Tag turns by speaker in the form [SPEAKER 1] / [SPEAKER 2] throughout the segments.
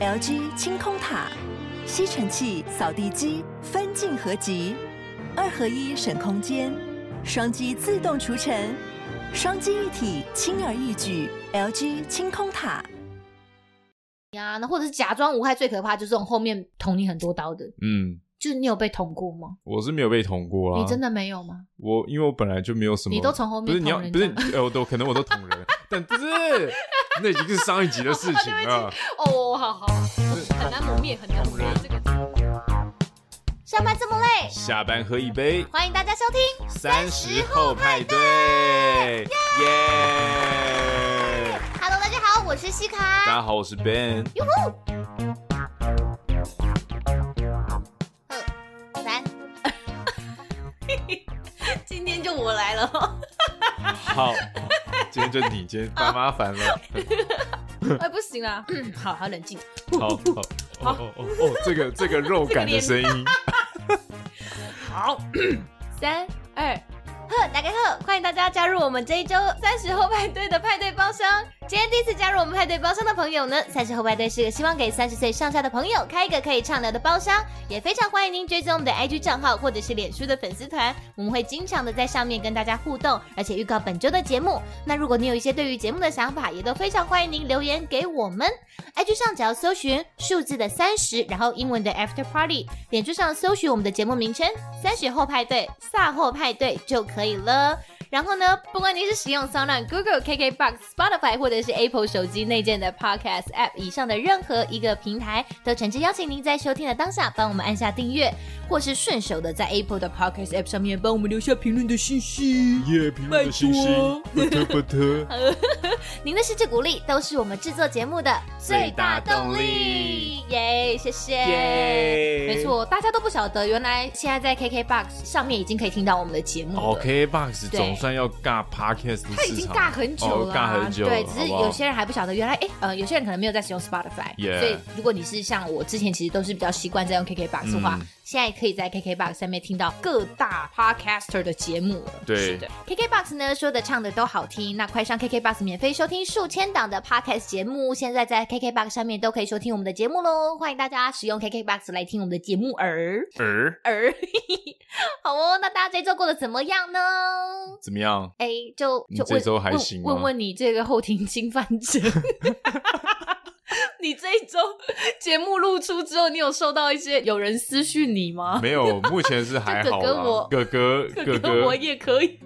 [SPEAKER 1] LG 清空塔、吸尘器、扫地机分镜合集，二合一省空间，双击自动除尘，双击一体轻而易举。LG 清空塔。
[SPEAKER 2] 呀，啊那或者是假装无害，最可怕就是这种后面捅你很多刀的。
[SPEAKER 3] 嗯，
[SPEAKER 2] 就是你有被捅过吗？
[SPEAKER 3] 我是没有被捅过啊。
[SPEAKER 2] 你真的没有吗？
[SPEAKER 3] 我因为我本来就没有什么，
[SPEAKER 2] 你都从后
[SPEAKER 3] 不是
[SPEAKER 2] 面
[SPEAKER 3] 你要
[SPEAKER 2] 捅人
[SPEAKER 3] 不
[SPEAKER 2] 家
[SPEAKER 3] 是呃，我都可能我都捅人，但不是那已经是上一集的事情了。
[SPEAKER 2] 哦，好好，很难磨灭，很难磨 灭这个。
[SPEAKER 4] 上班这么累，
[SPEAKER 3] 下班喝一杯，
[SPEAKER 4] 欢迎大家收听。
[SPEAKER 3] 三十后派对，耶！
[SPEAKER 4] Hello，大家好，我是西
[SPEAKER 3] 大
[SPEAKER 4] 卡。
[SPEAKER 3] 家好，我是 Ben。
[SPEAKER 4] 三，
[SPEAKER 2] 今天就我来了，
[SPEAKER 3] 好，今天就你，今天爸妈烦了。
[SPEAKER 2] 哎，不行啦，嗯 好好冷静。
[SPEAKER 3] 好好哦哦哦哦，这个这个肉感的声音，
[SPEAKER 2] 好，
[SPEAKER 4] 三二，呵，大家好，欢迎大家加入我们这一周三十后派对的派对包厢。今天第一次加入我们派对包厢的朋友呢，三十后派对是个希望给三十岁上下的朋友开一个可以畅聊的包厢，也非常欢迎您追踪我们的 IG 账号或者是脸书的粉丝团，我们会经常的在上面跟大家互动，而且预告本周的节目。那如果你有一些对于节目的想法，也都非常欢迎您留言给我们。IG 上只要搜寻数字的三十，然后英文的 After Party，脸书上搜寻我们的节目名称“三十后派对”“萨后派对”就可以了。然后呢，不管您是使用 s o n Google、KKBox、Spotify 或者是 Apple 手机内建的 Podcast App 以上的任何一个平台，都诚挚邀请您在收听的当下帮我们按下订阅，或是顺手的在 Apple 的 Podcast App 上面帮我们留下评论的信息。
[SPEAKER 3] 耶！评论的星星，不特不特，
[SPEAKER 4] 您的支持鼓励都是我们制作节目的
[SPEAKER 3] 最大动力
[SPEAKER 4] 力。耶，谢谢。
[SPEAKER 3] 耶！
[SPEAKER 2] 没。错，大家都不晓得，原来现在在 KKBox 上面已经可以听到我们的节目了。
[SPEAKER 3] OK Box
[SPEAKER 2] 嗯对
[SPEAKER 3] 总算要尬 Podcast
[SPEAKER 2] 它已
[SPEAKER 3] 市
[SPEAKER 2] 经
[SPEAKER 3] 场
[SPEAKER 2] 尬很久了、啊
[SPEAKER 3] 哦尬很久了，
[SPEAKER 2] 对，只是
[SPEAKER 3] 好不好
[SPEAKER 2] 有些人还不晓得，原来哎、呃，有些人可能没有在使用 Spotify，、
[SPEAKER 3] Yeah
[SPEAKER 2] 所以如果你是像我之前，其实都是比较习惯在用 KKBox 的话，
[SPEAKER 3] 嗯
[SPEAKER 2] 现在可以在 KKBox 上面听到各大 Podcaster 的节目了。
[SPEAKER 3] 对
[SPEAKER 2] 是的，
[SPEAKER 4] KKBox 呢说的唱的都好听，那快上 KKBox 免费收听数千档的 Podcast 节目，现在在 KKBox 上面都可以收听我们的节目喽，欢迎大家使用 KKBox 来听我们的节目儿
[SPEAKER 3] 儿
[SPEAKER 4] 儿，好哦，那大家这周过得怎么样呢？
[SPEAKER 3] 怎么样？
[SPEAKER 4] 哎，就
[SPEAKER 3] 你
[SPEAKER 4] 就
[SPEAKER 3] 这
[SPEAKER 4] 问
[SPEAKER 3] 周还
[SPEAKER 2] 问
[SPEAKER 3] 行吗？
[SPEAKER 2] 问问你这个后庭侵犯者。 你这一周节目露出之后，你有收到一些有人私讯你吗？
[SPEAKER 3] 没有，目前是还
[SPEAKER 2] 就
[SPEAKER 3] 好
[SPEAKER 2] 哥哥我
[SPEAKER 3] 啦。哥哥 哥
[SPEAKER 2] 跟我
[SPEAKER 3] 哥
[SPEAKER 2] 也可以，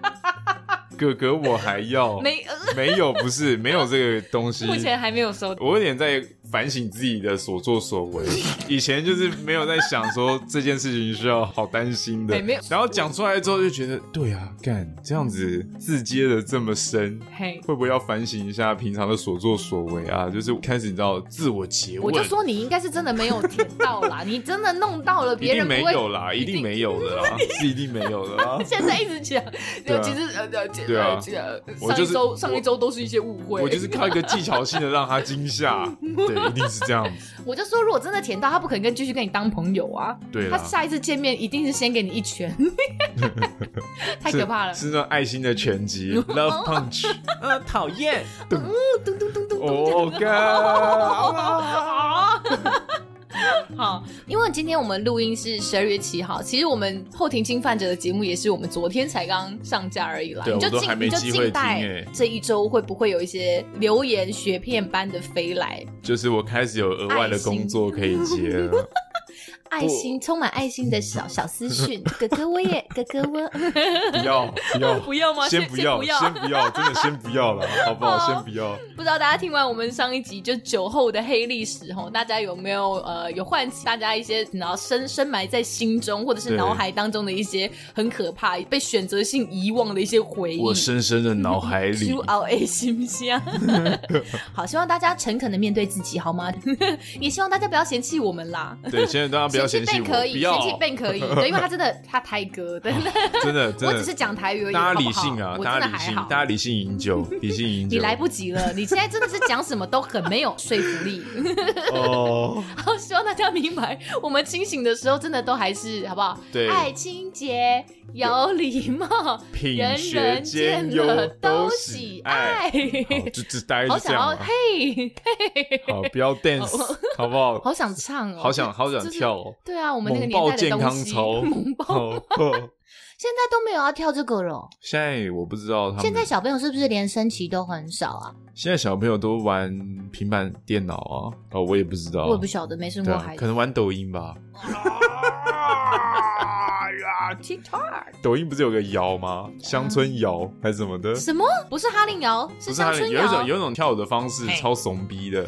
[SPEAKER 3] 哥哥我还要
[SPEAKER 2] 没、呃
[SPEAKER 3] 没有不是没有这个东西。
[SPEAKER 2] 目前还没有收到。
[SPEAKER 3] 我有点在反省自己的所作所 为，以前就是没有在想说这件事情需要好担心的
[SPEAKER 2] 对没有，
[SPEAKER 3] 然后讲出来之后就觉得，对啊，干这样子字接的这么深，
[SPEAKER 2] 嘿，
[SPEAKER 3] 会不会要反省一下平常的所作所为啊？就是开始你知道自我诘
[SPEAKER 2] 我
[SPEAKER 3] 问，
[SPEAKER 2] 就说你应该是真的没有填到啦，你真的弄到了，
[SPEAKER 3] 一
[SPEAKER 2] 别
[SPEAKER 3] 定
[SPEAKER 2] 人
[SPEAKER 3] 没
[SPEAKER 2] 不会。
[SPEAKER 3] 有啦，一定没有的啦，是一定没有的啦。
[SPEAKER 2] 现在一直讲，
[SPEAKER 3] 对啊
[SPEAKER 2] 其实呃呃，
[SPEAKER 3] 对啊
[SPEAKER 2] 呃
[SPEAKER 3] 我
[SPEAKER 2] 上
[SPEAKER 3] 就
[SPEAKER 2] 一
[SPEAKER 3] 是
[SPEAKER 2] 周
[SPEAKER 3] 我
[SPEAKER 2] 上一周都是一些误会。
[SPEAKER 3] 我就是靠一个技巧性的让他惊吓，对，一定是这样子。
[SPEAKER 2] 我就说，如果真的填到，他不可能跟继续跟你当朋友啊。
[SPEAKER 3] 对
[SPEAKER 2] 他
[SPEAKER 3] 啦，
[SPEAKER 2] 下一次见面一定是先给你一拳， 太可怕了。
[SPEAKER 3] 是是那种爱心的拳击，love punch。嗯，讨厌。咚咚咚咚咚。哦，
[SPEAKER 2] 好，好，因为今天我们录音是十二月七号，其实我们后庭侵犯者的节目也是我们昨天才刚上架而已啦。
[SPEAKER 3] 对
[SPEAKER 2] 你就
[SPEAKER 3] 我都
[SPEAKER 2] 静
[SPEAKER 3] 还没
[SPEAKER 2] 你就
[SPEAKER 3] 机
[SPEAKER 2] 静
[SPEAKER 3] 会
[SPEAKER 2] 待
[SPEAKER 3] 听欸
[SPEAKER 2] 这一周会不会有一些留言雪片般的飞来？
[SPEAKER 3] 就是我开始有额外的工作可以接了。
[SPEAKER 2] 爱心充满爱心的小小私讯，哥哥我也哥哥我，
[SPEAKER 3] 不要不要
[SPEAKER 2] 不要吗
[SPEAKER 3] 先
[SPEAKER 2] 先
[SPEAKER 3] 不要，
[SPEAKER 2] 先不要
[SPEAKER 3] 先不要，真的先不要了，好不好？先不要。
[SPEAKER 2] 不知道大家听完我们上一集就酒后的黑历史吼，大家有没有呃有唤起大家一些然后深深埋在心中或者是
[SPEAKER 3] 对
[SPEAKER 2] 脑海当中的一些很可怕被选择性遗忘的一些回忆？
[SPEAKER 3] 我深深的脑海里
[SPEAKER 2] Q L A 行不 行？好，希望大家诚恳的面对自己，好吗？ 也希望大家不要嫌弃我们啦。
[SPEAKER 3] 对，现在大家 不要嫌
[SPEAKER 2] 嫌
[SPEAKER 3] 弃
[SPEAKER 2] 弃 Ben
[SPEAKER 3] 我，
[SPEAKER 2] 可以，
[SPEAKER 3] 不要
[SPEAKER 2] 嫌弃 Ben 可以，对，因为他真的他台哥， 但是
[SPEAKER 3] 真的
[SPEAKER 2] 我
[SPEAKER 3] 真
[SPEAKER 2] 只是
[SPEAKER 3] 的，
[SPEAKER 2] 讲台语而已，
[SPEAKER 3] 大家理
[SPEAKER 2] 好不好
[SPEAKER 3] 性啊，
[SPEAKER 2] 我
[SPEAKER 3] 大
[SPEAKER 2] 真的
[SPEAKER 3] 家理
[SPEAKER 2] 还
[SPEAKER 3] 性，
[SPEAKER 2] 好
[SPEAKER 3] 大。家理性饮酒，理性饮酒。
[SPEAKER 2] 你来不及了，你现在真的是讲什么都很没有说服力。
[SPEAKER 3] 哦，
[SPEAKER 2] 好，希望大家明白，我们清醒的时候真的都还是好不好？
[SPEAKER 3] 对，
[SPEAKER 2] 爱清洁，有礼貌，
[SPEAKER 3] 品
[SPEAKER 2] 人
[SPEAKER 3] 学
[SPEAKER 2] 人
[SPEAKER 3] 兼
[SPEAKER 2] 见
[SPEAKER 3] 优
[SPEAKER 2] 了
[SPEAKER 3] 都
[SPEAKER 2] 都
[SPEAKER 3] 喜
[SPEAKER 2] 喜
[SPEAKER 3] 爱
[SPEAKER 2] 爱。
[SPEAKER 3] 好，就就大概
[SPEAKER 2] 好
[SPEAKER 3] 是这
[SPEAKER 2] 想
[SPEAKER 3] 样
[SPEAKER 2] 要
[SPEAKER 3] 啊。
[SPEAKER 2] 嘿，嘿
[SPEAKER 3] 好，不要 dance，好不好？
[SPEAKER 2] 好想唱哦，
[SPEAKER 3] 好想好想
[SPEAKER 2] 就是
[SPEAKER 3] 跳 哦！
[SPEAKER 2] 对啊，我们那个
[SPEAKER 3] 猛
[SPEAKER 2] 年
[SPEAKER 3] 爆
[SPEAKER 2] 代的
[SPEAKER 3] 健
[SPEAKER 2] 东
[SPEAKER 3] 康
[SPEAKER 2] 西，
[SPEAKER 3] 操，
[SPEAKER 2] 萌 爆。
[SPEAKER 3] 哦哦
[SPEAKER 4] 现在都没有要跳这个了。
[SPEAKER 3] 现在我不知道他们
[SPEAKER 4] 现在小朋友是不是连升旗都很少啊？
[SPEAKER 3] 现在小朋友都玩平板电脑啊，哦，我也不知道，
[SPEAKER 4] 我也不晓得，没生
[SPEAKER 3] 对
[SPEAKER 4] 过
[SPEAKER 3] 啊
[SPEAKER 4] 孩，
[SPEAKER 3] 可
[SPEAKER 4] 子。
[SPEAKER 3] 能玩抖音吧。
[SPEAKER 2] 啊 TikTok
[SPEAKER 3] 抖音不是有个摇吗？乡村摇还是什么的？
[SPEAKER 2] 什么？不是哈林瑶，是
[SPEAKER 3] 不是他
[SPEAKER 2] 乡村
[SPEAKER 3] 有一种
[SPEAKER 2] 瑶。
[SPEAKER 3] 有一种跳舞的方式
[SPEAKER 2] 嘿
[SPEAKER 3] 超怂逼的，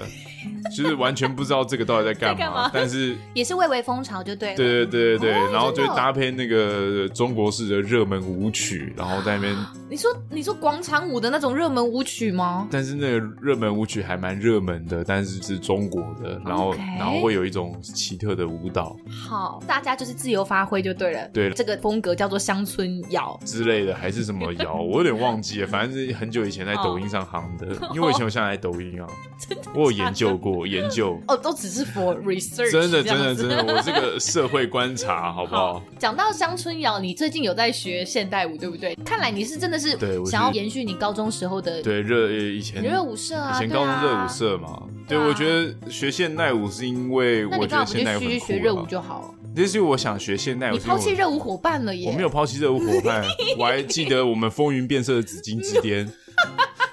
[SPEAKER 3] 就是完全不知道这个到底在干 嘛，
[SPEAKER 2] 在干嘛
[SPEAKER 3] 但是。
[SPEAKER 4] 也是蔚为风潮就对了。
[SPEAKER 3] 对对对对对，
[SPEAKER 4] 哦
[SPEAKER 3] 然后就
[SPEAKER 4] 真的哦
[SPEAKER 3] 搭配那个中国式的热门舞曲，然后在那边，
[SPEAKER 2] 你说你说广场舞的那种热门舞曲吗？
[SPEAKER 3] 但是那个热门舞曲还蛮热门的，但是是中国的，然后
[SPEAKER 2] OK
[SPEAKER 3] 然后会有一种奇特的舞蹈
[SPEAKER 2] 好，大家就是自由发挥就对了。
[SPEAKER 3] 对
[SPEAKER 2] 这个风格叫做乡村摇。
[SPEAKER 3] 之类的，还是什么摇，我有点忘记了，反正是很久以前在抖音上行的，
[SPEAKER 2] 哦
[SPEAKER 3] 因为我以前有下载抖音 啊，我有研究过研究，
[SPEAKER 2] 哦，都只是 for research，
[SPEAKER 3] 真的
[SPEAKER 2] 这
[SPEAKER 3] 真
[SPEAKER 2] 样
[SPEAKER 3] 的
[SPEAKER 2] 子
[SPEAKER 3] 真的，我这个社会观察好不好？
[SPEAKER 2] 讲到乡村谣，你最近有在学现代舞，对不对？看来你是真的是
[SPEAKER 3] 对我是
[SPEAKER 2] 想要延续你高中时候的
[SPEAKER 3] 对，热以前
[SPEAKER 2] 热舞社啊，
[SPEAKER 3] 以前
[SPEAKER 2] 对
[SPEAKER 3] 高中
[SPEAKER 2] 啊
[SPEAKER 3] 热舞，社嘛，
[SPEAKER 2] 对
[SPEAKER 3] 对
[SPEAKER 2] 啊
[SPEAKER 3] 我觉得学现代舞是因为
[SPEAKER 2] 那
[SPEAKER 3] 我
[SPEAKER 2] 你
[SPEAKER 3] 觉
[SPEAKER 2] 干
[SPEAKER 3] 得
[SPEAKER 2] 嘛不
[SPEAKER 3] 现
[SPEAKER 2] 就
[SPEAKER 3] 代舞
[SPEAKER 2] 去
[SPEAKER 3] 很
[SPEAKER 2] 学热舞
[SPEAKER 3] 酷啊。
[SPEAKER 2] 就好了？
[SPEAKER 3] 那是我想学现代舞，
[SPEAKER 2] 你抛弃热舞伙伴了耶！
[SPEAKER 3] 我没有，抛弃热舞伙伴，我还记得我们风云变色的紫金之巅，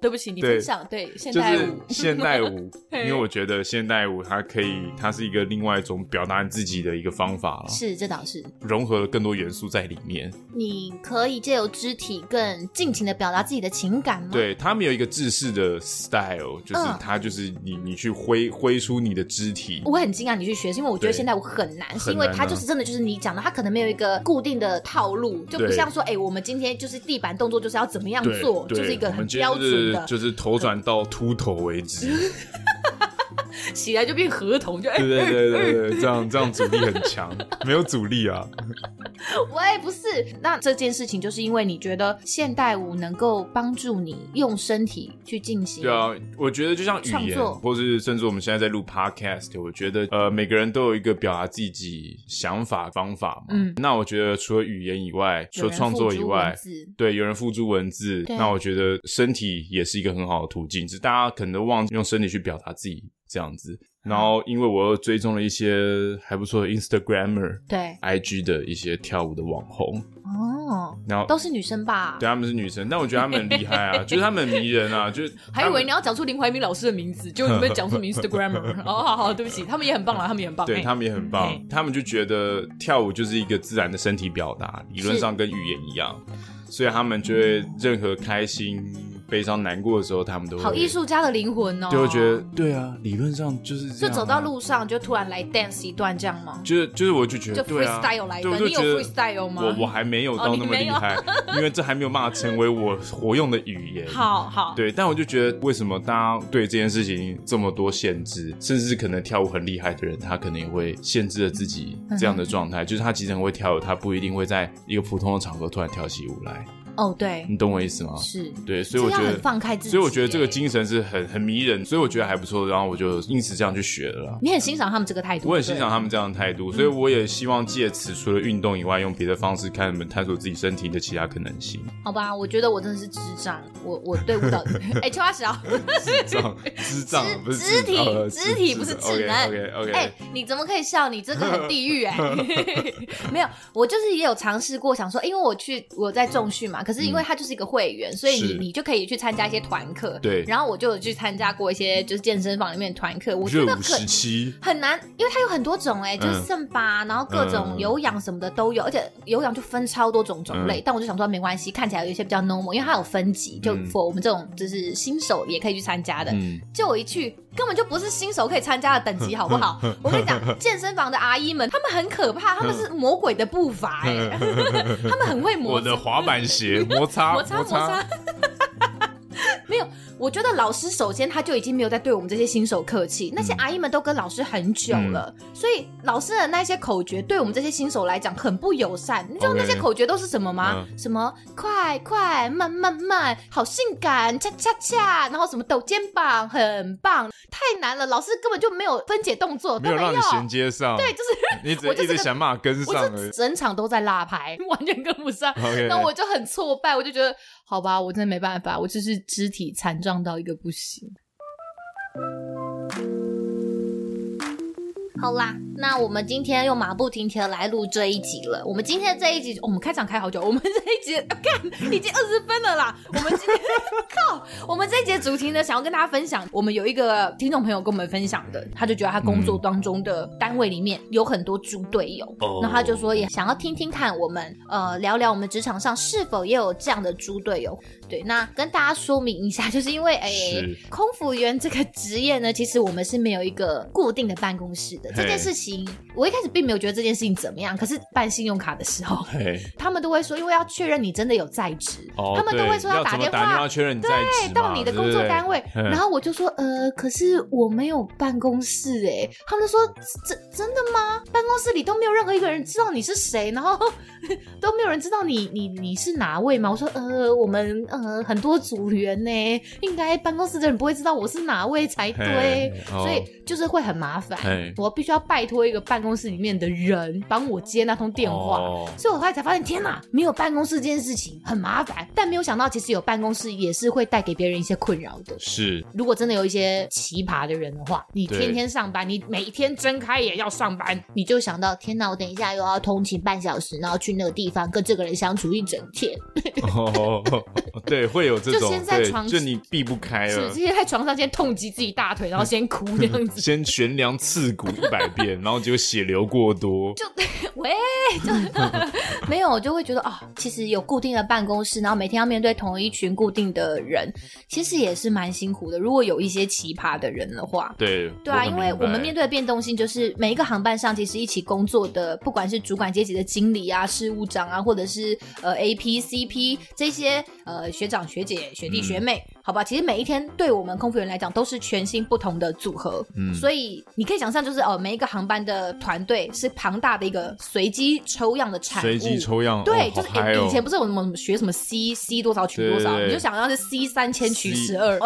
[SPEAKER 2] 对不起，你
[SPEAKER 3] 对
[SPEAKER 2] 分享对现
[SPEAKER 3] 就
[SPEAKER 2] 代
[SPEAKER 3] 是哦
[SPEAKER 2] 舞，
[SPEAKER 3] 现代 舞，因
[SPEAKER 2] 嘿
[SPEAKER 3] 为我觉得现代舞它可以，它是一个另外一种表达你自己的一个方法了，
[SPEAKER 4] 是这倒是。
[SPEAKER 3] 融合了更多元素在里面。
[SPEAKER 4] 你可以借由肢体更尽情的表达自己的情感吗？，
[SPEAKER 3] 对他们有一个制式的 style，就是
[SPEAKER 4] 嗯
[SPEAKER 3] 它就是你你去挥挥出你的肢体，
[SPEAKER 4] 我很惊讶你去学，是因为我觉得
[SPEAKER 3] 对
[SPEAKER 4] 现在我很难，是因为
[SPEAKER 3] 很难
[SPEAKER 4] 它
[SPEAKER 3] 啊
[SPEAKER 4] 就是真的就是你讲的，它可能没有一个固定的套路，就不
[SPEAKER 3] 对
[SPEAKER 4] 像说，哎、我们今天就是地板动作就是要怎么样
[SPEAKER 3] 对
[SPEAKER 4] 做，
[SPEAKER 3] 对
[SPEAKER 4] 就是一个
[SPEAKER 3] 我们
[SPEAKER 4] 很
[SPEAKER 3] 今
[SPEAKER 4] 标
[SPEAKER 3] 天就是
[SPEAKER 4] 准的，
[SPEAKER 3] 就是头转到秃头 为止。
[SPEAKER 2] 起来就变合同，就哎，
[SPEAKER 3] 对对对对对，这样这样阻力很强，没有阻力啊。
[SPEAKER 4] 喂，不是，
[SPEAKER 2] 那这件事情就是因为你觉得现代舞能够帮助你用身体去进行，
[SPEAKER 3] 对啊，我觉得就像
[SPEAKER 4] 创
[SPEAKER 3] 语言
[SPEAKER 4] 作，
[SPEAKER 3] 或是甚至我们现在在录 podcast，我觉得呃每个人都有一个表达自己想法方法嘛。
[SPEAKER 2] 嗯
[SPEAKER 3] 那我觉得除了语言以外，除
[SPEAKER 4] 有
[SPEAKER 3] 了
[SPEAKER 4] 人
[SPEAKER 3] 创
[SPEAKER 4] 付
[SPEAKER 3] 作以
[SPEAKER 4] 诸
[SPEAKER 3] 外
[SPEAKER 4] 文。字
[SPEAKER 3] 对，有人付诸文字，
[SPEAKER 4] 对
[SPEAKER 3] 那我觉得身体也是一个很好的途径，只是大家可能都忘记用身体去表达自己这样子。
[SPEAKER 4] 嗯
[SPEAKER 3] 然后，因为我又追踪了一些还不错的 Instagramer、
[SPEAKER 2] 对
[SPEAKER 3] IG 的一些跳舞的网红，
[SPEAKER 4] 哦，
[SPEAKER 3] 然后
[SPEAKER 4] 都是女生吧？
[SPEAKER 3] 对，他啊们是女生，但我觉得他们很厉害 啊，就是他们很迷人啊，就是
[SPEAKER 2] 还以为你
[SPEAKER 3] 要
[SPEAKER 2] 要讲出林怀民老师的名字，就你们讲出 Instagramer。哦，好好，对不起，他们也很棒啦，他们也很棒。
[SPEAKER 3] 对
[SPEAKER 2] 哎
[SPEAKER 3] 他们也很棒
[SPEAKER 2] 嗯，
[SPEAKER 3] 他们就觉得跳舞就是一个自然的身体表达，理论上跟语言一样，所以他们就会任何开心、悲伤、难过的时候，他们都会
[SPEAKER 2] 好艺，术家的灵魂哦，
[SPEAKER 3] 就会觉得对啊，理论上就是这
[SPEAKER 2] 就
[SPEAKER 3] 样啊
[SPEAKER 2] 走到，路上就突然来 dance 一段这样吗？
[SPEAKER 3] 就是就是我就觉
[SPEAKER 2] 就
[SPEAKER 3] 得对啊
[SPEAKER 2] freestyle 来一
[SPEAKER 3] 对，
[SPEAKER 2] 段
[SPEAKER 3] 我就
[SPEAKER 2] 你有
[SPEAKER 3] 觉得
[SPEAKER 2] freestyle 吗
[SPEAKER 3] 我我还没有
[SPEAKER 2] 哦
[SPEAKER 3] 到
[SPEAKER 2] 你
[SPEAKER 3] 那么
[SPEAKER 2] 没
[SPEAKER 3] 厉
[SPEAKER 2] 有
[SPEAKER 3] 害，因为这还没有办法成为我活用的语言。
[SPEAKER 2] 好好，
[SPEAKER 3] 对，但我就觉得为什么大家对这件事情这么多限制，甚至可能跳舞很厉害的人，他可能也会限制了自己
[SPEAKER 4] 嗯
[SPEAKER 3] 这样的状态，就是他其实很会跳舞，他不一定会在一个普通的场合突然跳起舞来，
[SPEAKER 4] 哦，对，
[SPEAKER 3] 你懂我意思吗？
[SPEAKER 4] 是，
[SPEAKER 3] 对，嗯所
[SPEAKER 4] 这
[SPEAKER 3] 以我
[SPEAKER 4] 要
[SPEAKER 3] 觉
[SPEAKER 4] 很
[SPEAKER 3] 得。
[SPEAKER 4] 放开自己耶。
[SPEAKER 3] 所以我觉得这个精神是很很迷人，所以我觉得还不错，然后我就因此这样去学了啦。
[SPEAKER 2] 你很欣赏他们这个态度，
[SPEAKER 3] 我很欣赏他们这样的态度，所以
[SPEAKER 4] 嗯
[SPEAKER 3] 我也希望借此除了运动以外，用别的方式看你们探索自己身体的其他可能性。
[SPEAKER 2] 好吧？我觉得我真的是智障，我我对舞蹈， 哎，秋花 石啊，
[SPEAKER 3] 智 障，智障不是
[SPEAKER 4] 肢体
[SPEAKER 3] 呃
[SPEAKER 4] 肢体不是指南
[SPEAKER 3] OK OK
[SPEAKER 2] 哎
[SPEAKER 3] OK，，
[SPEAKER 2] 你怎么可以笑？你这个很地狱 哎，
[SPEAKER 4] 没有，我就是也有尝试过，想说，因为我去我在重训嘛，可是因为它就是一个会员，所以你
[SPEAKER 3] 嗯是
[SPEAKER 4] 你就可以去参加一些团课。
[SPEAKER 3] 对
[SPEAKER 4] 然后我就有去参加过一些就是健身房里面的团课，我觉
[SPEAKER 3] 热
[SPEAKER 4] 得
[SPEAKER 3] 舞
[SPEAKER 4] 很
[SPEAKER 3] 时期，
[SPEAKER 4] 很难，因为它有很多种哎、就是
[SPEAKER 3] 嗯
[SPEAKER 4] 圣巴，然后各种
[SPEAKER 3] 嗯
[SPEAKER 4] 有氧什么的都有，而且有氧就分超多种种类。
[SPEAKER 3] 嗯
[SPEAKER 4] 但我就想说没关系，看起来有一些比较 normal，因为它有分级，就
[SPEAKER 3] 嗯
[SPEAKER 4] for 我们这种就是新手也可以去参加的。
[SPEAKER 3] 嗯，
[SPEAKER 4] 就我一去，根本就不是新手可以参加的等级，好不好？我跟你讲，健身房的阿姨们，她们很可怕，她们是魔鬼的步伐、欸，她们很会磨
[SPEAKER 3] 我的滑板 鞋啊摩擦
[SPEAKER 4] 摩擦摩擦。 没有，我觉得老师首先他就已经没有在对我们这些新手客气，那些
[SPEAKER 3] 嗯
[SPEAKER 4] 阿姨们都跟老师很久了，所以老师的那些口诀对我们这些新手来讲很不友善。你知道那些
[SPEAKER 3] OK 嗯
[SPEAKER 4] 口诀都是什么吗？什么快快慢慢慢，好性感恰恰恰，然后什么抖肩膀，很棒，太难了，老师根本就没有分解动作，
[SPEAKER 3] 没
[SPEAKER 4] 都
[SPEAKER 3] 有
[SPEAKER 4] 没
[SPEAKER 3] 让你衔接上，
[SPEAKER 4] 对，就是
[SPEAKER 3] 你只
[SPEAKER 4] 我就是
[SPEAKER 3] 一直
[SPEAKER 4] 个
[SPEAKER 3] 想办法跟上
[SPEAKER 4] 我
[SPEAKER 3] 而
[SPEAKER 4] 就
[SPEAKER 3] 已。
[SPEAKER 4] 整场都在拉拍， 完全跟不上。
[SPEAKER 3] OK，
[SPEAKER 2] 那我就很挫败，我就觉得好吧，我真的没办法，我就是肢体残障到一个不行。好啦，那我们今天用马不停蹄的来录这一集了。我们今天的这一集，
[SPEAKER 5] 我们开场开好久，我们这一集看已经二十分了啦。我们今 天靠，我们这一节主题呢，想要跟大家分享，我们有一个听众朋友跟我们分享
[SPEAKER 3] 嗯
[SPEAKER 5] 的，他就觉得他工作当中的单位里面有很多猪队友，
[SPEAKER 3] 嗯
[SPEAKER 6] 哦
[SPEAKER 5] 那他就
[SPEAKER 6] 说
[SPEAKER 5] 说也
[SPEAKER 2] 也想要听听看我们呃聊聊我们职场上是否也有这样的猪队友。对，那跟大家说明一下，就是因为哎、
[SPEAKER 3] 是
[SPEAKER 2] 空服员这个职业呢，其实我们是没有一个固定的办公室的。
[SPEAKER 3] 嘿
[SPEAKER 2] 这件事情，我一开始并没有觉得这件事情怎么样，可是办信用卡的时候。
[SPEAKER 3] 嘿，
[SPEAKER 2] 他们都会说，因为要确认你真的有在职，
[SPEAKER 3] 哦，
[SPEAKER 2] 他们都
[SPEAKER 3] 对
[SPEAKER 2] 会说
[SPEAKER 3] 要
[SPEAKER 2] 打
[SPEAKER 3] 怎么
[SPEAKER 2] 电
[SPEAKER 3] 打电
[SPEAKER 2] 话
[SPEAKER 3] 话确认你在
[SPEAKER 2] 对，
[SPEAKER 3] 职
[SPEAKER 2] 到
[SPEAKER 3] 嘛
[SPEAKER 2] 你的
[SPEAKER 3] 对
[SPEAKER 2] 工
[SPEAKER 3] 不
[SPEAKER 2] 作
[SPEAKER 3] 对
[SPEAKER 2] 单位，
[SPEAKER 3] 嗯
[SPEAKER 2] 然后我就说，呃，可是我没有办公室哎、他们就说，真真的吗？办公室里都没有任何一个人知道你是谁，然后 都没有人知道你你你是哪位吗？我说，呃，我们呃很多组员呢、应该办公室的人不会知道我是哪位才对
[SPEAKER 3] 嘿，哦
[SPEAKER 2] 所以就是会很麻烦
[SPEAKER 3] 嘿，
[SPEAKER 2] 我必须要拜托一个办公室里面的人帮我接那通电话。
[SPEAKER 3] 哦
[SPEAKER 2] 所以我后来才发现，天哪，没有办公室这件事情很麻烦。但没有想到，其实有办公室也是会带给别人一些困扰的。
[SPEAKER 3] 是
[SPEAKER 2] 如果真的有一些奇葩的人的话，你
[SPEAKER 3] 对
[SPEAKER 2] 天天上班，你每天睁开眼要上班，你就想到天哪，我等一下又要通勤半小时，然后去那个地方跟这个人相处一整天，
[SPEAKER 3] 哦，对，会有这
[SPEAKER 2] 就
[SPEAKER 3] 种，
[SPEAKER 2] 先在
[SPEAKER 3] 对
[SPEAKER 2] 床
[SPEAKER 3] 就你避不开
[SPEAKER 2] 是
[SPEAKER 3] 了
[SPEAKER 2] 直，接在床上先痛击自己大腿，然后先哭这样子。
[SPEAKER 3] 先悬梁刺股一百遍，然后结果血流过多，
[SPEAKER 2] 喂，就 没有，我就会觉得啊、其实有固定的办公室，然后每天要面对同一群固定的人，其实也是蛮辛苦的。如果有一些奇葩的人的话。
[SPEAKER 3] 对
[SPEAKER 2] 对啊，因为我们面
[SPEAKER 3] 对
[SPEAKER 2] 对的变动性就是每一个航班上，其实一起工作的，不管是主管阶级的经理啊、事务长啊，或者是呃 A P C P 这些呃学长学姐、学弟
[SPEAKER 3] 嗯
[SPEAKER 2] 学妹，好吧，其实每一天对我们空服员来讲都是全新不同的组合，
[SPEAKER 3] 嗯
[SPEAKER 2] 所以你可以想象，就是呃每一个航班的团队是庞大的一个随机抽样的产物，
[SPEAKER 3] 随机抽样，
[SPEAKER 2] 对，
[SPEAKER 3] 哦
[SPEAKER 2] 就是
[SPEAKER 3] 好嗨哦
[SPEAKER 2] 以前不是有什么学什么 C C 多少取多少，
[SPEAKER 3] 对对对
[SPEAKER 2] 你就想要是 C 三千取十二，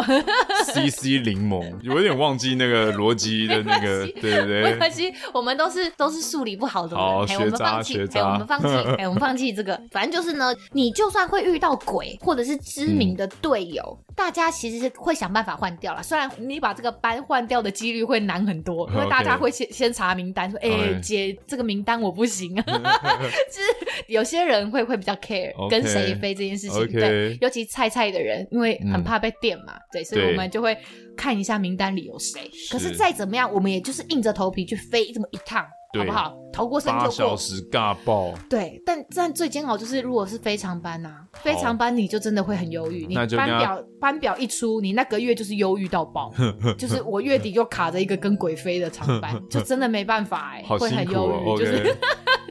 [SPEAKER 3] C C 柠檬，有点忘记那个逻辑的那个，
[SPEAKER 2] 没关系
[SPEAKER 3] 对
[SPEAKER 2] 没
[SPEAKER 3] 对
[SPEAKER 2] 关系，我们都是都是数理不好的
[SPEAKER 3] 好
[SPEAKER 2] 人，哎，我们
[SPEAKER 3] 学渣
[SPEAKER 2] 放弃
[SPEAKER 3] 学，
[SPEAKER 2] 哎，
[SPEAKER 3] 渣
[SPEAKER 2] 我们 放弃，哎，我们放弃这个。反正就是呢，你就算会遇到鬼或者是知名的队友，
[SPEAKER 3] 嗯
[SPEAKER 2] 大家其实是会想办法换掉啦。虽然你把这个班换掉的几率会难很多，因为
[SPEAKER 3] OK
[SPEAKER 2] 大家会先先查名单，说，哎，
[SPEAKER 3] OK
[SPEAKER 2] 姐，这个名单我不行 啊。就是有些人会会比较 care
[SPEAKER 3] OK
[SPEAKER 2] 跟谁飞这件事情，
[SPEAKER 3] OK
[SPEAKER 2] 对，尤其菜菜的人，因为很
[SPEAKER 3] 嗯
[SPEAKER 2] 怕被电嘛，对，所以
[SPEAKER 3] 对
[SPEAKER 2] 我们就会看一下名单里有谁。可是
[SPEAKER 3] 是
[SPEAKER 2] 再怎么样，我们也就是硬着头皮去飞这么一趟，
[SPEAKER 3] 对
[SPEAKER 2] 好不好？逃过生
[SPEAKER 3] 八
[SPEAKER 2] 就
[SPEAKER 3] 小
[SPEAKER 2] 过。
[SPEAKER 3] 时尬爆，
[SPEAKER 2] 对，但但最煎熬就是，如果是非常班呐、啊，非常班你就真的会很忧郁。你
[SPEAKER 3] 那
[SPEAKER 2] 班
[SPEAKER 3] 就跟他
[SPEAKER 2] 表班表一出，你那个月就是忧郁到 爆，就是我月底又卡着一个跟鬼飞的长班，就真的没办法哎、
[SPEAKER 3] 好
[SPEAKER 2] 会
[SPEAKER 3] 辛
[SPEAKER 2] 很
[SPEAKER 3] 苦
[SPEAKER 2] 忧
[SPEAKER 3] 哦
[SPEAKER 2] 郁，就
[SPEAKER 3] ，OK
[SPEAKER 2] 是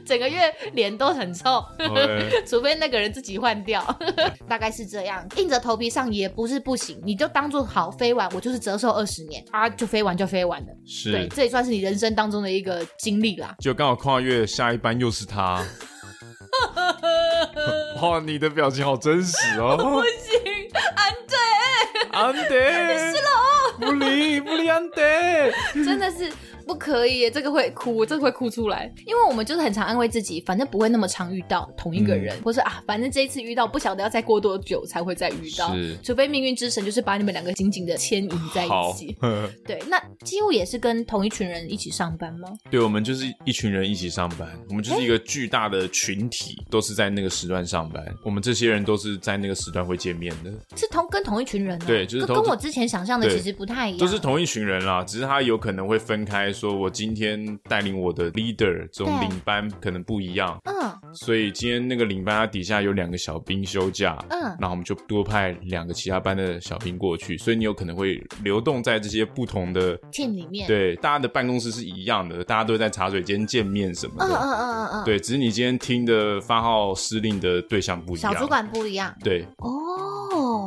[SPEAKER 2] 整个月脸都很臭。
[SPEAKER 3] OK，
[SPEAKER 2] 除非那个人自己换掉， 大概是这样。硬着头皮上也不是不行，你就当做好飞完，我就是折寿二十年啊，就飞完就飞完了。对，
[SPEAKER 3] 是，
[SPEAKER 2] 这也算是你人生当中的一个经历啦。
[SPEAKER 3] 就刚好跨越下一班又 是他。哇，你的表情好真实 哦！
[SPEAKER 5] 安
[SPEAKER 3] 安德，不理不理安 德，
[SPEAKER 5] 真的是不可以耶，这个会哭，这个会哭出来。因为我们就是很常安慰自己，反正不会那么常遇到同一个人，
[SPEAKER 2] 嗯
[SPEAKER 5] 或是啊，反正这一次遇到，不晓得要再过多久才会再遇到
[SPEAKER 3] 是，
[SPEAKER 5] 除非命运之神就是把你们两个紧紧的牵引在一
[SPEAKER 3] 好，
[SPEAKER 5] 起。
[SPEAKER 2] 对，那几乎也是跟同一群人一起上班吗？
[SPEAKER 3] 对，我们就是一群人一起上班，我们就是一个
[SPEAKER 2] 哎
[SPEAKER 3] 巨大的群体，都是在那个时段上班。我们这些人都是在那个时段会见面的，
[SPEAKER 2] 是同跟同一群人、啊，
[SPEAKER 3] 对就是
[SPEAKER 2] 跟
[SPEAKER 3] 同
[SPEAKER 2] 跟我之前想象的
[SPEAKER 3] 对
[SPEAKER 2] 其实不太一样，
[SPEAKER 3] 都是同一群人啦。只是他有可能会分开，说我今天带领我的 leader 这种
[SPEAKER 2] 对
[SPEAKER 3] 领班可能不一样，
[SPEAKER 2] 嗯
[SPEAKER 3] 所以今天那个领班他底下有两个小兵休假，
[SPEAKER 2] 嗯
[SPEAKER 3] 那我们就多派两个其他班的小兵过去，所以你有可能会流动在这些不同的。
[SPEAKER 2] team 里面，
[SPEAKER 3] 对，大家的办公室是一样的，大家都在茶水间见面什么
[SPEAKER 2] 嗯，
[SPEAKER 3] 的。
[SPEAKER 2] 嗯嗯嗯嗯嗯，
[SPEAKER 3] 对，只是你今天听的发号施令的对象不一样。
[SPEAKER 2] 小主管不一样
[SPEAKER 3] 对，
[SPEAKER 2] 哦。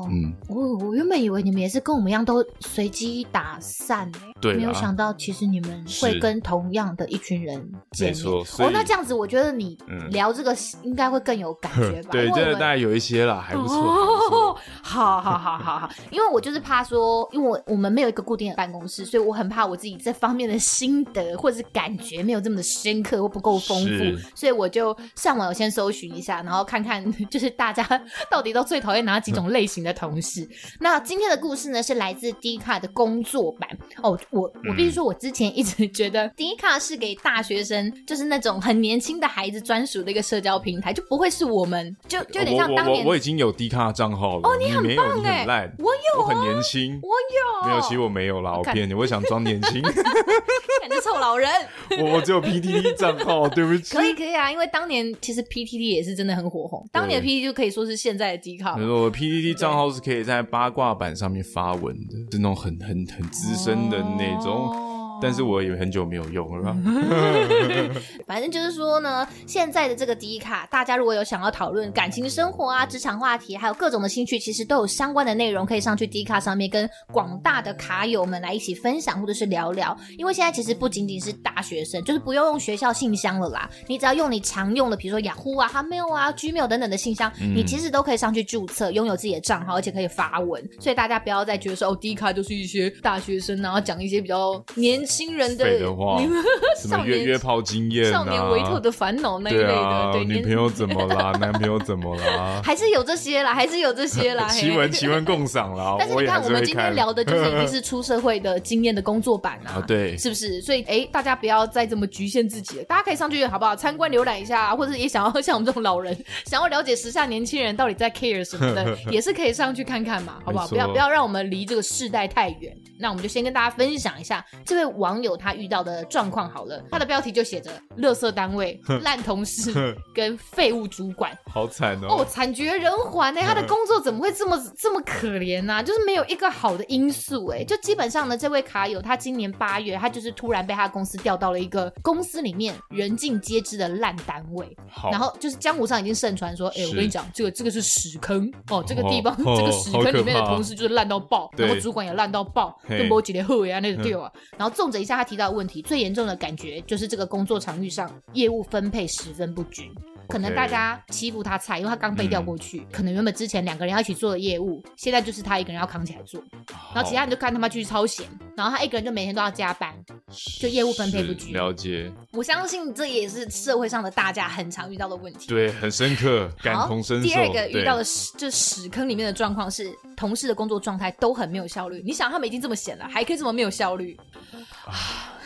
[SPEAKER 3] 嗯，
[SPEAKER 2] 我我原本以为你们也是跟我们一样都随机打散、欸，
[SPEAKER 3] 对啊
[SPEAKER 2] 没有想到其实你们会
[SPEAKER 3] 是
[SPEAKER 2] 跟同样的一群人见面。
[SPEAKER 3] 没错。所
[SPEAKER 2] 哦
[SPEAKER 3] 以，
[SPEAKER 2] 那这样子，我觉得你
[SPEAKER 3] 嗯
[SPEAKER 2] 聊这个应该会更有感觉吧？
[SPEAKER 3] 对，
[SPEAKER 2] 因
[SPEAKER 3] 这
[SPEAKER 2] 为我
[SPEAKER 3] 个
[SPEAKER 2] 们
[SPEAKER 3] 大概有一些啦，还不错。还不错
[SPEAKER 2] 哦，好好好好好，因为我就是怕说，因为我我们没有一个固定的办公室，所以我很怕我自己这方面的心得或者是感觉没有这么的深刻或不够丰
[SPEAKER 3] 是
[SPEAKER 2] 富，所以我就上网有先搜寻一下，然后看看就是大家到底都最讨厌哪几种类型的同 事。那今天的故事呢，是来自 D 卡的工作版哦。我我必须
[SPEAKER 3] 嗯
[SPEAKER 2] 说，我之前一直觉得 D 卡是给大学生，就是那种很年轻的孩子专属的一个社交平台，就不会是我们，就就有点像
[SPEAKER 3] 哦我
[SPEAKER 2] 当
[SPEAKER 3] 我我
[SPEAKER 2] 年
[SPEAKER 3] 我已经有低咖账号了，哦，你没有，你
[SPEAKER 2] 哎
[SPEAKER 3] 很烂，
[SPEAKER 2] 我有
[SPEAKER 3] 我很年轻，
[SPEAKER 2] 我有，
[SPEAKER 3] 没有，其实我没有啦，我
[SPEAKER 2] 看
[SPEAKER 3] 骗你，我想装年轻，
[SPEAKER 2] 感觉臭老人。
[SPEAKER 3] 我我只有 PDD 账号，对不起
[SPEAKER 2] 可。以可以啊，因为当年其实 PTT 也是真的很火红，当年的
[SPEAKER 3] 对
[SPEAKER 2] PTT 就可以说是现在的 D 卡
[SPEAKER 3] 你。说我 PDD 账号是可以在八卦版上面发文的，是那种很很很资深的那种，
[SPEAKER 2] 哦
[SPEAKER 3] 但是我也很久没有用 了。
[SPEAKER 2] 反正就是说呢，现在的这个迪卡，大家如果有想要讨论感情生活啊、职场话题，还有各种的兴趣，其实都有相关的内容可以上去迪卡上面跟广大的卡友们来一起分享或者是聊聊。因为现在其实不仅仅是大学生，就是不用用学校信箱了啦，你只要用你常用的，比如说雅虎啊、Hotmail 啊、Gmail 等等的信箱，
[SPEAKER 3] 嗯
[SPEAKER 2] 你其实都可以上去注册，拥有自己的账号，而且可以发文。所以大家不要再觉得说哦，迪卡就是一些大学生，然后讲一些比较年轻人的
[SPEAKER 3] 废 的话什么
[SPEAKER 2] 少
[SPEAKER 3] 约
[SPEAKER 2] 年
[SPEAKER 3] 约炮经验
[SPEAKER 2] 少
[SPEAKER 3] 啊，
[SPEAKER 2] 年维特的烦恼那一类
[SPEAKER 3] 对
[SPEAKER 2] 的，
[SPEAKER 3] 啊，
[SPEAKER 2] 对
[SPEAKER 3] 女
[SPEAKER 2] 年
[SPEAKER 3] 朋友怎
[SPEAKER 2] ？
[SPEAKER 3] 么啦？男朋友怎么啦
[SPEAKER 2] 还是有这些啦，还是有这些 啦。嘿
[SPEAKER 3] 奇闻奇闻共赏啦，
[SPEAKER 2] 但是
[SPEAKER 3] 我
[SPEAKER 2] 你
[SPEAKER 3] 也还
[SPEAKER 2] 看，
[SPEAKER 3] 是
[SPEAKER 2] 我
[SPEAKER 3] 会
[SPEAKER 2] 们今天
[SPEAKER 3] 看
[SPEAKER 2] 聊的就是已 经是出社会的经验的工作版啊，
[SPEAKER 3] 啊，对，
[SPEAKER 2] 是不是？所以，哎，大家不要再这么局限自己了，大家可以上去好不好？参观浏览一下啊，或者也想要像我们这种老人，想要了解时下年轻人到底在 care 什么 的，也是可以上去看看嘛，好不好？
[SPEAKER 3] 没错
[SPEAKER 2] 不要不要让我们离这个世代太远。那我们就先跟大家分享一下这位网友他遇到的状况好了，他的标题就写着“垃圾单 位、烂同事跟废物主管”。
[SPEAKER 3] 好惨
[SPEAKER 2] 哦，
[SPEAKER 3] 哦。
[SPEAKER 2] 惨绝人寰呢、欸他的工作怎么会这么这么可怜呢、就是没有一个好的因素哎、就基本上呢，这位卡友他今年八月，他就是突然被他公司调到了一个公司里面人尽皆知的烂单位，
[SPEAKER 3] 好，
[SPEAKER 2] 然后就是江湖上已经盛传说，哎、
[SPEAKER 3] 是
[SPEAKER 2] 我跟你讲，这个这个是屎坑哦，这个
[SPEAKER 3] 哦
[SPEAKER 2] 地方、
[SPEAKER 3] 哦
[SPEAKER 2] 这个屎坑里面的
[SPEAKER 3] 好可怕
[SPEAKER 2] 同事就是烂到爆，
[SPEAKER 3] 对
[SPEAKER 2] 然后主管也烂到爆，
[SPEAKER 3] 嘿嗯
[SPEAKER 2] 跟波几连后呀那个对啊。然后纵着一下他提到的问题，最严重的感觉就是这个工作场域上业务分配十分不均。可能
[SPEAKER 3] OK 嗯
[SPEAKER 2] 大家欺负他菜，因为他刚被调过去，可能原本之前两个人要一起做的业务，现在就是他一个人要扛起来做，然后其他人就看他妈去超闲，然后他一个人就每天都要加班，就业务分配不
[SPEAKER 3] 是
[SPEAKER 2] 均
[SPEAKER 3] 了解，
[SPEAKER 2] 我相信这也是社会上的大家很常遇到的问题。
[SPEAKER 3] 对，很深刻，感
[SPEAKER 2] 好，
[SPEAKER 3] 同身受。
[SPEAKER 2] 第二个遇
[SPEAKER 3] 对
[SPEAKER 2] 到的屎，就是屎坑里面的状况是，同事的工作状态都很没有效率。你想，他们已经这么闲了，还可以这么没有效率？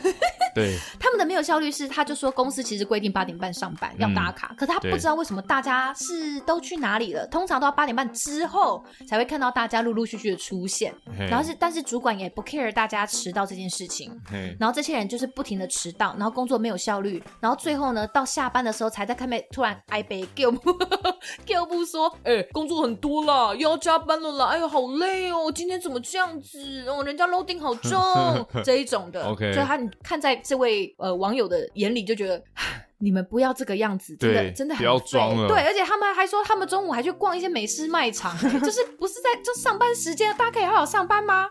[SPEAKER 3] 对，
[SPEAKER 2] 他们的没有效率是，他就说公司其实规定八点半上班要
[SPEAKER 3] 嗯
[SPEAKER 2] 打卡，可是他不
[SPEAKER 3] 对
[SPEAKER 2] 知道为什么大家是都去哪里了，通常都要八点半之后才会看到大家陆陆续续的出现。
[SPEAKER 3] 嘿
[SPEAKER 2] 然后是，但是主管也不 care 大家迟到这件事情，
[SPEAKER 3] 嘿
[SPEAKER 2] 然后这些人就是不停的迟到，然后工作没有效率，然后最后呢，到下班的时候才在看妹突然挨 杯 g i l g i l 不说，哎、工作很多啦，又要加班了啦，哎呦好累哦，今天怎么这样子哦，人家 loading 好重这一种的
[SPEAKER 3] OK
[SPEAKER 2] 就他你看在这位呃网友的眼里就觉得。唉你们不要这个样子，真的
[SPEAKER 3] 对
[SPEAKER 2] 真的很
[SPEAKER 3] 不要
[SPEAKER 2] 废
[SPEAKER 3] 装了
[SPEAKER 2] 对，而且他们还说，他们中午还去逛一些美式卖场， 就是不是在就上班时间，大家可以好好上班吗？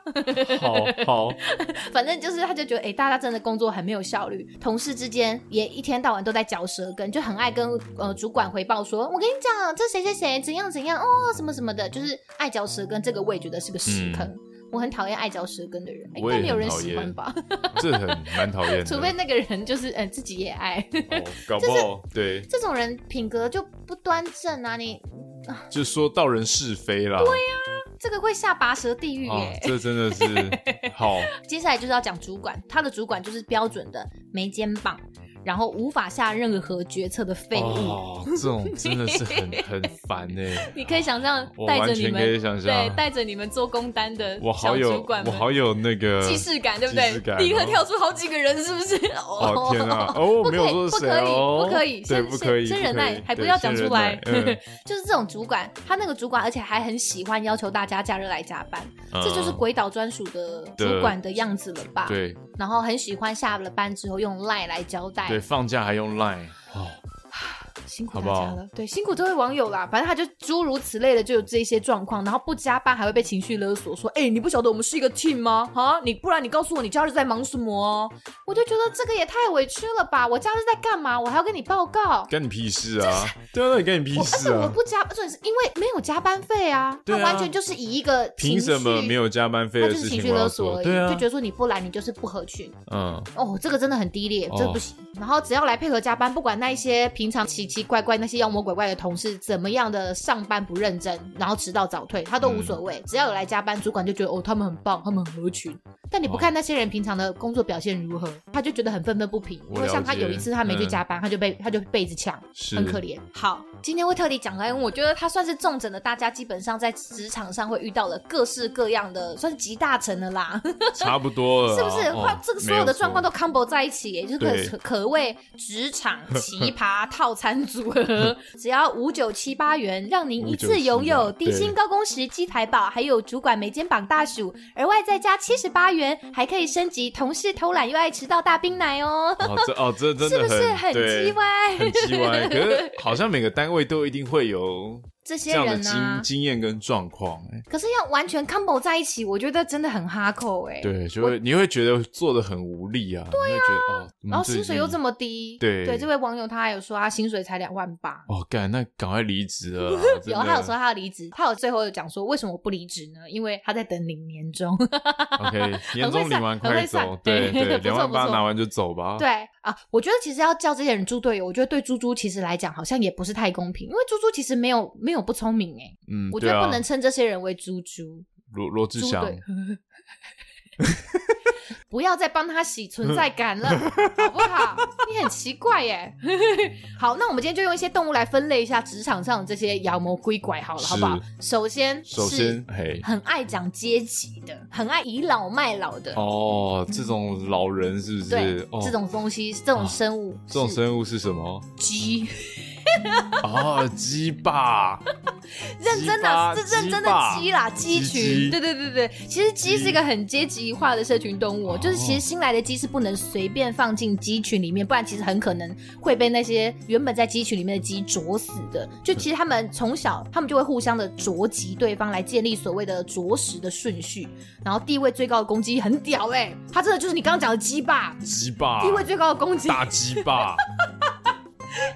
[SPEAKER 3] 好好，
[SPEAKER 2] 反正就是他就觉得，哎、大家真的工作很没有效率，同事之间也一天到晚都在嚼舌根，就很爱跟呃主管回报说，我跟你讲，这谁谁谁怎样怎样哦，什么什么的，就是爱嚼舌根，这个我也觉得是个屎坑。我很讨厌爱嚼舌根的人，哎应
[SPEAKER 3] 嗯我也
[SPEAKER 2] 该没有人
[SPEAKER 3] 很讨
[SPEAKER 2] 喜
[SPEAKER 3] 厌
[SPEAKER 2] 欢 吧？
[SPEAKER 3] 这很蛮讨厌 的。
[SPEAKER 2] 除非那个人就是嗯、呃自己也爱，
[SPEAKER 3] 哦搞不好对，
[SPEAKER 2] 这种人品格就不端正啊！你
[SPEAKER 3] 就说到人是非啦。对
[SPEAKER 2] 这个会下拔舌地狱耶、
[SPEAKER 3] 啊，这真的是 好，
[SPEAKER 2] 接下来就是要讲主管，他的主管就是标准的没肩膀，然后无法下任何决策的废物。
[SPEAKER 3] 哦，这种真的是很很烦哎。
[SPEAKER 2] 你可以想象
[SPEAKER 3] 我
[SPEAKER 2] 带着
[SPEAKER 3] 完
[SPEAKER 2] 你
[SPEAKER 3] 全可以
[SPEAKER 2] 们
[SPEAKER 3] 想
[SPEAKER 2] 对
[SPEAKER 3] 象，
[SPEAKER 2] 带着你们做工单的
[SPEAKER 3] 我好
[SPEAKER 2] 小主
[SPEAKER 3] 有
[SPEAKER 2] 管
[SPEAKER 3] 我
[SPEAKER 2] 们，
[SPEAKER 3] 好有那个
[SPEAKER 2] 既视感，对不
[SPEAKER 3] 既
[SPEAKER 2] 对？
[SPEAKER 3] 视感
[SPEAKER 2] 立刻
[SPEAKER 3] 哦
[SPEAKER 2] 跳出好几个人，是不是？哦
[SPEAKER 3] 哦天 啊！哦，
[SPEAKER 2] 不
[SPEAKER 3] 我
[SPEAKER 2] 可
[SPEAKER 3] 没
[SPEAKER 2] 以
[SPEAKER 3] 有说
[SPEAKER 2] 不
[SPEAKER 3] 是谁
[SPEAKER 2] 可以
[SPEAKER 3] 哦，
[SPEAKER 2] 不可以
[SPEAKER 3] 对，
[SPEAKER 2] 先
[SPEAKER 3] 不可以，
[SPEAKER 2] 先
[SPEAKER 3] 不
[SPEAKER 2] 忍
[SPEAKER 3] 可
[SPEAKER 2] 耐
[SPEAKER 3] 以
[SPEAKER 2] 还不
[SPEAKER 3] 对
[SPEAKER 2] 要
[SPEAKER 3] 先
[SPEAKER 2] 讲出
[SPEAKER 3] 忍
[SPEAKER 2] 来
[SPEAKER 3] 耐 嗯
[SPEAKER 2] 就是这种主管，他那个主管，而且还很喜欢要求大家假日来加班，这就是
[SPEAKER 3] 嗯
[SPEAKER 2] 鬼啊岛专属的
[SPEAKER 3] 对
[SPEAKER 2] 主管的样子了吧？。
[SPEAKER 3] 对
[SPEAKER 2] 然后很喜欢下了班之后用赖来交代，
[SPEAKER 3] 对，放假还用 Line，哦，
[SPEAKER 2] 辛苦
[SPEAKER 3] 好
[SPEAKER 2] 大
[SPEAKER 3] 不好
[SPEAKER 2] 家了。对，辛苦这位网友啦，反正他就诸如此类的就有这些状况，然后不加班还会被情绪勒索，说：“哎、你不晓得我们是一个 team 吗？啊，你不然你告诉我你假日在忙什么哦？”我就觉得这个也太委屈了吧！我假日在干嘛？我还要跟你报告。
[SPEAKER 3] 干你屁事啊！ 对啊，那你干你屁
[SPEAKER 2] 我而且
[SPEAKER 3] 事
[SPEAKER 2] 我
[SPEAKER 3] 啊！
[SPEAKER 2] 不加，而且是因为没有加班费啊，
[SPEAKER 3] 对
[SPEAKER 2] 他
[SPEAKER 3] 啊
[SPEAKER 2] 完全就是以一个
[SPEAKER 3] 凭什么
[SPEAKER 2] 情绪
[SPEAKER 3] 没有加班费
[SPEAKER 2] 他
[SPEAKER 3] 的
[SPEAKER 2] 就
[SPEAKER 3] 事
[SPEAKER 2] 是情
[SPEAKER 3] 情
[SPEAKER 2] 绪
[SPEAKER 3] 我要
[SPEAKER 2] 勒索
[SPEAKER 3] 做？
[SPEAKER 2] 而已，
[SPEAKER 3] 对啊
[SPEAKER 2] 就觉，得说你不来，你就是不合群。
[SPEAKER 3] 嗯，
[SPEAKER 2] 哦，这个真的很低劣，
[SPEAKER 3] 哦
[SPEAKER 2] 这不行。然后只要来配合加班，不管那一些平常奇奇怪怪、那些妖魔鬼怪的同事怎么样的上班不认真，然后迟到早退，他都无所谓。只要有来加班，主管就觉得哦，他们很棒，他们很合群。但你不
[SPEAKER 3] 嗯哦
[SPEAKER 2] 看那些人平常的工作表现如何，他就觉得很愤愤不平。
[SPEAKER 3] 我
[SPEAKER 2] 因为像他
[SPEAKER 3] 了解
[SPEAKER 2] 有一次他没去加班，他就被他就被一直抢，
[SPEAKER 3] 嗯是
[SPEAKER 2] 很可怜。
[SPEAKER 4] 好，今天会特地讲来，因为我觉得它算是重整了大家基本上在职场上会遇到了各式各样的，算是集大成的啦，
[SPEAKER 3] 差不多了 啊，
[SPEAKER 4] 是不是？
[SPEAKER 3] 哦
[SPEAKER 4] 哇，这个所有的状况。
[SPEAKER 3] 没
[SPEAKER 4] 都 combo 在一起耶，也就是可
[SPEAKER 3] 对
[SPEAKER 4] 可谓职 场奇葩套餐组合，只要五九七八元，让您一次拥有
[SPEAKER 3] 597
[SPEAKER 4] 低薪
[SPEAKER 3] 对
[SPEAKER 4] 高工时鸡排堡，还有主管没肩膀大薯，额外再加七十八元，还可以升级同事偷懒又爱迟到大冰奶哦，
[SPEAKER 3] 有错哦，这哦，这真
[SPEAKER 4] 是
[SPEAKER 3] 的
[SPEAKER 4] 不是很
[SPEAKER 3] 对
[SPEAKER 4] 鸡歪？
[SPEAKER 3] 很鸡歪，可是好像每个单位都一定会 有
[SPEAKER 4] 这些
[SPEAKER 3] 这样的
[SPEAKER 4] 人呢、
[SPEAKER 3] 经
[SPEAKER 2] 啊
[SPEAKER 3] 经验跟状况，哎
[SPEAKER 4] 可是要完全 combo 在一起，我觉得真的很哈扣哎、
[SPEAKER 3] 对，就会你会觉得做的很无力啊，对啊，觉得哦，
[SPEAKER 2] 然后薪水又这
[SPEAKER 3] 么
[SPEAKER 2] 么低，
[SPEAKER 3] 对
[SPEAKER 2] 对，这位网友他还有说
[SPEAKER 4] 啊
[SPEAKER 2] 他薪水才两万八，
[SPEAKER 3] 哦，干那赶快离职 了啦，真
[SPEAKER 2] 有
[SPEAKER 3] 的
[SPEAKER 2] 他有说他要离职，他有最后有讲说为什么我不离职呢？因为他在等领年终。
[SPEAKER 3] OK，年终领完
[SPEAKER 2] 很会
[SPEAKER 3] 快
[SPEAKER 2] 算
[SPEAKER 3] 走，对
[SPEAKER 2] 很会
[SPEAKER 3] 对，
[SPEAKER 2] 算不错
[SPEAKER 3] 两万八
[SPEAKER 2] 不错
[SPEAKER 3] 拿完就走吧，
[SPEAKER 2] 对啊，我觉得其实要叫这些人猪队友，我觉得对猪猪其实来讲好像也不是太公平，因为猪猪其实没有没有不聪明哎、
[SPEAKER 3] 嗯，
[SPEAKER 2] 我觉
[SPEAKER 3] 对
[SPEAKER 2] 得
[SPEAKER 3] 啊
[SPEAKER 2] 不能称这些人为猪猪，
[SPEAKER 3] 罗罗志
[SPEAKER 2] 猪
[SPEAKER 3] 祥
[SPEAKER 2] 队。不要再帮他洗存在感 了，好不好？你很奇怪耶。 好，那我们今天就用一些动物来分类一下职场上的这些妖魔鬼怪，好了，
[SPEAKER 3] 是
[SPEAKER 2] 好不好？首先是
[SPEAKER 3] 首先，嘿，
[SPEAKER 2] 很爱讲阶级的，很爱倚老卖老的，
[SPEAKER 3] 哦，这种老人是不
[SPEAKER 2] 嗯对
[SPEAKER 3] 是？哦，啊
[SPEAKER 2] 这种东西，这种生物，
[SPEAKER 3] 这种
[SPEAKER 2] 是
[SPEAKER 3] 生物是什么？
[SPEAKER 2] 鸡，
[SPEAKER 3] 哦，鸡霸，
[SPEAKER 2] 认真的，这认真的鸡啦，鸡
[SPEAKER 3] 鸡
[SPEAKER 2] 群，
[SPEAKER 3] 鸡
[SPEAKER 2] 对对对对，其实鸡
[SPEAKER 3] 鸡
[SPEAKER 2] 是一个很阶级化的社群动物哦，
[SPEAKER 3] 哦
[SPEAKER 2] 就是其实新来的鸡是不能随便放进鸡群里面，不然其实很可能会被那些原本在鸡群里面的鸡啄死的。就其实他们从小，他们就会互相的啄击对方，来建立所谓的啄食的顺序。然后地位最高的公鸡很屌哎、它真的就是你刚刚讲的鸡霸，
[SPEAKER 3] 鸡霸，
[SPEAKER 2] 地位最高的公鸡，
[SPEAKER 3] 啊大鸡霸，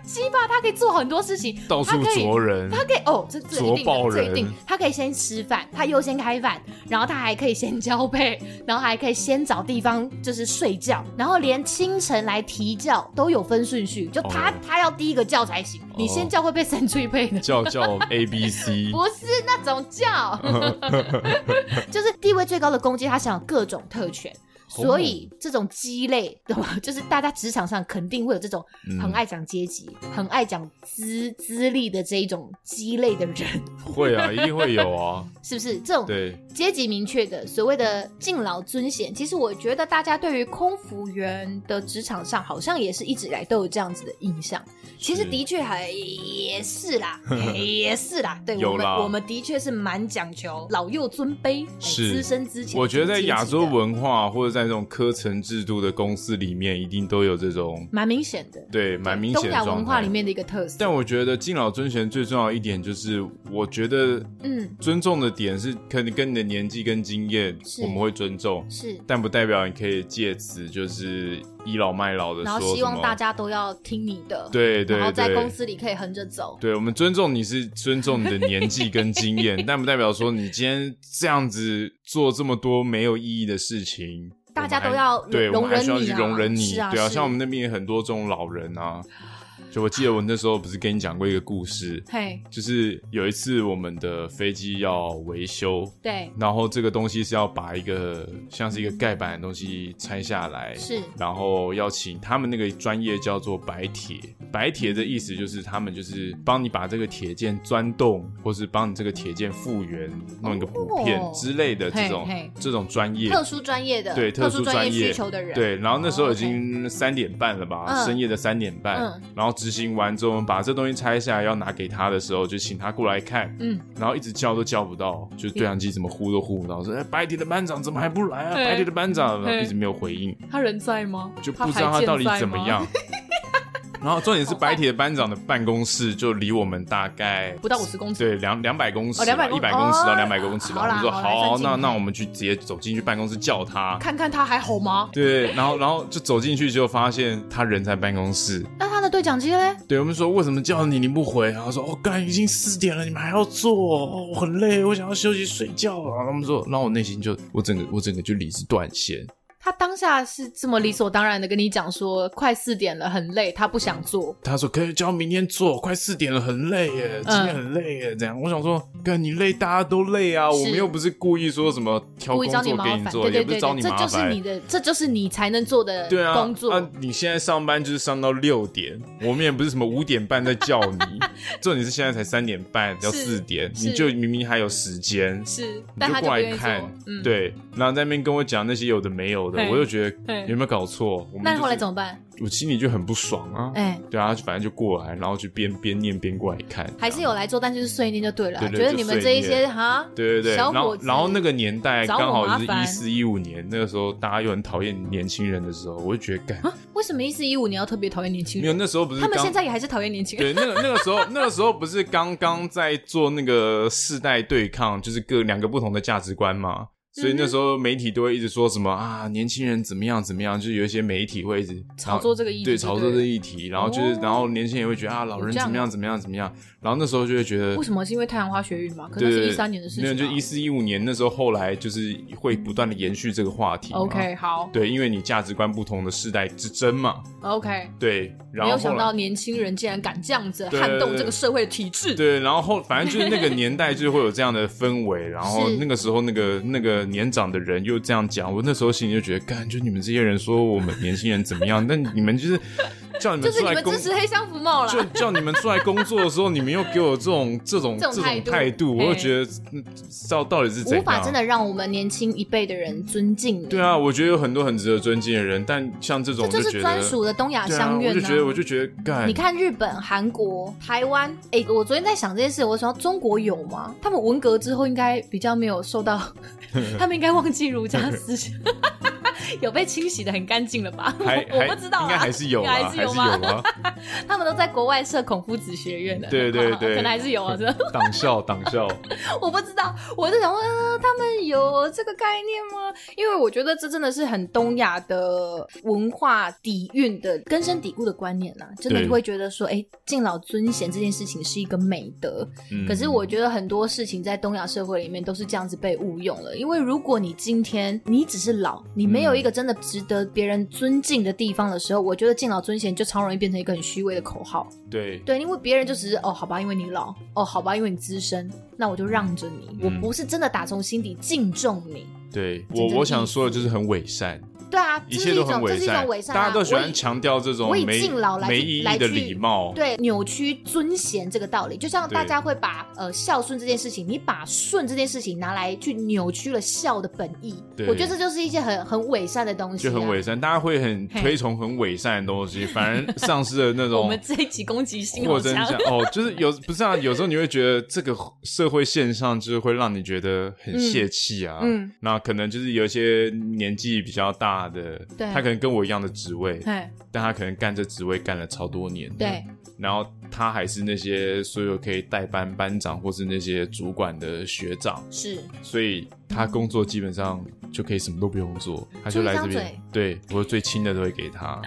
[SPEAKER 2] 鸡霸它可以做很多事情，
[SPEAKER 3] 到
[SPEAKER 2] 它
[SPEAKER 3] 处
[SPEAKER 2] 可以
[SPEAKER 3] 啄人，
[SPEAKER 2] 他可以哦，这这一定
[SPEAKER 3] 啄爆
[SPEAKER 2] 的，
[SPEAKER 3] 人
[SPEAKER 2] 这一定，他可以先吃饭，他优先开饭，然后他还可以先交配，然后还可以先找地方就是睡觉，然后连清晨来提叫都有分顺序，就他、
[SPEAKER 3] 哦
[SPEAKER 2] 他要第一个叫才行，你先叫会被神追配的。
[SPEAKER 3] 叫叫 A B C，
[SPEAKER 2] 不是那种叫， 就是地位最高的公鸡，它享有各种特权，
[SPEAKER 3] 好
[SPEAKER 2] 所以这种鸡类，懂吗？ 就是大家职场上肯定会有这种
[SPEAKER 3] 嗯
[SPEAKER 2] 很爱讲阶级、很爱讲资资历的这一种鸡类的人，
[SPEAKER 3] 会啊，一定会有啊，
[SPEAKER 2] 是不是？这种
[SPEAKER 3] 对，
[SPEAKER 2] 阶级明确的所谓的敬老尊贤，其实我觉得大家对于空服员的职场上，好像也是一直以来都有这样子的印象。其实
[SPEAKER 3] 是
[SPEAKER 2] 的确还也是啦， 也是啦，对我
[SPEAKER 3] 有
[SPEAKER 2] 们
[SPEAKER 3] 啦
[SPEAKER 2] 我们的确是蛮讲求老幼尊卑，哎
[SPEAKER 3] 是
[SPEAKER 2] 资深之前。
[SPEAKER 3] 我觉得在亚洲
[SPEAKER 2] 阶级的
[SPEAKER 3] 文化或者在这种科层制度的公司里面，一定都有这种
[SPEAKER 2] 蛮明显的，
[SPEAKER 3] 对蛮明显
[SPEAKER 2] 东
[SPEAKER 3] 的
[SPEAKER 2] 亚
[SPEAKER 3] 状态。
[SPEAKER 2] 文化里面的一个特色。
[SPEAKER 3] 但我觉得敬老尊贤最重要一点就是，我觉得
[SPEAKER 2] 嗯，
[SPEAKER 3] 尊重的点是，可能跟你的年纪跟经验
[SPEAKER 2] 是，
[SPEAKER 3] 我们会尊重，
[SPEAKER 2] 是，
[SPEAKER 3] 但不代表你可以借此就是倚老卖老的
[SPEAKER 2] 然后
[SPEAKER 3] 说
[SPEAKER 2] 希
[SPEAKER 3] 什
[SPEAKER 2] 望
[SPEAKER 3] 么。
[SPEAKER 2] 大家都要听你的，
[SPEAKER 3] 对对
[SPEAKER 2] 然后在
[SPEAKER 3] 对
[SPEAKER 2] 公司里可以横着走。
[SPEAKER 3] 对我们尊重你是尊重你的年纪跟 经验，但不代表说你今天这样子做这么多没有意义的事情，
[SPEAKER 2] 大家
[SPEAKER 3] 我们
[SPEAKER 2] 都
[SPEAKER 3] 还
[SPEAKER 2] 要
[SPEAKER 3] 对，
[SPEAKER 2] 容
[SPEAKER 3] 我们还需要
[SPEAKER 2] 忍你
[SPEAKER 3] 去
[SPEAKER 2] 啊
[SPEAKER 3] 容忍你，
[SPEAKER 2] 是啊
[SPEAKER 3] 对啊，
[SPEAKER 2] 是
[SPEAKER 3] 像我们那边也很多这种老人啊。就我记得我那时候不是跟你讲过一个故事，
[SPEAKER 2] 嘿，
[SPEAKER 3] 就是有一次我们的飞机要维修，
[SPEAKER 2] 对，
[SPEAKER 3] 然后这个东西是要把一个像是一个盖板的东西拆下来，
[SPEAKER 2] 是
[SPEAKER 3] 然后要请他们那个专业叫做白铁，白铁的意思就是他们就是帮你把这个铁件钻洞，或是帮你这个铁件复原，弄一个补片
[SPEAKER 2] 哦
[SPEAKER 3] 之类的这种、
[SPEAKER 2] 嘿嘿
[SPEAKER 3] 这种专业。
[SPEAKER 2] 特殊专业的，
[SPEAKER 3] 对
[SPEAKER 2] 特
[SPEAKER 3] 殊
[SPEAKER 2] 专
[SPEAKER 3] 专
[SPEAKER 2] 需求的人，
[SPEAKER 3] 对，然后那时候
[SPEAKER 2] 哦
[SPEAKER 3] 已经三点半了吧，
[SPEAKER 2] 嗯
[SPEAKER 3] 深夜的三点半，
[SPEAKER 2] 嗯
[SPEAKER 3] 然后执行完之后，我们把这东西拆下来要拿给他的时候，就请他过来看，
[SPEAKER 2] 嗯，
[SPEAKER 3] 然后一直叫都叫不到，就对讲机怎么呼都呼不到，说、哎白铁的班长怎么还不来啊？
[SPEAKER 2] 对
[SPEAKER 3] 白铁的班长然后
[SPEAKER 2] 对
[SPEAKER 3] 一直没有回应，
[SPEAKER 2] 他人在吗？
[SPEAKER 3] 就不知道他到底怎么样。然后重点是白铁班长的办公室就离我们大概
[SPEAKER 2] 不到五十公尺。
[SPEAKER 3] 对，两两百公尺吧，
[SPEAKER 2] 哦200公
[SPEAKER 3] 一百公尺到
[SPEAKER 2] 哦
[SPEAKER 3] 两百公尺吧。
[SPEAKER 2] 好
[SPEAKER 3] 我
[SPEAKER 2] 啦
[SPEAKER 3] 们说
[SPEAKER 2] 好啦
[SPEAKER 3] 好，
[SPEAKER 2] 算近
[SPEAKER 3] 那
[SPEAKER 2] 一点
[SPEAKER 3] 那我们去直接走进去办公室叫他。
[SPEAKER 2] 看看他还好吗？
[SPEAKER 3] 对，然后然后就走进去，就发现他人在办公室。
[SPEAKER 2] 那他的对讲机嘞？
[SPEAKER 3] 对我们说为什么叫你你不回？然后说哦，干已经四点了，你们还要做，哦我很累，我想要休息睡觉啊了。然后他们说，然后我内心就我整个我整个就理智断线。
[SPEAKER 2] 他当下是这么理所当然的跟你讲说，快四点了，很累，他不想做。
[SPEAKER 3] 他说可以叫明天做，快四点了，很累
[SPEAKER 2] 嗯
[SPEAKER 3] 耶，今天很累耶，这样。我想说，干你累，大家都累啊，
[SPEAKER 2] 是
[SPEAKER 3] 我们又不是故意说什么挑
[SPEAKER 2] 故
[SPEAKER 3] 工
[SPEAKER 2] 意找
[SPEAKER 3] 作
[SPEAKER 2] 你麻
[SPEAKER 3] 给
[SPEAKER 2] 烦
[SPEAKER 3] 你，做，
[SPEAKER 2] 对对
[SPEAKER 3] 也不
[SPEAKER 2] 对
[SPEAKER 3] 是找你
[SPEAKER 2] 对，这
[SPEAKER 3] 麻
[SPEAKER 2] 就是你
[SPEAKER 3] 烦。
[SPEAKER 2] 的，这就是你才能做的
[SPEAKER 3] 对啊，
[SPEAKER 2] 工作。
[SPEAKER 3] 啊，你现在上班就是上到六点，我们也不是什么五点半在叫你， 重点是现在才三点半，要
[SPEAKER 2] 是
[SPEAKER 3] 四点，
[SPEAKER 2] 是
[SPEAKER 3] 你就明明还有时间，
[SPEAKER 2] 是，
[SPEAKER 3] 你
[SPEAKER 2] 但
[SPEAKER 3] 就
[SPEAKER 2] 他
[SPEAKER 3] 过
[SPEAKER 2] 不
[SPEAKER 3] 来
[SPEAKER 2] 愿意做
[SPEAKER 3] 看。，
[SPEAKER 2] 嗯，。
[SPEAKER 3] 对，然后在那边跟我讲那些有的没有的，
[SPEAKER 2] 嘿
[SPEAKER 3] 我就觉得
[SPEAKER 2] 嘿
[SPEAKER 3] 有没有搞错？我们
[SPEAKER 2] 那
[SPEAKER 3] 就是
[SPEAKER 2] 后来怎么办？
[SPEAKER 3] 我心里就很不爽啊。
[SPEAKER 2] 哎、
[SPEAKER 3] 对啊，就反正就过来，然后就边边念边过来看，
[SPEAKER 2] 还是有来做，但就是碎念就对了啊。
[SPEAKER 3] 对对
[SPEAKER 2] 觉得你们
[SPEAKER 3] 就
[SPEAKER 2] 这
[SPEAKER 3] 碎
[SPEAKER 2] 一
[SPEAKER 3] 念
[SPEAKER 2] 些哈，
[SPEAKER 3] 对对对，
[SPEAKER 2] 小
[SPEAKER 3] 然
[SPEAKER 2] 伙
[SPEAKER 3] 后
[SPEAKER 2] 子，
[SPEAKER 3] 然后那个年代
[SPEAKER 2] 找我
[SPEAKER 3] 刚好就
[SPEAKER 2] 麻烦
[SPEAKER 3] 是一四一五年，那个时候大家又很讨厌年轻人的时候，我就觉得干
[SPEAKER 2] 为什么一四一五年要特别讨厌年轻
[SPEAKER 3] 没有
[SPEAKER 2] 人？
[SPEAKER 3] 那时候不是
[SPEAKER 2] 啊他们
[SPEAKER 3] 刚
[SPEAKER 2] 现在也还是讨厌年轻人。
[SPEAKER 3] 对那个那个时候 那个时候不是刚刚在做那个世代对抗，就是各两个不同的价值观嘛，所以那时候媒体都会一直说什么啊年轻人怎么样怎么样，就是有一些媒体会一直
[SPEAKER 2] 炒作这个议题
[SPEAKER 3] 啊对
[SPEAKER 2] 就
[SPEAKER 3] 炒作
[SPEAKER 2] 对了
[SPEAKER 3] 这个议题，然后就是、
[SPEAKER 2] 哦
[SPEAKER 3] 然后年轻人会觉得啊老人
[SPEAKER 2] 这样
[SPEAKER 3] 怎么样
[SPEAKER 2] 哦
[SPEAKER 3] 怎么样怎么样，然后那时候就会觉得
[SPEAKER 2] 为什么？是因为太阳花学运嘛？可
[SPEAKER 3] 对
[SPEAKER 2] 能
[SPEAKER 3] 对
[SPEAKER 2] 是
[SPEAKER 3] 对
[SPEAKER 2] 一三年的事情、
[SPEAKER 3] 没
[SPEAKER 2] 啊。
[SPEAKER 3] 有，就一四一五年那时候，后来就是会不断的延续这个话题嘛。
[SPEAKER 2] OK，好
[SPEAKER 3] 对，因为你价值观不同的世代之争嘛，
[SPEAKER 2] ，OK。
[SPEAKER 3] 对，然
[SPEAKER 2] 没
[SPEAKER 3] 后
[SPEAKER 2] 有
[SPEAKER 3] 后
[SPEAKER 2] 想到
[SPEAKER 3] 来。
[SPEAKER 2] 年轻人竟然敢这样子
[SPEAKER 3] 对
[SPEAKER 2] 撼动这个社会的体制。
[SPEAKER 3] 对，然后后反正就是那个年代就会有这样的氛围，然后
[SPEAKER 2] 是
[SPEAKER 3] 那个时候那个那个年长的人又这样讲，我那时候心里就觉得，干，就你们这些人说我们年轻人怎么样， 但你们就是叫你
[SPEAKER 2] 就
[SPEAKER 3] 们
[SPEAKER 2] 是
[SPEAKER 3] 出
[SPEAKER 2] 你
[SPEAKER 3] 来
[SPEAKER 2] 们
[SPEAKER 3] 工，
[SPEAKER 2] 支持黑箱服贸
[SPEAKER 3] 就
[SPEAKER 2] 啦。
[SPEAKER 3] 叫你们出来工作的时候，你们又给我这种这种
[SPEAKER 2] 这种态度
[SPEAKER 3] 态度，我就
[SPEAKER 2] 嘿
[SPEAKER 3] 觉得嗯到到底是怎
[SPEAKER 2] 无
[SPEAKER 3] 样？
[SPEAKER 2] 法真的让我们年轻一辈的人尊敬你。
[SPEAKER 3] 对，啊，我觉得有很多很值得尊敬的人，但像这种
[SPEAKER 2] 这
[SPEAKER 3] 我就
[SPEAKER 2] 就是
[SPEAKER 3] 觉得
[SPEAKER 2] 专属的东亚
[SPEAKER 3] 对
[SPEAKER 2] 相
[SPEAKER 3] 啊，
[SPEAKER 2] 怨
[SPEAKER 3] 我就觉得我就觉得哎干，
[SPEAKER 2] 你看日本、韩国、台湾，哎、我昨天在想这件事，我想到中国有吗？他们文革之后应该比较没有受 到，他们应该忘记儒家思想， 有被清洗的很干净了吧？我
[SPEAKER 3] 还还
[SPEAKER 2] 我不知道啊，
[SPEAKER 3] 应该还是有
[SPEAKER 2] 应
[SPEAKER 3] 啊，
[SPEAKER 2] 该
[SPEAKER 3] 还
[SPEAKER 2] 还
[SPEAKER 3] 是
[SPEAKER 2] 是有
[SPEAKER 3] 有
[SPEAKER 2] 吗？
[SPEAKER 3] 啊，
[SPEAKER 2] 他们都在国外设孔夫子学院的，
[SPEAKER 3] 对对对
[SPEAKER 2] 可能还是有啊，真的。
[SPEAKER 3] 党校党校，
[SPEAKER 2] 我不知道，我就想问、呃他们有这个概念吗？因为我觉得这真的是很东亚的文化底蕴的根深蒂固的观念啦、啊真的
[SPEAKER 3] 对
[SPEAKER 2] 会觉得说，哎，敬老尊贤这件事情是一个美德。
[SPEAKER 3] 嗯
[SPEAKER 2] 可是我觉得很多事情在东亚社会里面都是这样子被误用了，因为如果你今天你只是老，你没有一
[SPEAKER 3] 嗯
[SPEAKER 2] 个真的值得别人尊敬的地方的时候，我觉得敬老尊贤就超容易变成一个很虚伪的口号。
[SPEAKER 3] 嗯对
[SPEAKER 2] 对，因为别人就只是哦，好吧，因为你老，哦，好吧，因为你资深，那我就让着你，
[SPEAKER 3] 嗯
[SPEAKER 2] 我不是真的打从心底敬重你。
[SPEAKER 3] 对，
[SPEAKER 2] 真
[SPEAKER 3] 我
[SPEAKER 2] 正
[SPEAKER 3] 我想说的就是很伪善，
[SPEAKER 2] 对啊，
[SPEAKER 3] 一
[SPEAKER 2] 这
[SPEAKER 3] 切
[SPEAKER 2] 是
[SPEAKER 3] 都
[SPEAKER 2] 一
[SPEAKER 3] 很
[SPEAKER 2] 种，这是一
[SPEAKER 3] 善
[SPEAKER 2] 种伪，善、啊。
[SPEAKER 3] 大家都喜
[SPEAKER 2] 我
[SPEAKER 3] 欢
[SPEAKER 2] 以
[SPEAKER 3] 强调这种
[SPEAKER 2] 我以
[SPEAKER 3] 没
[SPEAKER 2] 敬老来
[SPEAKER 3] 没
[SPEAKER 2] 去
[SPEAKER 3] 意义
[SPEAKER 2] 来
[SPEAKER 3] 的
[SPEAKER 2] 去
[SPEAKER 3] 礼貌，
[SPEAKER 2] 对扭曲尊贤这个道理，就像大
[SPEAKER 3] 对
[SPEAKER 2] 家会把呃孝顺这件事情，你把顺这件事情拿来去扭曲了孝的本意，我觉
[SPEAKER 3] 对
[SPEAKER 2] 得这就是一些很很伪善的东西、
[SPEAKER 3] 就
[SPEAKER 2] 啊，
[SPEAKER 3] 很伪善，大家会很
[SPEAKER 2] 嘿
[SPEAKER 3] 推崇很伪善的东西，反而丧失了那种
[SPEAKER 2] 我们这一集攻击性
[SPEAKER 3] 哦或
[SPEAKER 2] 好
[SPEAKER 3] 真
[SPEAKER 2] 强，
[SPEAKER 3] 相哦，就是有不是啊？有时候你会觉得这个社会现象就是会让你觉得很泄气啊。
[SPEAKER 2] 嗯嗯
[SPEAKER 3] 那可能就是有一些年纪比较大的，
[SPEAKER 2] 对
[SPEAKER 3] 他可能跟我一样的职位，
[SPEAKER 2] 哎，
[SPEAKER 3] 但他可能干这职位干了超多年的，
[SPEAKER 2] 对，
[SPEAKER 3] 然后他还是那些所有可以代班班长或是那些主管的学长，
[SPEAKER 2] 是
[SPEAKER 3] 所以他工作基本上就可以什么都不用做，他
[SPEAKER 2] 嗯出
[SPEAKER 3] 就
[SPEAKER 2] 一
[SPEAKER 3] 来这
[SPEAKER 2] 张
[SPEAKER 3] 边
[SPEAKER 2] 嘴，
[SPEAKER 3] 对我最亲的都会给 他，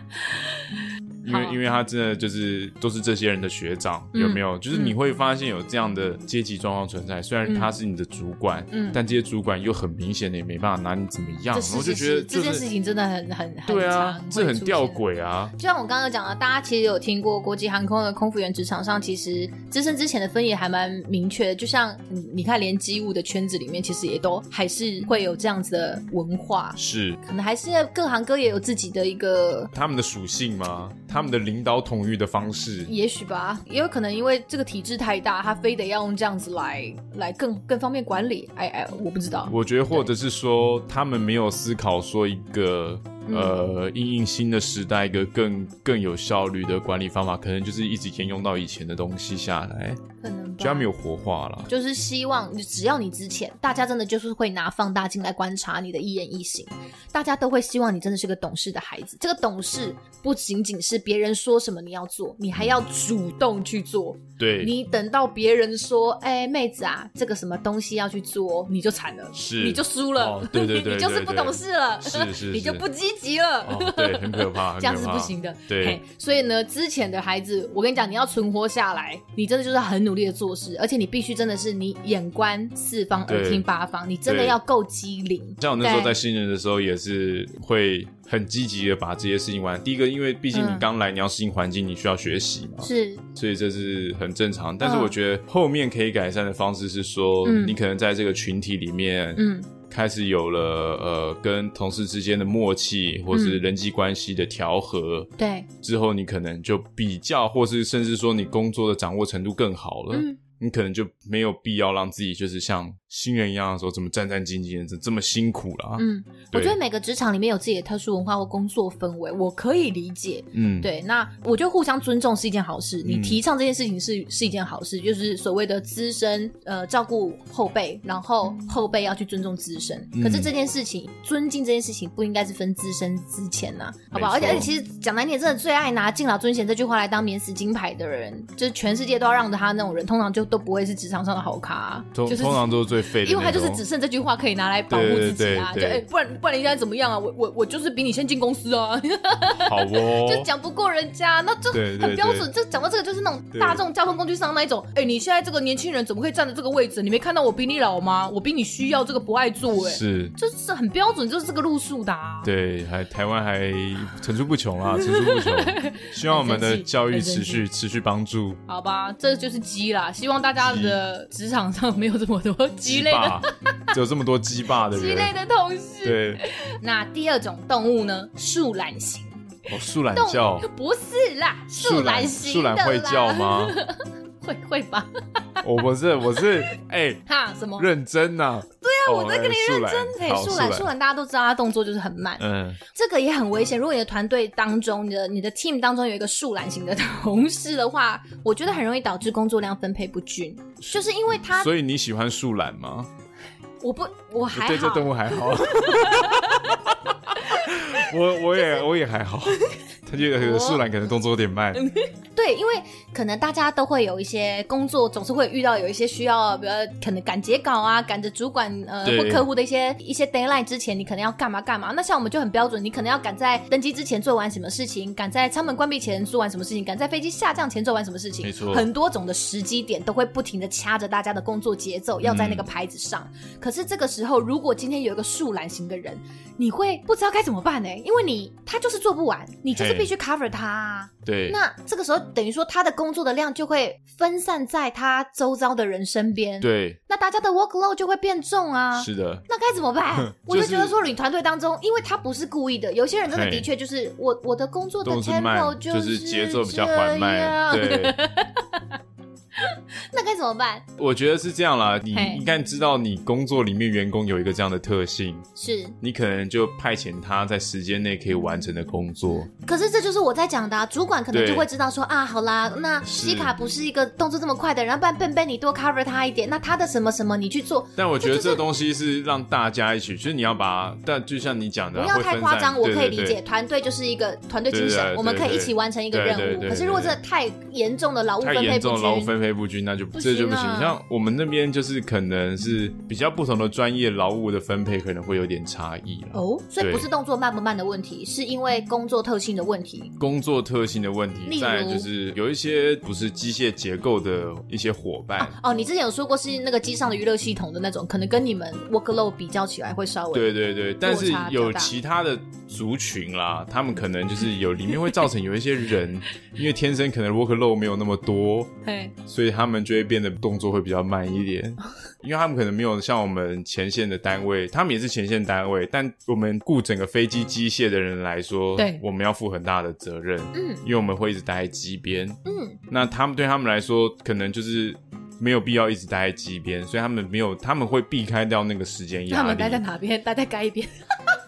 [SPEAKER 3] 因
[SPEAKER 2] 好
[SPEAKER 3] 为
[SPEAKER 2] 啊
[SPEAKER 3] 因为他真的就是都是这些人的学长，
[SPEAKER 2] 嗯
[SPEAKER 3] 有没有？就是你会发现有这样的阶级状况存在，虽然
[SPEAKER 2] 嗯
[SPEAKER 3] 他是你的主管，
[SPEAKER 2] 嗯
[SPEAKER 3] 但这些主管又很明显的也没办法拿你怎么样，
[SPEAKER 2] 这
[SPEAKER 3] 然
[SPEAKER 2] 是
[SPEAKER 3] 后就是觉得
[SPEAKER 2] 是这
[SPEAKER 3] 就
[SPEAKER 2] 件事
[SPEAKER 3] 是
[SPEAKER 2] 情真的很很很
[SPEAKER 3] 对啊
[SPEAKER 2] 常，
[SPEAKER 3] 这
[SPEAKER 2] 会
[SPEAKER 3] 很
[SPEAKER 2] 出
[SPEAKER 3] 吊
[SPEAKER 2] 现
[SPEAKER 3] 诡啊，
[SPEAKER 2] 就像我刚刚讲的，大家其实有听过国际航空的空服员职场上，其实资深之前的分野还蛮明确的。就像你你看，连机务的圈子里面，其实也都还是会有这样子的文化，
[SPEAKER 3] 是。
[SPEAKER 2] 可能还是各行各业有自己的一个。
[SPEAKER 3] 他们的属性吗？他们的领导统御的方式，
[SPEAKER 2] 也许吧，也有可能因为这个体制太大，他非得要用这样子来来更更方便管理。哎哎，我不知道，
[SPEAKER 3] 我觉得，或者是说，他们没有思考说一个
[SPEAKER 2] 嗯
[SPEAKER 3] 呃，因应新的时代一个更更有效率的管理方法，可能就是一直沿用到以前的东西下来，
[SPEAKER 2] 可能
[SPEAKER 3] 就它
[SPEAKER 2] 吧
[SPEAKER 3] 没。有活化了。
[SPEAKER 2] 就是希望，只要你之前，大家真的就是会拿放大镜来观察你的一言一行，大家都会希望你真的是个懂事的孩子。这个懂事不仅仅是别人说什么你要做，你还要主动去做。
[SPEAKER 3] 嗯对，
[SPEAKER 2] 你等到别人说：“哎、妹子啊，这个什么东西要去做哦，你就惨了，
[SPEAKER 3] 是
[SPEAKER 2] 你就输了，
[SPEAKER 3] 哦对对对
[SPEAKER 2] 你就是不懂事了，
[SPEAKER 3] 对对是是
[SPEAKER 2] 你就是不积极了。
[SPEAKER 3] 哦，对，很可怕，很 可怕
[SPEAKER 2] 这样是不行的。
[SPEAKER 3] 对
[SPEAKER 2] 嘿，所以呢，之前的孩子，我跟你讲，你要存活下来，你真的就是很努力的做事，而且你必须真的是你眼观四方，
[SPEAKER 3] 对
[SPEAKER 2] 耳听八方，你真的
[SPEAKER 3] 对
[SPEAKER 2] 要够机灵。
[SPEAKER 3] 像我那时候
[SPEAKER 2] 对
[SPEAKER 3] 在新人的时候，也是会很积极的把这些事情完。第一个，因为毕竟你
[SPEAKER 2] 嗯
[SPEAKER 3] 刚来，你要适应环境，你需要学习嘛，
[SPEAKER 2] 是，
[SPEAKER 3] 所以这是很正常。但是
[SPEAKER 2] 嗯
[SPEAKER 3] 我觉得后面可以改善的方式是说，
[SPEAKER 2] 嗯
[SPEAKER 3] 你可能在这个群体里面，
[SPEAKER 2] 嗯，
[SPEAKER 3] 开始有了呃跟同事之间的默契，或是人际关系的调和、
[SPEAKER 2] 嗯对，
[SPEAKER 3] 之后，你可能就比较，或是甚至说你工作的掌握程度更好了。
[SPEAKER 2] 嗯，
[SPEAKER 3] 你可能就没有必要让自己就是像新人一样的时候这么战战兢兢的，这这么辛苦了。
[SPEAKER 2] 嗯，我
[SPEAKER 3] 对
[SPEAKER 2] 觉得每个职场里面有自己的特殊文化或工作氛围，我可以理解。
[SPEAKER 3] 嗯，
[SPEAKER 2] 对，那我觉得互相尊重是一件好事，你
[SPEAKER 3] 嗯
[SPEAKER 2] 提倡这件事情是是一件好事，就是所谓的资深呃照顾后辈，然后后辈要去尊重资深。可是
[SPEAKER 3] 嗯
[SPEAKER 2] 这件事情，尊敬这件事情不应该是分资深之前呐、好不好？而
[SPEAKER 3] 没
[SPEAKER 2] 且
[SPEAKER 3] 错
[SPEAKER 2] 而且，其实讲难听，真的最爱拿敬老尊贤这句话来当免死金牌的人，就是全世界都要让着他那种人，通常就都不会是职场上的好咖啊、
[SPEAKER 3] 通、
[SPEAKER 2] 就是
[SPEAKER 3] 通常都是最废的那
[SPEAKER 2] 因
[SPEAKER 3] 种，
[SPEAKER 2] 为他就是只剩这句话可以拿来保护
[SPEAKER 3] 对对
[SPEAKER 2] 自己啊，
[SPEAKER 3] 对
[SPEAKER 2] 就
[SPEAKER 3] 对
[SPEAKER 2] 哎、不然不然人家怎么样啊？我我我就是比你先进公司啊，
[SPEAKER 3] 好哦，
[SPEAKER 2] 就讲不过人家，那就
[SPEAKER 3] 对对
[SPEAKER 2] 很标准。这讲到这个就是那种
[SPEAKER 3] 对
[SPEAKER 2] 大众交通工具上那一种，哎，你现在这个年轻人怎么可以站在这个位置？你没看到我比你老吗？我比你需要这个不爱做，哎，
[SPEAKER 3] 是，
[SPEAKER 2] 就是很标准，就是这个路数的、啊。
[SPEAKER 3] 对，还台湾还层出不 穷啊，层出不穷。希望我们的教育持续持续帮助。
[SPEAKER 2] 好吧，这就是鸡啦。希望大家的职场上没有这么多鸡类的
[SPEAKER 3] 霸， 只有这么多鸡霸的
[SPEAKER 2] 鸡
[SPEAKER 3] 人。
[SPEAKER 2] 类的同 事。
[SPEAKER 3] 对，
[SPEAKER 2] 那第二种动物呢，树懒型
[SPEAKER 3] 哦，树懒
[SPEAKER 2] 动
[SPEAKER 3] 叫
[SPEAKER 2] 物，不是啦，
[SPEAKER 3] 树
[SPEAKER 2] 懒
[SPEAKER 3] 懒
[SPEAKER 2] 型
[SPEAKER 3] 树
[SPEAKER 2] 的
[SPEAKER 3] 懒
[SPEAKER 2] 啦。
[SPEAKER 3] 会叫？吗？
[SPEAKER 2] 会会吧？
[SPEAKER 3] 我不是，我是哎，
[SPEAKER 2] 哈，什么？
[SPEAKER 3] 认真呐。对啊，我在跟你认
[SPEAKER 2] 嘿
[SPEAKER 3] 真
[SPEAKER 2] 欸哎树懒，树，懒，大家都知道，它动作就是很慢。
[SPEAKER 3] 嗯，
[SPEAKER 2] 这个也很危险。如果你的团队当中，你的你的 team 当中有一个树懒型的同事的话，我觉得很容易导致工作量分配不均，就是因为他，
[SPEAKER 3] 所以你喜欢树懒吗？
[SPEAKER 2] 我不，我
[SPEAKER 3] 我
[SPEAKER 2] 还
[SPEAKER 3] 对这
[SPEAKER 2] 好，
[SPEAKER 3] 动物还 好。我我也我也还好，他觉得树懒可能动作有点慢。
[SPEAKER 2] 嗯对，因为可能大家都会有一些工作，总是会遇到有一些需要，比如可能赶截稿啊，赶着主管呃
[SPEAKER 3] 对
[SPEAKER 2] 或客户的一些一些 deadline 之前，你可能要干嘛干嘛。那像我们就很标准，你可能要赶在登机之前做完什么事情，赶在舱门关闭前做完什么事情，赶在飞机下降前做完什么事情，
[SPEAKER 3] 没错
[SPEAKER 2] 很多种的时机点都会不停的掐着大家的工作节奏，要在那
[SPEAKER 3] 嗯
[SPEAKER 2] 个牌子上。可是这个时候，如果今天有一个树懒型的人，你会不知道该怎么办呢、因为你他就是做不完，你就是
[SPEAKER 3] 嘿
[SPEAKER 2] 必须 cover 他、啊。
[SPEAKER 3] 对，
[SPEAKER 2] 那这个时候等于说他的工作的量就会分散在他周遭的人身边，，
[SPEAKER 3] 对，
[SPEAKER 2] 那大家的 workload 就会变重啊。
[SPEAKER 3] 是的，？
[SPEAKER 2] 那该怎么办 我就
[SPEAKER 3] 就是
[SPEAKER 2] 觉得说，你团队当中，因为他不是故意的，有些人真的
[SPEAKER 3] 嘿
[SPEAKER 2] 的确就是我我的工作的
[SPEAKER 3] 动作是
[SPEAKER 2] tempo
[SPEAKER 3] 慢，
[SPEAKER 2] 就是
[SPEAKER 3] 节奏比较缓慢。
[SPEAKER 2] 这样，
[SPEAKER 3] 对，
[SPEAKER 2] 那该怎么办？
[SPEAKER 3] 我觉得是这样啦。你
[SPEAKER 2] 嘿
[SPEAKER 3] 应该知道，你工作里面员工有一个这样的特性，
[SPEAKER 2] 是，
[SPEAKER 3] 你可能就派遣他在时间内可以完成的工作。
[SPEAKER 2] 可是这就是我在讲的、啊，主管可能
[SPEAKER 3] 对
[SPEAKER 2] 就会知道说啊，好啦，那
[SPEAKER 3] 是
[SPEAKER 2] 西卡不是一个动作这么快的人，然后不然笨笨你多 cover 他一点，那他的什么什么你去做，
[SPEAKER 3] 但我
[SPEAKER 2] 这
[SPEAKER 3] 觉得
[SPEAKER 2] 就是
[SPEAKER 3] 这东西是让大家一起，就是你要把，但就像你讲的
[SPEAKER 2] 不
[SPEAKER 3] 啊，
[SPEAKER 2] 要
[SPEAKER 3] 会
[SPEAKER 2] 太
[SPEAKER 3] 分
[SPEAKER 2] 夸
[SPEAKER 3] 散
[SPEAKER 2] 张，我可以理。
[SPEAKER 3] 对
[SPEAKER 2] 解，
[SPEAKER 3] 对对
[SPEAKER 2] 团队就是一个团队精
[SPEAKER 3] 对对
[SPEAKER 2] 神，
[SPEAKER 3] 对
[SPEAKER 2] 我们可以一起完成一个任
[SPEAKER 3] 对对对
[SPEAKER 2] 务。
[SPEAKER 3] 对
[SPEAKER 2] 可是如果
[SPEAKER 3] 对
[SPEAKER 2] 真的太严重的劳务
[SPEAKER 3] 太
[SPEAKER 2] 分配不
[SPEAKER 3] 严重，劳务
[SPEAKER 2] 均，
[SPEAKER 3] 分配不均，那就
[SPEAKER 2] 不
[SPEAKER 3] 这就
[SPEAKER 2] 行
[SPEAKER 3] 不行
[SPEAKER 2] 啊。
[SPEAKER 3] 像我们那边就是可能是比较不同的专业，劳务的分配可能会有点差异啦。
[SPEAKER 2] 哦，所以不
[SPEAKER 3] 对
[SPEAKER 2] 是动作慢不慢的问题，是因为工作特性的问题。
[SPEAKER 3] 工作特性的问
[SPEAKER 2] 例如
[SPEAKER 3] 题，再来就是有一些不是机械结构的一些伙伴，
[SPEAKER 2] 哦，你之前有说过是那个机上的娱乐系统的那种，可能跟你们 workload 比较起来会稍微
[SPEAKER 3] 对对对，但是
[SPEAKER 2] 差比较
[SPEAKER 3] 有
[SPEAKER 2] 大
[SPEAKER 3] 其他的族群啦，他们可能就是有里面会造成有一些 人，因为天生可能 workload 没有那么多，
[SPEAKER 2] 嘿
[SPEAKER 3] 所以他们就会变得动作会比较慢一 点，因为他们可能没有像我们前线的单位，他们也是前线单位，但我们雇整个飞机机械的人来说，
[SPEAKER 2] 对
[SPEAKER 3] 我们要负很大的责任，
[SPEAKER 2] 嗯
[SPEAKER 3] 因为我们会一直待在机边，
[SPEAKER 2] 嗯，
[SPEAKER 3] 那他们对他们来说，可能就是没有必要一直待在机边，所以他们没有，他们会避开掉那个时间压力。
[SPEAKER 2] 他们待在哪边？待在该一边。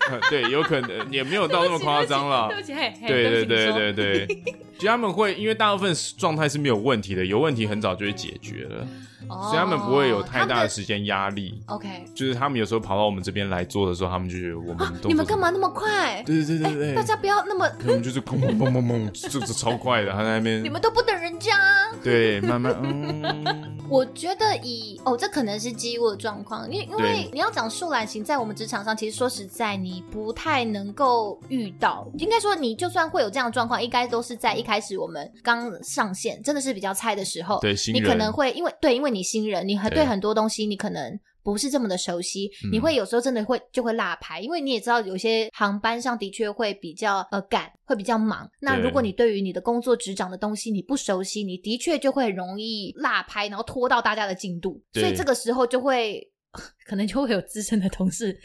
[SPEAKER 3] 对，有可能也没有到那么夸张啦。
[SPEAKER 7] 对不起，嘿嘿
[SPEAKER 3] 对对
[SPEAKER 7] 不起你说
[SPEAKER 3] 对对对，其实他们会，因为大部分状态是没有问题的，有问题很早就会解决了，
[SPEAKER 7] 哦
[SPEAKER 3] 所以他们不会有太
[SPEAKER 7] 他
[SPEAKER 3] 大
[SPEAKER 7] 们
[SPEAKER 3] 的时间压力。
[SPEAKER 7] OK，
[SPEAKER 3] 就是他们有时候跑到我们这边来做的时候，他们就觉得我们动作
[SPEAKER 7] 你们干嘛那么快？
[SPEAKER 3] 对对对对
[SPEAKER 7] 大
[SPEAKER 2] 哎
[SPEAKER 3] 对，
[SPEAKER 7] 家不要那么，
[SPEAKER 3] 他们就是砰砰砰砰砰，就是超快的，他在那
[SPEAKER 7] 你
[SPEAKER 3] 边
[SPEAKER 7] 们都不等人家啊。
[SPEAKER 3] 对慢慢嗯，
[SPEAKER 2] 我觉得以哦，这可能是机务的状况，因为因为
[SPEAKER 3] 对
[SPEAKER 2] 你要讲树懒型，在我们职场上，其实说实在，你不太能够遇到。应该说，你就算会有这样的状况，应该都是在一开始我们刚上线，真的是比较菜的时候，
[SPEAKER 3] 对新
[SPEAKER 2] 你
[SPEAKER 3] 人
[SPEAKER 2] 可能会因为对，因为你新人，你很
[SPEAKER 3] 对
[SPEAKER 2] 对很多东西，你可能。不是这么的熟悉，
[SPEAKER 3] 嗯
[SPEAKER 2] 你会有时候真的会就会落牌，因为你也知道有些航班上的确会比较呃赶，会比较忙。那
[SPEAKER 3] 对
[SPEAKER 2] 如果你对于你的工作职掌的东西你不熟悉，你的确就会很容易落拍，然后拖到大家的进度，
[SPEAKER 3] 对
[SPEAKER 2] 所以这个时候就会
[SPEAKER 7] 可能就会有资深的同事，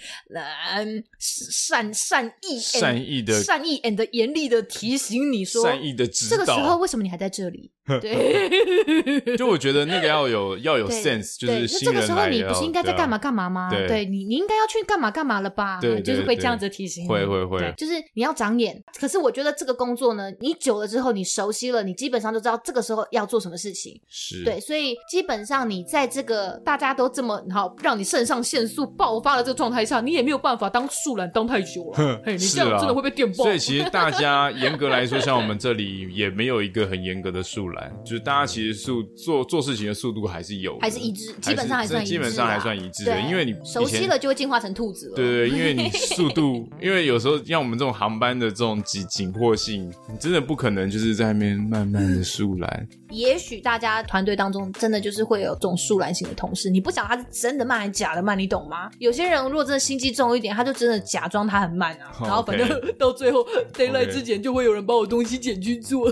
[SPEAKER 7] 嗯，善善意 and-
[SPEAKER 3] 善
[SPEAKER 2] 嗯
[SPEAKER 3] 意的
[SPEAKER 7] 善意 and 严厉的提醒你说，
[SPEAKER 3] 善意的指
[SPEAKER 2] 这个时候
[SPEAKER 3] 导。
[SPEAKER 2] 为什么你还在这 里？
[SPEAKER 7] 对，
[SPEAKER 3] 就我觉得那个要有要有
[SPEAKER 2] 对
[SPEAKER 3] sense，就
[SPEAKER 2] 对，
[SPEAKER 3] 是
[SPEAKER 2] 那这
[SPEAKER 3] 新
[SPEAKER 2] 个
[SPEAKER 3] 人
[SPEAKER 2] 时候
[SPEAKER 3] 来
[SPEAKER 2] 你
[SPEAKER 3] 要
[SPEAKER 2] 不是应该在
[SPEAKER 3] 对啊
[SPEAKER 2] 干嘛干嘛吗？
[SPEAKER 3] 对
[SPEAKER 2] 你你应该要去干嘛干嘛了吧？
[SPEAKER 3] 对对
[SPEAKER 7] 就是会这样子提醒你，
[SPEAKER 3] 会会会
[SPEAKER 2] 对，就是你要长眼。可是我觉得这个工作呢，你久了之后，你熟悉了，你基本上就知道这个时候要做什么事情。
[SPEAKER 3] 是。
[SPEAKER 2] 对，所以基本上你在这个大家都这么好让你肾上腺素爆发的这个状态下，你也没有办法当树懒当太久了
[SPEAKER 7] 嘿，你
[SPEAKER 3] 是
[SPEAKER 7] 这样
[SPEAKER 3] 啊
[SPEAKER 7] 真的会被电爆
[SPEAKER 3] 所。以其实大家严格来说，像我们这里也没有一个很严格的速栏，就是大家其实速做做事情的速度还是有的，
[SPEAKER 2] 还是一致，基本上还
[SPEAKER 3] 是
[SPEAKER 2] 算一致
[SPEAKER 3] 基
[SPEAKER 2] 啦，
[SPEAKER 3] 本上还算一致的，
[SPEAKER 2] 对，
[SPEAKER 3] 因为你
[SPEAKER 2] 熟
[SPEAKER 3] 以前
[SPEAKER 2] 悉了。就会进化成兔子了。
[SPEAKER 3] 对对，因为你速度，因为有时候像我们这种航班的这种紧紧迫性，你真的不可能就是在那边慢慢的速来。
[SPEAKER 2] 也许大家团队当中真的就是会有这种树懒型的同事，你不想他是真的慢还是假的慢，你懂吗？有些人如果真的心机重一点，他就真的假装他很慢啊，
[SPEAKER 3] 哦
[SPEAKER 7] 然后反正
[SPEAKER 3] OK
[SPEAKER 7] 到最后 d a y l i g h t
[SPEAKER 3] OK
[SPEAKER 7] 之前就会有人把我东西捡去 做。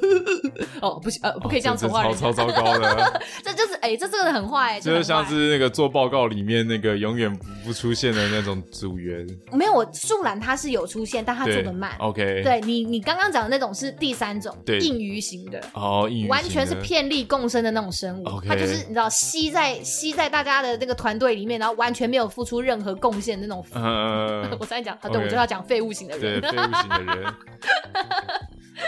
[SPEAKER 7] 哦，不行，呃，不可以这样
[SPEAKER 3] 子
[SPEAKER 7] 丑化
[SPEAKER 3] 超
[SPEAKER 7] 人家
[SPEAKER 3] 超。糟糕 的，
[SPEAKER 2] 这就是哎、这真的很坏、
[SPEAKER 3] 这
[SPEAKER 2] 真的
[SPEAKER 3] 就
[SPEAKER 2] 很
[SPEAKER 3] 像
[SPEAKER 2] 坏
[SPEAKER 3] 是那个做报告里面那个永远不不出现的那种组员。
[SPEAKER 2] 没有我树懒他是有出现，但他做
[SPEAKER 3] 对
[SPEAKER 2] 的慢。
[SPEAKER 3] 哦，OK，，
[SPEAKER 2] 对你，你刚刚讲的那种是第三种，
[SPEAKER 3] 对
[SPEAKER 2] 应鱼型的。
[SPEAKER 3] 哦，英语
[SPEAKER 2] 完全是
[SPEAKER 3] 型的
[SPEAKER 2] 遍力共生的那种生物，
[SPEAKER 3] OK
[SPEAKER 2] 它就是你知道吸在吸在大家的那个团队里面，然后完全没有付出任何贡献 的那种。
[SPEAKER 3] 呃，
[SPEAKER 2] 我才讲，啊
[SPEAKER 3] OK
[SPEAKER 2] 对我就要讲废物型的
[SPEAKER 3] 对，
[SPEAKER 2] 人。
[SPEAKER 3] 废物型的人，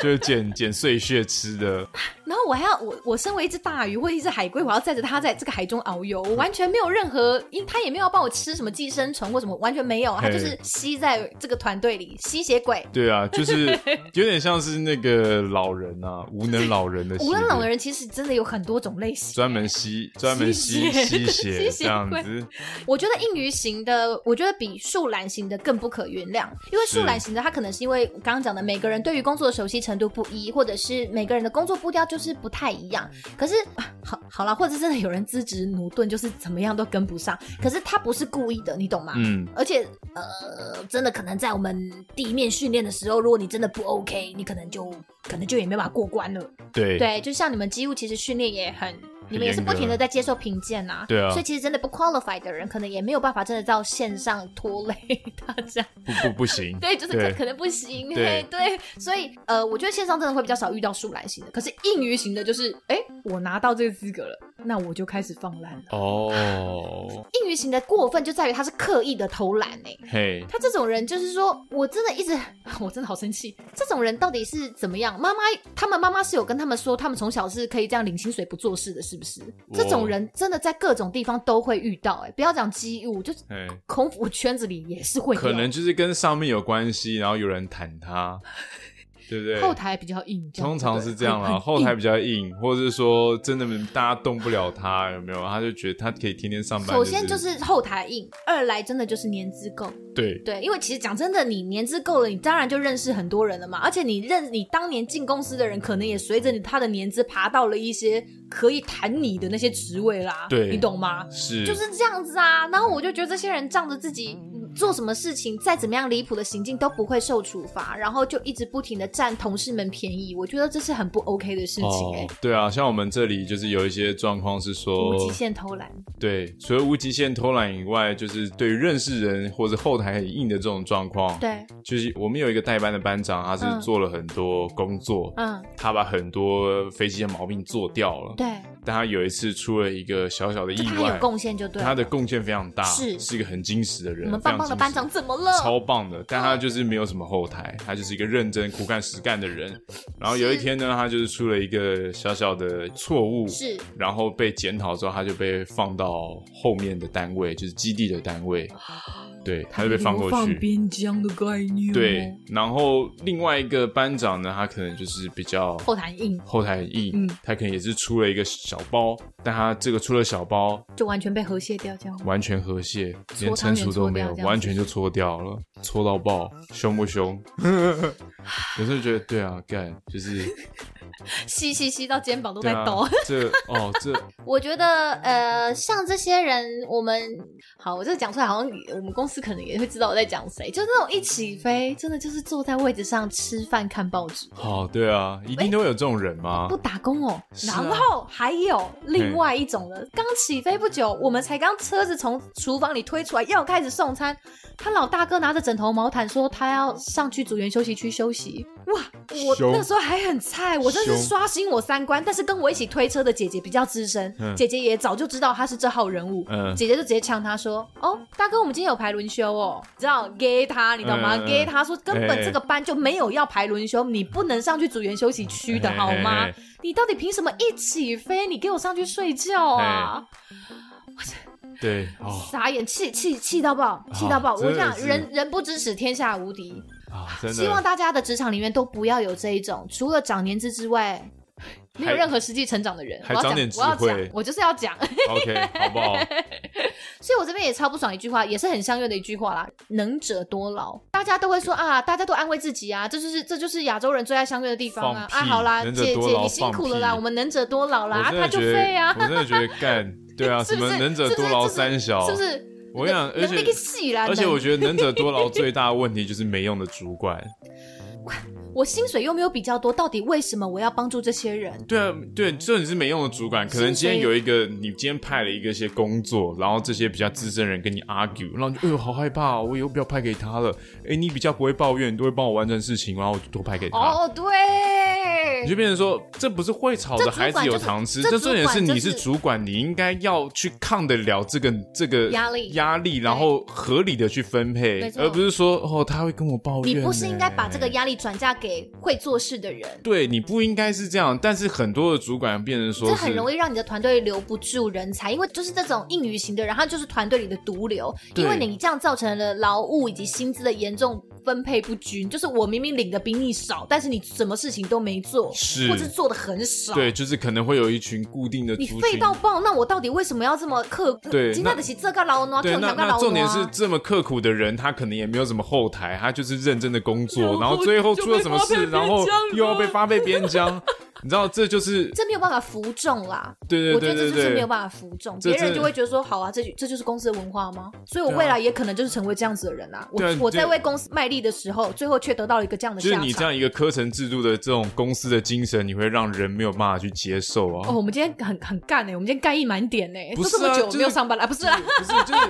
[SPEAKER 3] 就是捡捡碎屑吃的，
[SPEAKER 7] 然后我还要我我身为一只大鱼或者一只海龟，我要载着它在这个海中遨游，我完全没有任何，因它也没有帮我吃什么寄生虫或什么，完全没有，它就是
[SPEAKER 3] 嘿
[SPEAKER 7] 吸在这个团队里，吸血鬼。
[SPEAKER 3] 对啊，就是有点像是那个老人啊，无能老人的系列，
[SPEAKER 7] 无论老人其实真的有很多种类型，
[SPEAKER 3] 专门吸专门吸
[SPEAKER 7] 吸
[SPEAKER 3] 吸
[SPEAKER 7] 血
[SPEAKER 3] 血这样
[SPEAKER 7] 吸血
[SPEAKER 3] 子，
[SPEAKER 2] 我觉得应鱼型的，我觉得比树懒型的更不可原谅，因为树懒型的，它可能是因为我刚刚讲的，每个人对于工作的熟悉程度不一，或者是每个人的工作步调就是不太一样。可是，啊好好了，或者真的有人资质驽钝，就是怎么样都跟不上。可是他不是故意的，你懂吗？
[SPEAKER 3] 嗯，
[SPEAKER 2] 而且，呃，真的可能在我们地面训练的时候，如果你真的不 OK，你可能就可能就也没办法过关了。
[SPEAKER 3] 对
[SPEAKER 2] 对，就像你们机务其实训练也很，你们也是
[SPEAKER 3] 严
[SPEAKER 2] 不
[SPEAKER 3] 格
[SPEAKER 2] 停的在接受评鉴呐、
[SPEAKER 3] 对啊
[SPEAKER 2] 所以其实真的不 qualified 的人，可能也没有办法真的到线上拖累 大家。
[SPEAKER 3] 不不不行，
[SPEAKER 2] 对，就是可
[SPEAKER 3] 对
[SPEAKER 2] 可能不行。
[SPEAKER 3] 对
[SPEAKER 2] 嘿对，所以呃，我觉得线上真的会比较少遇到树懒型的，可是硬鱼型的，就是
[SPEAKER 7] 哎，我拿到这个资格了，那我就开始放烂了。
[SPEAKER 3] 哦，
[SPEAKER 2] 硬鱼型的过分就在于他是刻意的偷懒哎、
[SPEAKER 3] 嘿，
[SPEAKER 2] 他这种人就是说，我真的一直，
[SPEAKER 7] 我真的好生气，
[SPEAKER 2] 这种人到底是怎么样？妈妈，他们妈妈是有跟他们说，他们从小是可以这样领薪水不做事的，是不是？这种人真的在各种地方都会遇到、哎，不要讲机务，就是
[SPEAKER 3] 嘿。
[SPEAKER 2] 孔府圈子里也是会有
[SPEAKER 3] 可能就是跟上面有关系，然后有人弹他，对不对？
[SPEAKER 7] 后台比较硬，这样
[SPEAKER 3] 通常是这样
[SPEAKER 7] 对不
[SPEAKER 3] 啦，
[SPEAKER 7] 对
[SPEAKER 3] 后台比较硬，或者是说真的大家动不了他，有没有？他就觉得他可以天天上班。
[SPEAKER 2] 首先就是后台硬，二来真的就是年资够。
[SPEAKER 3] 对
[SPEAKER 2] 对，因为其实讲真的，你年资够了，你当然就认识很多人了嘛。而且你认你当年进公司的人，可能也随着你他的年资爬到了一些可以谈你的那些职位啦。
[SPEAKER 3] 对
[SPEAKER 2] 你懂吗？
[SPEAKER 3] 是
[SPEAKER 2] 就是这样子啊。然后我就觉得这些人仗着自己嗯做什么事情，再怎么样离谱的行径都不会受处罚，然后就一直不停的占同事们便宜。我觉得这是很不 OK 的事情哎、
[SPEAKER 3] 哦，对啊，像我们这里就是有一些状况是说
[SPEAKER 2] 无，极限偷懒，
[SPEAKER 3] 对，除了无极限偷懒以外，就是对于认识人或者后台很硬的这种状况，
[SPEAKER 2] 对，
[SPEAKER 3] 就是我们有一个代班的班长，他
[SPEAKER 2] 嗯
[SPEAKER 3] 是做了很多工作，
[SPEAKER 2] 嗯，
[SPEAKER 3] 他把很多飞机的毛病做掉了，
[SPEAKER 2] 对，
[SPEAKER 3] 但他有一次出了一个小小的意
[SPEAKER 2] 就他
[SPEAKER 3] 外
[SPEAKER 2] 有，贡献就对了。
[SPEAKER 3] 他的贡献非常大，
[SPEAKER 2] 是
[SPEAKER 3] 一个很矜持的人，
[SPEAKER 2] 我们帮
[SPEAKER 4] 棒的
[SPEAKER 3] 精
[SPEAKER 4] 班
[SPEAKER 3] 神
[SPEAKER 4] 长怎么了？
[SPEAKER 3] 超棒的，但他就是没有什么后台，他就是一个认真、苦干、实干的人。然后有一天呢，他就是出了一个小小的错误，
[SPEAKER 4] 是
[SPEAKER 3] 然后被检讨之后，他就被放到后面的单位，就是基地的单位，对，他就被放过去。
[SPEAKER 2] 边疆的概念、哦
[SPEAKER 3] 对，，然后另外一个班长呢，他可能就是比较
[SPEAKER 2] 后台硬
[SPEAKER 3] 后台很硬，
[SPEAKER 2] 嗯
[SPEAKER 3] 他可能也是出了一个小包，但他这个出了小包，
[SPEAKER 2] 就完全被和谐掉，这 样
[SPEAKER 3] 完全和谐，
[SPEAKER 2] 搓
[SPEAKER 3] 连成熟都没有
[SPEAKER 2] 汤圆搓掉这样，子
[SPEAKER 3] 完全就搓掉了，搓到爆，凶不凶？ 有时候觉得对啊，干 就是
[SPEAKER 2] 吸吸吸到肩膀都
[SPEAKER 3] 对
[SPEAKER 2] 在
[SPEAKER 3] 啊
[SPEAKER 2] 抖。，
[SPEAKER 3] 这哦这
[SPEAKER 4] 我觉得呃，像这些人，我们
[SPEAKER 2] 好，我这个讲出来，好像我们公司可能也会知道我在讲谁，就那种一起飞，真的就是坐在位置上吃饭看报纸。
[SPEAKER 3] 好、对啊，一定都会有这种人吗
[SPEAKER 2] 不？打工哦，
[SPEAKER 3] 是
[SPEAKER 2] 然
[SPEAKER 3] 啊
[SPEAKER 2] 后还有另外一种人，刚起飞不久，我们才刚车子从厨房里推出来，要开始送餐，他老大哥拿着枕头毛毯说他要上去组员休息区休息。哇，我
[SPEAKER 3] 凶
[SPEAKER 2] 那时候还很菜，我真是
[SPEAKER 3] 凶
[SPEAKER 2] 刷新我三观。但是跟我一起推车的姐姐比较资深，
[SPEAKER 3] 嗯
[SPEAKER 2] 姐姐也早就知道他是这号人物，
[SPEAKER 3] 嗯
[SPEAKER 2] 姐姐就直接呛他说：“哦，大哥，我们今天有排轮休哦，你知道 gay 他，你懂吗、
[SPEAKER 3] 嗯嗯嗯
[SPEAKER 2] g a y 他说根本
[SPEAKER 3] 哎
[SPEAKER 2] 这个班就没有要排轮休，你不能上去组员休息区的好吗？
[SPEAKER 3] 嘿嘿嘿
[SPEAKER 2] 你到底凭什么一起飞？你给我上去睡觉啊！
[SPEAKER 3] 对哦
[SPEAKER 2] 傻眼，气气气到爆，气到爆！
[SPEAKER 3] 啊
[SPEAKER 2] 我
[SPEAKER 3] 真的
[SPEAKER 2] 跟你讲，
[SPEAKER 3] 是
[SPEAKER 2] 人人不知耻，天下无敌。
[SPEAKER 3] 啊，真
[SPEAKER 2] 希望
[SPEAKER 3] 的
[SPEAKER 2] 大家的职场里面都不要有这一种，除了长年资之外，没有
[SPEAKER 3] 还
[SPEAKER 2] 任何实际成长的人。我
[SPEAKER 3] 还
[SPEAKER 2] 要讲
[SPEAKER 3] 长点，智
[SPEAKER 2] 我要讲
[SPEAKER 3] 慧，
[SPEAKER 2] 我就是要讲。
[SPEAKER 3] OK 好不好？
[SPEAKER 2] 所以我这边也超不爽一句话，也是很相悦的一句话啦：能者多劳。大家都会说啊，大家都安慰自己啊，这就是这就是亚洲人最爱相悦的地方啊！啊，
[SPEAKER 3] 放屁
[SPEAKER 2] 好啦，
[SPEAKER 3] 能者
[SPEAKER 2] 姐
[SPEAKER 3] 多
[SPEAKER 2] 姐
[SPEAKER 3] 劳
[SPEAKER 2] 你辛苦了啦，
[SPEAKER 3] 放屁
[SPEAKER 2] 我们能者多劳啦，
[SPEAKER 3] 我
[SPEAKER 2] 啊，
[SPEAKER 3] 真
[SPEAKER 2] 他
[SPEAKER 3] 的
[SPEAKER 2] 就
[SPEAKER 3] 觉
[SPEAKER 2] 飞
[SPEAKER 3] 得
[SPEAKER 2] 啊，，
[SPEAKER 3] 我真的觉得干 对啊，
[SPEAKER 2] 是
[SPEAKER 3] 什
[SPEAKER 2] 不
[SPEAKER 3] 么
[SPEAKER 2] 是
[SPEAKER 3] 能者
[SPEAKER 2] 是不
[SPEAKER 3] 多
[SPEAKER 2] 是
[SPEAKER 3] 劳
[SPEAKER 2] 就是
[SPEAKER 3] 三小，
[SPEAKER 2] 是不是？
[SPEAKER 3] 我跟你讲，而
[SPEAKER 2] 那个
[SPEAKER 3] 且
[SPEAKER 2] 戏啦，
[SPEAKER 3] 而且
[SPEAKER 2] 能
[SPEAKER 3] 我觉得能者 多劳最大的问题就是没用的主管。
[SPEAKER 2] 我薪水又没有比较多，到底为什么我要帮助这些人？
[SPEAKER 3] 对啊，对，这你是没用的主管。可能今天有一个，你今天派了一个一些工作，然后这些比较资深人跟你 argue，然后你就哎呦好害怕、哦，我以后不要派给他了。哎，你比较不会抱怨，你都会帮我完成事情，然后我就多派给他。
[SPEAKER 2] 哦，对
[SPEAKER 3] 啊你，就变成说，这不是会吵的孩子有糖吃，
[SPEAKER 2] 这
[SPEAKER 3] 这
[SPEAKER 2] 主管
[SPEAKER 3] 重
[SPEAKER 2] 就是
[SPEAKER 3] 点是
[SPEAKER 2] 这
[SPEAKER 3] 你
[SPEAKER 2] 主
[SPEAKER 3] 是
[SPEAKER 2] 管就是
[SPEAKER 3] 主管，你应该要去抗得了这个这个
[SPEAKER 2] 压力
[SPEAKER 3] 压力，然后合理的去分配
[SPEAKER 2] 没，错
[SPEAKER 3] 而不是说哦他会跟我抱
[SPEAKER 2] 你
[SPEAKER 3] 怨呢。
[SPEAKER 2] 不是应该把这个压力转嫁给会做事的人？
[SPEAKER 3] 对你不应该是这样，但是很多的主管变成说
[SPEAKER 2] 这
[SPEAKER 3] 是，
[SPEAKER 2] 很容易让你的团队留不住人才，因为就是这种硬鱼型的人，他就是团队里的毒瘤。
[SPEAKER 3] 对
[SPEAKER 2] 因为你这样造成了劳务以及薪资的严重分配不均，就是我明明领的比你少，但是你什么事情都没做，
[SPEAKER 3] 是
[SPEAKER 2] 或者做的很少。
[SPEAKER 3] 对，就是可能会有一群固定的
[SPEAKER 2] 你
[SPEAKER 3] 族
[SPEAKER 2] 废
[SPEAKER 3] 群。
[SPEAKER 2] 到爆，那我到底为什么要这么刻？
[SPEAKER 3] 对
[SPEAKER 2] 今天
[SPEAKER 3] 那
[SPEAKER 2] 的是这个劳挪，
[SPEAKER 3] 对，那
[SPEAKER 2] 两个劳
[SPEAKER 3] 那
[SPEAKER 2] 挪。
[SPEAKER 3] 重点是这么刻苦的人，他可能也没有什么后台，他就是认真的工作，然后最后出了什么事，然后又要被发配边疆，你知道这就是
[SPEAKER 2] 这没有办法服众啦，
[SPEAKER 3] 对对
[SPEAKER 2] 我觉得这
[SPEAKER 3] 对
[SPEAKER 2] 就是
[SPEAKER 3] 对
[SPEAKER 2] 没有
[SPEAKER 3] 对，
[SPEAKER 2] 办法服众，
[SPEAKER 3] 这
[SPEAKER 2] 别人
[SPEAKER 3] 这
[SPEAKER 2] 就会觉得说，好啊，这就这就是公司的文化吗？所以我
[SPEAKER 3] 对啊
[SPEAKER 2] 未来也可能就是成为这样子的人啊。我
[SPEAKER 3] 对啊
[SPEAKER 2] 我
[SPEAKER 3] 这
[SPEAKER 2] 在为公司卖力的时候，最后却得到了一个这样的
[SPEAKER 3] 就是
[SPEAKER 2] 下
[SPEAKER 3] 你这
[SPEAKER 2] 场。
[SPEAKER 3] 样一个科层制度的这种公司的精神，你会让人没有办法去接受啊。
[SPEAKER 2] 哦，我们今天很很干
[SPEAKER 3] 欸
[SPEAKER 2] 呢，我们今天干意满点呢，
[SPEAKER 3] 不
[SPEAKER 2] 都
[SPEAKER 3] 是
[SPEAKER 2] 这
[SPEAKER 3] 啊
[SPEAKER 2] 么久
[SPEAKER 3] 就是
[SPEAKER 2] 没有上班了，啊不是啦，
[SPEAKER 3] 不是，就是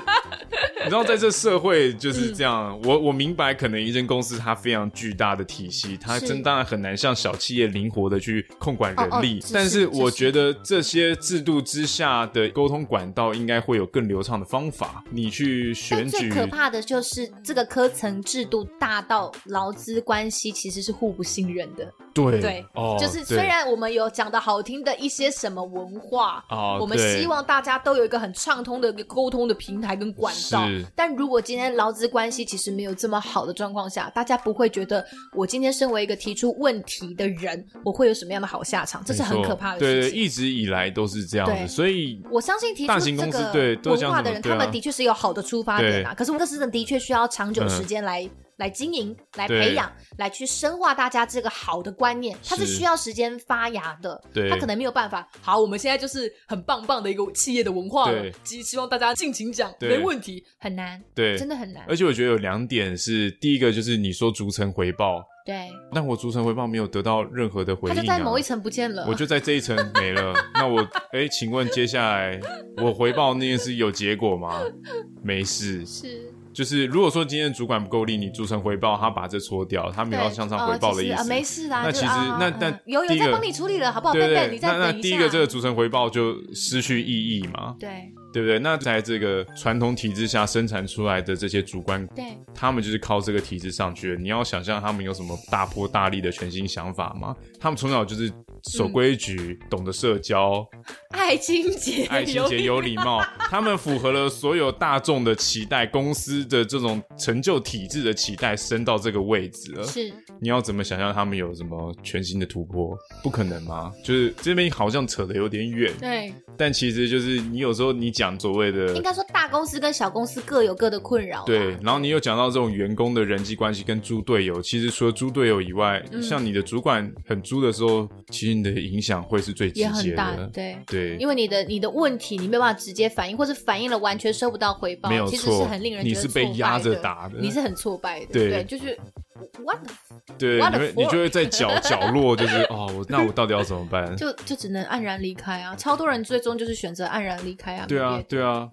[SPEAKER 3] 你知道，在这社会
[SPEAKER 2] 嗯
[SPEAKER 3] 就是这样。我我明白，可能一间公司它非常巨大的体系，它
[SPEAKER 2] 是
[SPEAKER 3] 真当然很难像小企业灵活的去控管
[SPEAKER 2] 哦哦
[SPEAKER 3] 人力。
[SPEAKER 2] 是
[SPEAKER 3] 但
[SPEAKER 2] 是
[SPEAKER 3] 是
[SPEAKER 2] 是
[SPEAKER 3] 我觉得这些制度之下的沟通管道，应该会有更流畅的方法，你去选
[SPEAKER 2] 但最
[SPEAKER 3] 举。
[SPEAKER 2] 可怕的就是这个科层制度大到劳资关系其实是互不信任的。
[SPEAKER 3] 对
[SPEAKER 2] 对，
[SPEAKER 3] 哦，
[SPEAKER 2] 就是
[SPEAKER 3] 对
[SPEAKER 2] 虽然我们有讲的好听的一些什么文化，
[SPEAKER 3] 哦
[SPEAKER 2] 我们
[SPEAKER 3] 对
[SPEAKER 2] 希望大家都有一个很畅通的一个沟通的平台跟管道
[SPEAKER 3] 是。
[SPEAKER 2] 但如果今天劳资关系其实没有这么好的状况下，大家不会觉得我今天身为一个提出问题的人，我会有什么样的好下场？这是很
[SPEAKER 3] 没错
[SPEAKER 2] 可怕的
[SPEAKER 3] 对
[SPEAKER 2] 事
[SPEAKER 3] 对，
[SPEAKER 2] 情。
[SPEAKER 3] 一直以来都是这样
[SPEAKER 2] 对
[SPEAKER 3] 的，所以
[SPEAKER 2] 我相信提出
[SPEAKER 3] 大型
[SPEAKER 2] 这
[SPEAKER 3] 公司
[SPEAKER 2] 个
[SPEAKER 3] 对都
[SPEAKER 2] 文
[SPEAKER 3] 这样
[SPEAKER 2] 化
[SPEAKER 3] 子
[SPEAKER 2] 的
[SPEAKER 3] 嘛
[SPEAKER 2] 人，
[SPEAKER 3] 对
[SPEAKER 2] 他
[SPEAKER 3] 啊
[SPEAKER 2] 们的确是有好的出发点啊。可是这是的确需要长久
[SPEAKER 3] 嗯
[SPEAKER 2] 时间来、来经营、来
[SPEAKER 3] 对
[SPEAKER 2] 培养、来去深化大家这个好的观念，它是
[SPEAKER 3] 是
[SPEAKER 2] 需要时间发芽的。
[SPEAKER 3] 对
[SPEAKER 2] 它可能没有办法。好，我们现在就是很棒棒的一个企业的文化了
[SPEAKER 3] 对，
[SPEAKER 2] 希希望大家尽情讲，
[SPEAKER 3] 对
[SPEAKER 2] 没问题，很难，
[SPEAKER 3] 对，
[SPEAKER 2] 真的很难
[SPEAKER 3] 而。且我觉得有两点是，第一个就是你说逐层回报，
[SPEAKER 2] 对，
[SPEAKER 3] 但我逐层回报没有得到任何的回
[SPEAKER 2] 它
[SPEAKER 3] 应、啊，
[SPEAKER 2] 就在某一层不见了
[SPEAKER 3] 我。就在这一层没了。那我哎，请问接下来我回报那件事有结果吗？没事，
[SPEAKER 2] 是，
[SPEAKER 3] 就是如果说今天主管不够力，你逐层回报，他把这搓掉，他没
[SPEAKER 2] 对，
[SPEAKER 3] 有要向上回报
[SPEAKER 2] 哦
[SPEAKER 3] 的
[SPEAKER 2] 其
[SPEAKER 3] 意
[SPEAKER 2] 实啊
[SPEAKER 3] 思。
[SPEAKER 2] 没事啦。
[SPEAKER 3] 那
[SPEAKER 2] 就
[SPEAKER 3] 其实
[SPEAKER 2] 啊
[SPEAKER 3] 那
[SPEAKER 2] 嗯
[SPEAKER 3] 那
[SPEAKER 2] 有有
[SPEAKER 3] 第一
[SPEAKER 2] 在
[SPEAKER 3] 个
[SPEAKER 2] 帮你处理了，好不好？
[SPEAKER 3] 对
[SPEAKER 2] 笨
[SPEAKER 3] 对
[SPEAKER 2] 笨，
[SPEAKER 3] 对
[SPEAKER 2] 你，再
[SPEAKER 3] 那那
[SPEAKER 2] 等一
[SPEAKER 3] 第
[SPEAKER 2] 下。
[SPEAKER 3] 一个这个逐层回报就失去意义嘛？
[SPEAKER 2] 对
[SPEAKER 3] 对不对？那在这个传统体制下生产出来的这些主管，
[SPEAKER 2] 对，
[SPEAKER 3] 他们就是靠这个体制上去的。你要想象他们有什么大破大立的全新想法吗？他们从小就是守规矩、懂得社交、
[SPEAKER 2] 爱情节，
[SPEAKER 3] 爱情节、有礼貌，他们符合了所有大众的期待、公司的这种成就体制的期待，升到这个位置了。
[SPEAKER 2] 是
[SPEAKER 3] 你要怎么想象他们有什么全新的突破？不可能吗？就是这边好像扯得有点远，
[SPEAKER 2] 对，
[SPEAKER 3] 但其实就是你有时候你讲所谓的
[SPEAKER 2] 应该说大公司跟小公司各有各的困扰。
[SPEAKER 3] 对，，然后你有讲到这种员工的人际关系跟猪队友，其实除了猪队友以外，
[SPEAKER 2] 嗯
[SPEAKER 3] 像你的主管很猪的时候，其实你的影响会是最直
[SPEAKER 2] 也
[SPEAKER 3] 接
[SPEAKER 2] 很大
[SPEAKER 3] 的，。
[SPEAKER 2] 对。
[SPEAKER 3] 对，
[SPEAKER 2] 因为你的你的问题你没有办法直接反应，或是反应了完全收不到回报，
[SPEAKER 3] 没有
[SPEAKER 2] 其实
[SPEAKER 3] 错
[SPEAKER 2] 是很令人
[SPEAKER 3] 你
[SPEAKER 2] 觉得
[SPEAKER 3] 是被
[SPEAKER 2] 挫败
[SPEAKER 3] 压着
[SPEAKER 2] 的
[SPEAKER 3] 打的
[SPEAKER 2] 你是很挫败的，
[SPEAKER 3] 对
[SPEAKER 2] 对，就是 what the
[SPEAKER 3] 对，
[SPEAKER 2] what
[SPEAKER 3] 你
[SPEAKER 2] the
[SPEAKER 3] 会你
[SPEAKER 2] fuck？
[SPEAKER 3] 就会在 角角落，就是哦，我那我到底要怎么办？
[SPEAKER 2] 就就只能黯然离开啊！超多人最终就是选择黯然离开啊。
[SPEAKER 3] 对
[SPEAKER 2] 没
[SPEAKER 3] 啊
[SPEAKER 2] 别，的。
[SPEAKER 3] 对啊，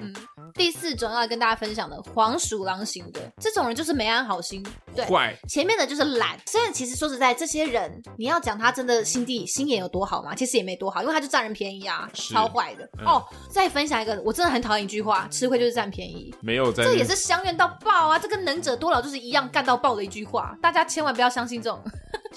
[SPEAKER 2] 第四种要来跟大家分享的黄鼠狼型的这种人就是没安好心，对。
[SPEAKER 3] 坏，
[SPEAKER 2] 前面的就是懒，虽然其实说实在，这些人你要讲他真的心地心眼有多好嘛，其实也没多好，因为他就占人便宜啊，
[SPEAKER 3] 是
[SPEAKER 2] 超坏的、
[SPEAKER 3] 嗯
[SPEAKER 2] 哦。再分享一个，我真的很讨厌一句话：吃亏就是占便宜。
[SPEAKER 3] 没有在
[SPEAKER 2] 这
[SPEAKER 3] 那
[SPEAKER 2] 也是相怨到爆啊！这跟能者多劳就是一样干到爆的一句话，大家千万不要相信这种。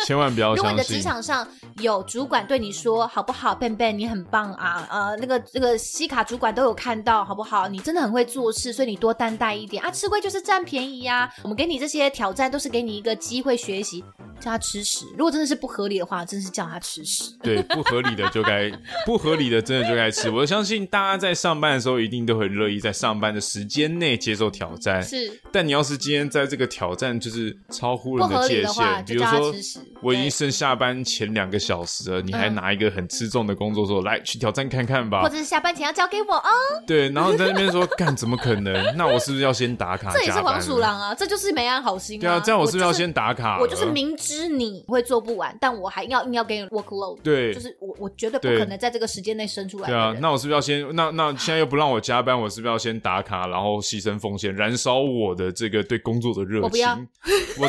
[SPEAKER 3] 千万不 要
[SPEAKER 2] 如果你
[SPEAKER 3] 相
[SPEAKER 2] 的职
[SPEAKER 3] 信。
[SPEAKER 2] 场上有主管对你说好不好，笨笨，你很棒啊，呃，那个这个西卡主管都有看到，好不好？你真的很会做事，所以你多担待一点啊，吃亏就是占便宜呀、我们给你这些挑战，都是给你一个机会学习，叫他吃屎。如果真的是不合理的话，真是叫他吃屎。
[SPEAKER 3] 对，不合理的就该不合理的，真的就该吃。我相信大家在上班的时候，一定都很乐意在上班的时间内接受挑战。
[SPEAKER 2] 是
[SPEAKER 3] 但你要是今天在这个挑战就是超乎人
[SPEAKER 2] 不合理
[SPEAKER 3] 界
[SPEAKER 2] 的话
[SPEAKER 3] 限，比
[SPEAKER 2] 就
[SPEAKER 3] 如
[SPEAKER 2] 叫他
[SPEAKER 3] 说
[SPEAKER 2] 吃屎
[SPEAKER 3] 我已
[SPEAKER 2] 对
[SPEAKER 3] 经剩下班前两个小时了，你还
[SPEAKER 2] 嗯
[SPEAKER 3] 拿一个很吃重的工作说来去挑战看看吧
[SPEAKER 2] 或，者是下班前要交给我哦，
[SPEAKER 3] 对，然后你在那边说干怎么可能？那我是不是要先打卡？
[SPEAKER 2] 这也是
[SPEAKER 3] 加班
[SPEAKER 2] 黄鼠
[SPEAKER 3] 了。
[SPEAKER 2] 狼啊，这就是没安好心、
[SPEAKER 3] 对啊，这样我是不是要先打卡了？
[SPEAKER 2] 我就是明知你会做不完，但我还要硬要给你 workload，
[SPEAKER 3] 对
[SPEAKER 2] 就是我我绝对不
[SPEAKER 3] 对
[SPEAKER 2] 可能在这个时间内生出来的
[SPEAKER 3] 对啊，
[SPEAKER 2] 人
[SPEAKER 3] 那我是不是要先那那现在又不让我加班，我是不是要先打卡，然后牺牲奉献，燃烧我的这个对工作的热情？
[SPEAKER 2] 我不要
[SPEAKER 3] 我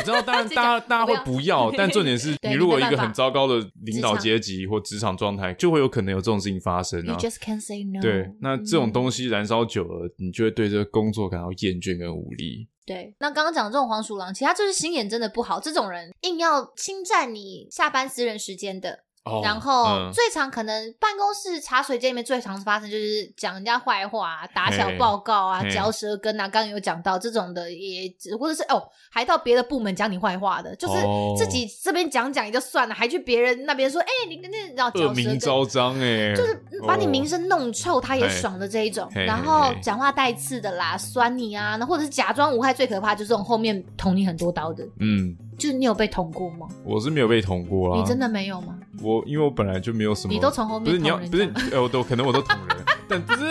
[SPEAKER 3] 知道，当然大家大家
[SPEAKER 2] 我不
[SPEAKER 3] 会
[SPEAKER 2] 要
[SPEAKER 3] 不要，但重点是
[SPEAKER 2] 对
[SPEAKER 3] 你如果
[SPEAKER 2] 你
[SPEAKER 3] 一
[SPEAKER 2] 没
[SPEAKER 3] 个
[SPEAKER 2] 办法
[SPEAKER 3] 很糟糕的领导
[SPEAKER 2] 职场
[SPEAKER 3] 阶级或职场状态，就会有可能有这种事情发生
[SPEAKER 2] ，You
[SPEAKER 3] 啊。
[SPEAKER 2] just can't say no。
[SPEAKER 3] 对，那这
[SPEAKER 2] 嗯
[SPEAKER 3] 种东西燃烧久了，你就会对这个工作感到厌倦跟无力。
[SPEAKER 2] 对，那刚刚讲的这种黄鼠狼，其实他就是心眼真的不好，这种人硬要侵占你下班私人时间的。
[SPEAKER 3] 哦，
[SPEAKER 2] 然后
[SPEAKER 3] 嗯
[SPEAKER 2] 最常可能办公室茶水间里面最常发生就是讲人家坏话、啊、打小
[SPEAKER 3] 嘿
[SPEAKER 2] 报告啊
[SPEAKER 3] 嘿、
[SPEAKER 2] 嚼舌根啊，刚刚有讲到这种的也，或者是哦，还到别的部门讲你坏话的，就是
[SPEAKER 3] 哦
[SPEAKER 2] 自己这边讲讲也就算了，还去别人那边说，哎、你跟那然后
[SPEAKER 3] 恶
[SPEAKER 2] 嚼舌
[SPEAKER 3] 名
[SPEAKER 2] 根。
[SPEAKER 3] 昭彰哎，
[SPEAKER 2] 就是把你名
[SPEAKER 3] 哦
[SPEAKER 2] 声弄臭，他也
[SPEAKER 3] 嘿
[SPEAKER 2] 爽的这一种，
[SPEAKER 3] 嘿
[SPEAKER 2] 然
[SPEAKER 3] 嘿
[SPEAKER 2] 后
[SPEAKER 3] 嘿
[SPEAKER 2] 讲话带刺的啦，酸你啊，那或者是假装无害，最可怕就是这种后面捅你很多刀的。
[SPEAKER 3] 嗯，
[SPEAKER 2] 就是你有被捅过吗？
[SPEAKER 3] 我是没有被捅过啊。
[SPEAKER 2] 你真的没有吗？
[SPEAKER 3] 我因为我本来就没有什么，
[SPEAKER 2] 你都从后面
[SPEAKER 3] 不是你要
[SPEAKER 2] 捅人
[SPEAKER 3] 不是
[SPEAKER 2] 家
[SPEAKER 3] 呃，我都可能我都捅 人，但不是，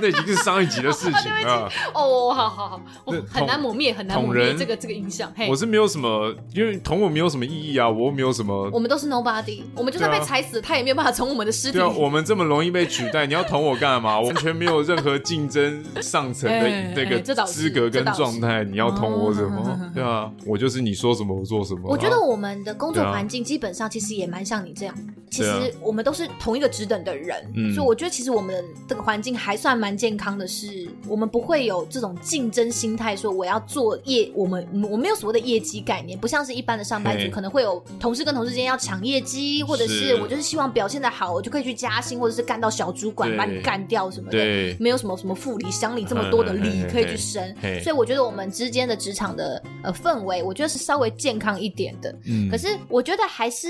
[SPEAKER 3] 那已经是上一集的事情啊了。
[SPEAKER 2] 哦，好好好，我
[SPEAKER 3] 那
[SPEAKER 2] 很难
[SPEAKER 3] 捅
[SPEAKER 2] 抹灭，很难
[SPEAKER 3] 捅
[SPEAKER 2] 抹灭
[SPEAKER 3] 人
[SPEAKER 2] 这个这个印象。嘿
[SPEAKER 3] 我，是没有什么，因为捅我没有什么意义啊，我又没有什么
[SPEAKER 2] 我。们都是 nobody，我们就算
[SPEAKER 3] 对啊
[SPEAKER 2] 被踩死，他也没有办法从我们的尸体
[SPEAKER 3] 对啊，
[SPEAKER 2] 里。
[SPEAKER 3] 我们这么容易被取代，你要捅我干嘛？我完全没有任何竞争上层
[SPEAKER 2] 哎
[SPEAKER 3] 的那个
[SPEAKER 2] 哎这倒是
[SPEAKER 3] 资格跟
[SPEAKER 2] 这倒是嗯
[SPEAKER 3] 状态，你要捅我什么？对啊，我就是你说什么我做什么啊。
[SPEAKER 2] 我觉得我们的工作
[SPEAKER 3] 对啊
[SPEAKER 2] 环境基本上其实也蛮像你这样，其
[SPEAKER 3] 对
[SPEAKER 2] 实
[SPEAKER 3] 啊
[SPEAKER 2] 我们都是同一个职等的人，
[SPEAKER 3] 嗯
[SPEAKER 2] 所以我觉得其实我们的这个环境还算蛮健康的是，我们不会有这种竞争心态，说我要做业，我们我没有所谓的业绩概念，不像是一般的上班族
[SPEAKER 3] 嘿
[SPEAKER 2] 可能会有同事跟同事之间要抢业绩，或者是
[SPEAKER 3] 是
[SPEAKER 2] 我就是希望表现的好，我就可以去加薪，或者是干到小主管
[SPEAKER 3] 对
[SPEAKER 2] 把你干掉什么的。
[SPEAKER 3] 对，
[SPEAKER 2] 没有什么什么副理、乡里这么多的理
[SPEAKER 3] 嗯嗯嗯
[SPEAKER 2] 可以去升，
[SPEAKER 3] 嗯嗯
[SPEAKER 2] 所以我觉得我们之间的职场的呃氛围，我觉得是稍微健康一点的。
[SPEAKER 3] 嗯
[SPEAKER 2] 可是我觉得还是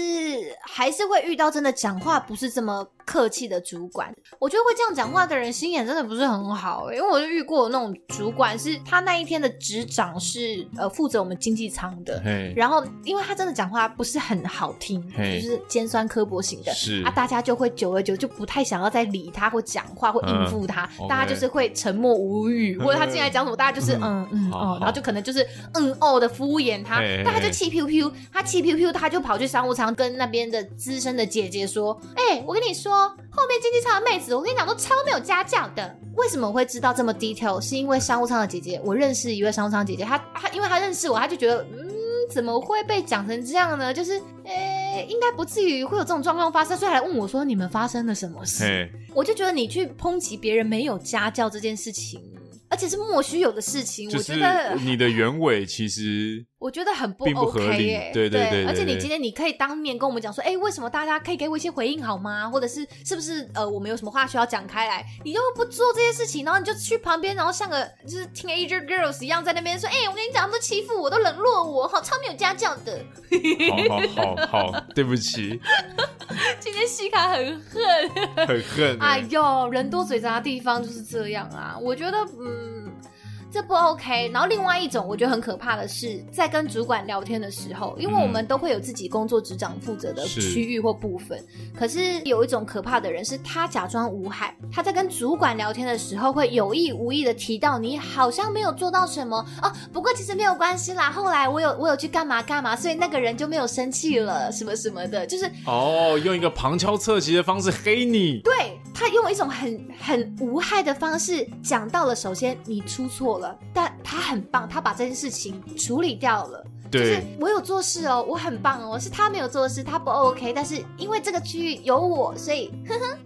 [SPEAKER 2] 还是会遇到真的讲话不是这么客气的主管。我觉得会这样讲话的人心眼真的不是很好、欸，因为我就遇过那种主管，是他那一天的职长是呃负责我们经济舱的，
[SPEAKER 3] 嘿，
[SPEAKER 2] 然后，因为他真的讲话不是很好听，
[SPEAKER 3] 嘿
[SPEAKER 2] 就是尖酸刻薄型的，
[SPEAKER 3] 是
[SPEAKER 2] 啊，大家就会久而久之就不太想要再理他或讲话或应付他，
[SPEAKER 3] 嗯
[SPEAKER 2] 大家
[SPEAKER 3] OK
[SPEAKER 2] 就是会沉默无语，或者他进来讲什么，大家就是嗯嗯
[SPEAKER 3] 好
[SPEAKER 2] 哦
[SPEAKER 3] 好，
[SPEAKER 2] 然后就可能就是嗯哦的敷衍他
[SPEAKER 3] 嘿嘿，
[SPEAKER 2] 但他就气 Q Q，他气 Q Q，他就跑去商务舱跟那边的资深的姐姐说，哎、我跟你说，后面经济舱的妹子，我跟你讲都超没有家教的。为什么我会知道这么 detail？是因为商务舱的姐姐，我认识一位商务舱姐姐，她她因为她认识我，她就觉得嗯，怎么会被讲成这样呢？就是诶。应该不至于会有这种状况发生，所以还问我说你们发生了什么事。
[SPEAKER 3] 嘿，
[SPEAKER 2] 我就觉得你去抨击别人没有家教这件事情，而且是莫须有的事情，
[SPEAKER 3] 就
[SPEAKER 2] 我
[SPEAKER 3] 是
[SPEAKER 2] 觉得
[SPEAKER 3] 你的原委其实
[SPEAKER 2] 我觉得很不
[SPEAKER 3] 并不
[SPEAKER 2] OK
[SPEAKER 3] 合理
[SPEAKER 2] 耶、
[SPEAKER 3] 对对对对
[SPEAKER 2] 而且你
[SPEAKER 3] 对
[SPEAKER 2] 今天你可以当面跟我们讲说，哎、为什么大家可以给我一些回应好吗？或者是是不是呃，我们有什么话需要讲开来？你又不做这些事情，然后你就去旁边，然后像个就是 teenager girls 一样在那边说，哎、我跟你讲，他们都欺负我，都冷落我，好超没有家教的。
[SPEAKER 3] 好好好好，对不起，
[SPEAKER 2] 今天西卡很恨，
[SPEAKER 3] 很 恨欸、
[SPEAKER 2] 哎呦，人多嘴杂的地方就是这样啊。我觉得，嗯，这不 OK。然后另外一种我觉得很可怕的是，在跟主管聊天的时候，因为我们都会有自己工作职掌负责的
[SPEAKER 3] 是
[SPEAKER 2] 区域或部分，可是有一种可怕的人是，他假装无害，他在跟主管聊天的时候会有意无意的提到你好像没有做到什么哦，不过其实没有关系啦。后来我有我有去干嘛干嘛，所以那个人就没有生气了，什么什么的，就是
[SPEAKER 3] 哦，用一个旁敲侧击的方式黑你，
[SPEAKER 2] 对他用一种很很无害的方式讲到了，首先你出错了，但他很棒，他把这件事情处理掉了。就是
[SPEAKER 3] 对，
[SPEAKER 2] 我有做事哦，我很棒哦，是他没有做事，他不 OK，但是因为这个区域有我，所以呵呵，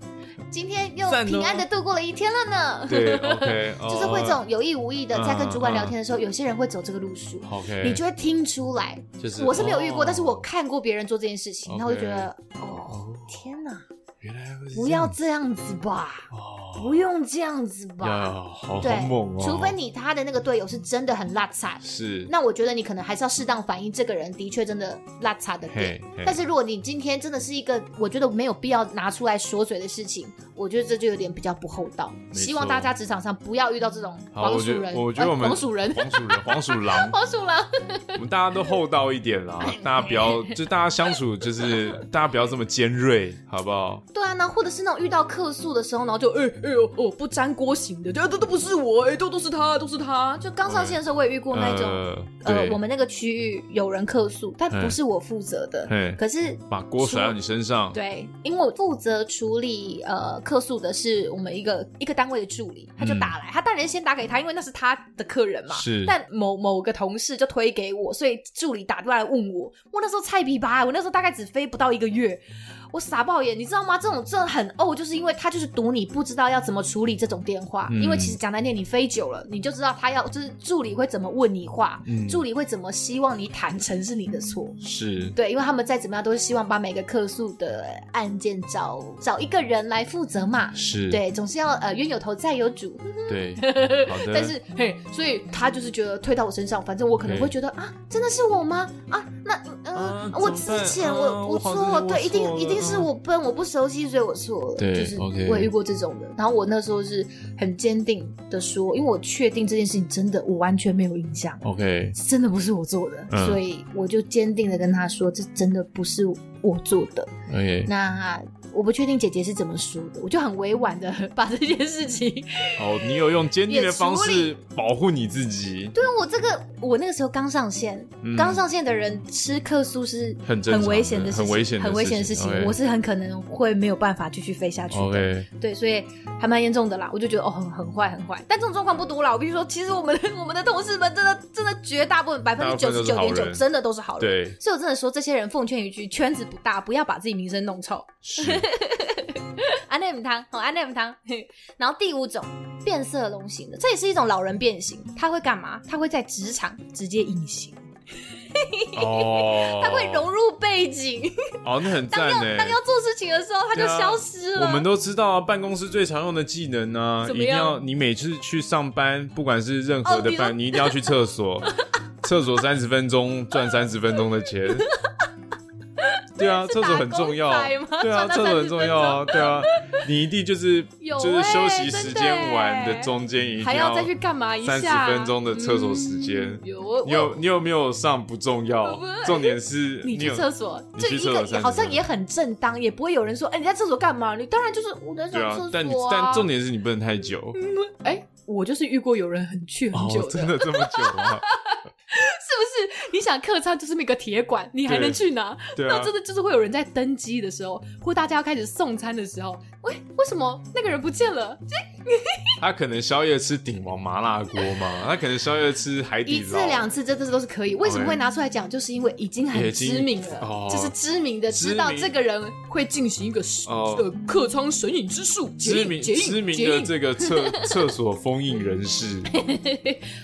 [SPEAKER 2] 今天又
[SPEAKER 3] 赞哦
[SPEAKER 2] 平安的度过了一天了呢。
[SPEAKER 3] 对，OK，
[SPEAKER 2] 就是会这种有意无意的在跟主管
[SPEAKER 3] 嗯嗯
[SPEAKER 2] 聊天的时候，有些人会走这个路数，
[SPEAKER 3] 哦，OK，
[SPEAKER 2] 你就会听出来。
[SPEAKER 3] 就是
[SPEAKER 2] 我是没有遇过，
[SPEAKER 3] 哦
[SPEAKER 2] 但是我看过别人做这件事情，然后我就觉得，哦
[SPEAKER 3] 哦，
[SPEAKER 2] 天哪，
[SPEAKER 3] 原来会是
[SPEAKER 2] 不
[SPEAKER 3] 这
[SPEAKER 2] 要
[SPEAKER 3] 样
[SPEAKER 2] 这样子吧。
[SPEAKER 3] 哦，
[SPEAKER 2] 不用这样子
[SPEAKER 3] 呀，
[SPEAKER 2] 吧？
[SPEAKER 3] 好
[SPEAKER 2] 对
[SPEAKER 3] 好，猛哦，
[SPEAKER 2] 除非你他的那个队友是真的很辣惨，
[SPEAKER 3] 是
[SPEAKER 2] 那我觉得你可能还是要适当反映这个人的确真的辣惨的点
[SPEAKER 3] 嘿。嘿
[SPEAKER 2] 但是如果你今天真的是一个我觉得没有必要拿出来说嘴的事情，我觉得这就有点比较不厚道。
[SPEAKER 3] 错
[SPEAKER 2] 希望大家职场上不要遇到这种
[SPEAKER 3] 好
[SPEAKER 2] 黄
[SPEAKER 3] 我
[SPEAKER 2] 鼠
[SPEAKER 3] 觉得
[SPEAKER 2] 人，
[SPEAKER 3] 我觉得
[SPEAKER 2] 呃
[SPEAKER 3] 我们
[SPEAKER 2] 黄鼠人，
[SPEAKER 3] 黄鼠人、黄鼠狼，
[SPEAKER 2] 黄鼠狼。
[SPEAKER 3] 我们大家都厚道一点 啦，大家不要就大家相处就是大家不要这么尖锐，好不好？
[SPEAKER 2] 对啊，那或者是那种遇到客诉的时候，然后就哎哎呦哦不沾锅型的，这都都不是我，哎都都是他，都是他。就刚上线的时候，我也遇过那种。
[SPEAKER 3] 呃，
[SPEAKER 2] 呃
[SPEAKER 3] 对，，
[SPEAKER 2] 我们那个区域有人客诉，但不
[SPEAKER 3] 嗯
[SPEAKER 2] 是我负责的。
[SPEAKER 3] 嗯
[SPEAKER 2] 可是
[SPEAKER 3] 把锅甩到你身上，
[SPEAKER 2] 对，因为我负责处理呃客诉的是我们一个一个单位的助
[SPEAKER 3] 嗯
[SPEAKER 2] 理，他就打来，他当然先打给他，因为那是他的客人嘛。
[SPEAKER 3] 是
[SPEAKER 2] 但某某个同事就推给我，所以助理打电话来问我，我那时候菜皮吧，我那时候大概只飞不到一个月，
[SPEAKER 3] 嗯
[SPEAKER 2] 我傻爆眼，你知道吗？这种真的很哦，就是因为他就是赌你不知道要怎么处理这种电话，
[SPEAKER 3] 嗯
[SPEAKER 2] 因为其实讲难听，你飞久了，你就知道他要就是助理会怎么问你话，
[SPEAKER 3] 嗯
[SPEAKER 2] 助理会怎么希望你坦诚是你的错。
[SPEAKER 3] 是
[SPEAKER 2] 对，因为他们再怎么样都是希望把每个客诉的案件找找一个人来负责嘛。
[SPEAKER 3] 是，
[SPEAKER 2] 对，总是要呃冤有头债有主，
[SPEAKER 3] 对，好 的，
[SPEAKER 2] 但是嘿，所以他就是觉得推到我身上，反正我可能
[SPEAKER 3] 嘿
[SPEAKER 2] 会觉得啊，真的是我吗？啊，那嗯、
[SPEAKER 3] 啊
[SPEAKER 2] 我
[SPEAKER 3] 怎么
[SPEAKER 2] 之
[SPEAKER 3] 办
[SPEAKER 2] 前我、
[SPEAKER 3] 啊
[SPEAKER 2] 我
[SPEAKER 3] 我
[SPEAKER 2] 错
[SPEAKER 3] 好
[SPEAKER 2] 了，
[SPEAKER 3] 像是
[SPEAKER 2] 对，一定
[SPEAKER 3] 我错了啊
[SPEAKER 2] 一定是我笨，我不熟悉，所以我错了。
[SPEAKER 3] 对
[SPEAKER 2] 就是
[SPEAKER 3] ，OK
[SPEAKER 2] 我也遇过这种的。然后我那时候是很坚定的说，因为我确定这件事情真的我完全没有印象。
[SPEAKER 3] OK，
[SPEAKER 2] 真的不是我做的，
[SPEAKER 3] 嗯
[SPEAKER 2] 所以我就坚定的跟他说，这真的不是我做的。
[SPEAKER 3] OK，
[SPEAKER 2] 那我不确定姐姐是怎么说的，我就很委婉的 把这件事情，
[SPEAKER 3] 好，哦你有用坚定
[SPEAKER 2] 也
[SPEAKER 3] 的
[SPEAKER 2] 处
[SPEAKER 3] 方
[SPEAKER 2] 理
[SPEAKER 3] 式保护你自己，
[SPEAKER 2] 对啊我这个我那个时候刚上线，
[SPEAKER 3] 嗯
[SPEAKER 2] 刚上线的人吃客诉是
[SPEAKER 3] 很正常
[SPEAKER 2] 很危险的事情，
[SPEAKER 3] 很危险的
[SPEAKER 2] 很危险的事
[SPEAKER 3] 事情
[SPEAKER 2] 情，
[SPEAKER 3] OK
[SPEAKER 2] 我是很可能会没有办法继续飞下去的。
[SPEAKER 3] ，OK，
[SPEAKER 2] 对，所以还蛮严重的啦。我就觉得哦，很很坏，很坏。但这种状况不多啦。我必须说，其实我们我们的同事们真的真的绝大部分百分
[SPEAKER 3] 大
[SPEAKER 2] 之
[SPEAKER 3] 部分
[SPEAKER 2] 九十
[SPEAKER 3] 都是
[SPEAKER 2] 九
[SPEAKER 3] 好
[SPEAKER 2] 点
[SPEAKER 3] 人
[SPEAKER 2] 九真的都是好人。
[SPEAKER 3] 对，
[SPEAKER 2] 所以我真的说，这些人奉劝一句：圈子不大，不要把自己名声弄臭。
[SPEAKER 3] 是
[SPEAKER 2] 安内姆汤，好，安内姆汤。 然后第五种，变色龙型的，这也是一种老人变形。他会干嘛？他会在职场直接隐形，
[SPEAKER 3] 哦，
[SPEAKER 2] 他会融入背 景。
[SPEAKER 3] 哦，那很
[SPEAKER 2] 当
[SPEAKER 3] 赞
[SPEAKER 2] 要
[SPEAKER 3] 呢
[SPEAKER 2] 当。要做事情的时候，他就
[SPEAKER 3] 对啊
[SPEAKER 2] 消失了。
[SPEAKER 3] 我们都知道啊，办公室最常用的技能呢、啊，
[SPEAKER 2] 怎
[SPEAKER 3] 一
[SPEAKER 2] 么
[SPEAKER 3] 定
[SPEAKER 2] 样
[SPEAKER 3] 要你每次去上班，不管是任何
[SPEAKER 2] 哦
[SPEAKER 3] 的
[SPEAKER 2] 你
[SPEAKER 3] 班，
[SPEAKER 2] 说
[SPEAKER 3] 你一定要去 厕所，厕所三十分钟赚三十分钟的钱。对啊，
[SPEAKER 2] 是
[SPEAKER 3] 厕所很重要
[SPEAKER 2] 打工仔吗。
[SPEAKER 3] 对啊，
[SPEAKER 2] 赚到
[SPEAKER 3] 厕所很重要啊。对啊，你一定就是
[SPEAKER 2] 有
[SPEAKER 3] 就是
[SPEAKER 2] 欸
[SPEAKER 3] 休息
[SPEAKER 2] 真
[SPEAKER 3] 时
[SPEAKER 2] 的欸
[SPEAKER 3] 间玩的中间一定
[SPEAKER 2] 还要再去干嘛一下？
[SPEAKER 3] 三十分钟的厕所时间
[SPEAKER 2] 嗯。有我
[SPEAKER 3] 你有你有没有上不重要
[SPEAKER 2] 我不，
[SPEAKER 3] 重点是
[SPEAKER 2] 你去
[SPEAKER 3] 有
[SPEAKER 2] 厕所，
[SPEAKER 3] 你
[SPEAKER 2] 这
[SPEAKER 3] 去
[SPEAKER 2] 一
[SPEAKER 3] 厕所
[SPEAKER 2] 个
[SPEAKER 3] 30
[SPEAKER 2] 好像也很正当，也不会有人说，哎、你在厕所干嘛？你当然就是我在上
[SPEAKER 3] 对
[SPEAKER 2] 厕所
[SPEAKER 3] 啊
[SPEAKER 2] 啊。，嗯
[SPEAKER 3] 但你但重点是你不能太久
[SPEAKER 2] 哎、我就是遇过有人很去很久
[SPEAKER 3] 哦，
[SPEAKER 2] 的，
[SPEAKER 3] 真的这么久啊？
[SPEAKER 2] 是不是？就是 你想客舱就是那个铁管，你还能去哪？
[SPEAKER 3] 对啊
[SPEAKER 2] 那真的就是会有人在登机的时候，或大家要开始送餐的时候，喂，为什么那个人不见了？
[SPEAKER 3] 他可能宵夜吃鼎王麻辣锅嘛，他可能宵夜吃海底
[SPEAKER 2] 一
[SPEAKER 3] 捞，
[SPEAKER 2] 次两次，这这都是可以。为什么会拿出来讲？就是因为已经很知名了，
[SPEAKER 3] 哦
[SPEAKER 2] 就是知名的，知
[SPEAKER 3] 知名
[SPEAKER 2] 道这个人会进行一个是
[SPEAKER 3] 哦
[SPEAKER 2] 呃客舱神隐之术，
[SPEAKER 3] 知名
[SPEAKER 2] 结印
[SPEAKER 3] 知名
[SPEAKER 2] 结印
[SPEAKER 3] 的这个厕厕所封印 人士，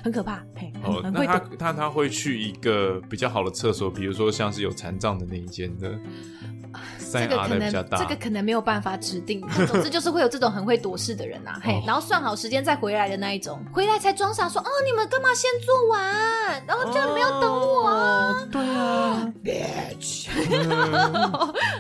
[SPEAKER 2] 很可怕，嘿，很
[SPEAKER 3] 哦，
[SPEAKER 2] 很
[SPEAKER 3] 那
[SPEAKER 2] 会
[SPEAKER 3] 他
[SPEAKER 2] 懂。
[SPEAKER 3] 他他会去一个比较好的厕所，比如说像是有残障的那一间的，
[SPEAKER 2] 啊这
[SPEAKER 3] 三
[SPEAKER 2] 个
[SPEAKER 3] R
[SPEAKER 2] 可
[SPEAKER 3] 的比
[SPEAKER 2] 能
[SPEAKER 3] 较大，
[SPEAKER 2] 这个可能没有办法指定，但总之就是会有这种很会躲事的人呐、 啊，嘿
[SPEAKER 3] 哦，
[SPEAKER 2] 然后算好时间再回来的那一种，回来才装傻说哦，你们干嘛先做完，然后叫你们要等我啊，
[SPEAKER 3] 哦，对啊，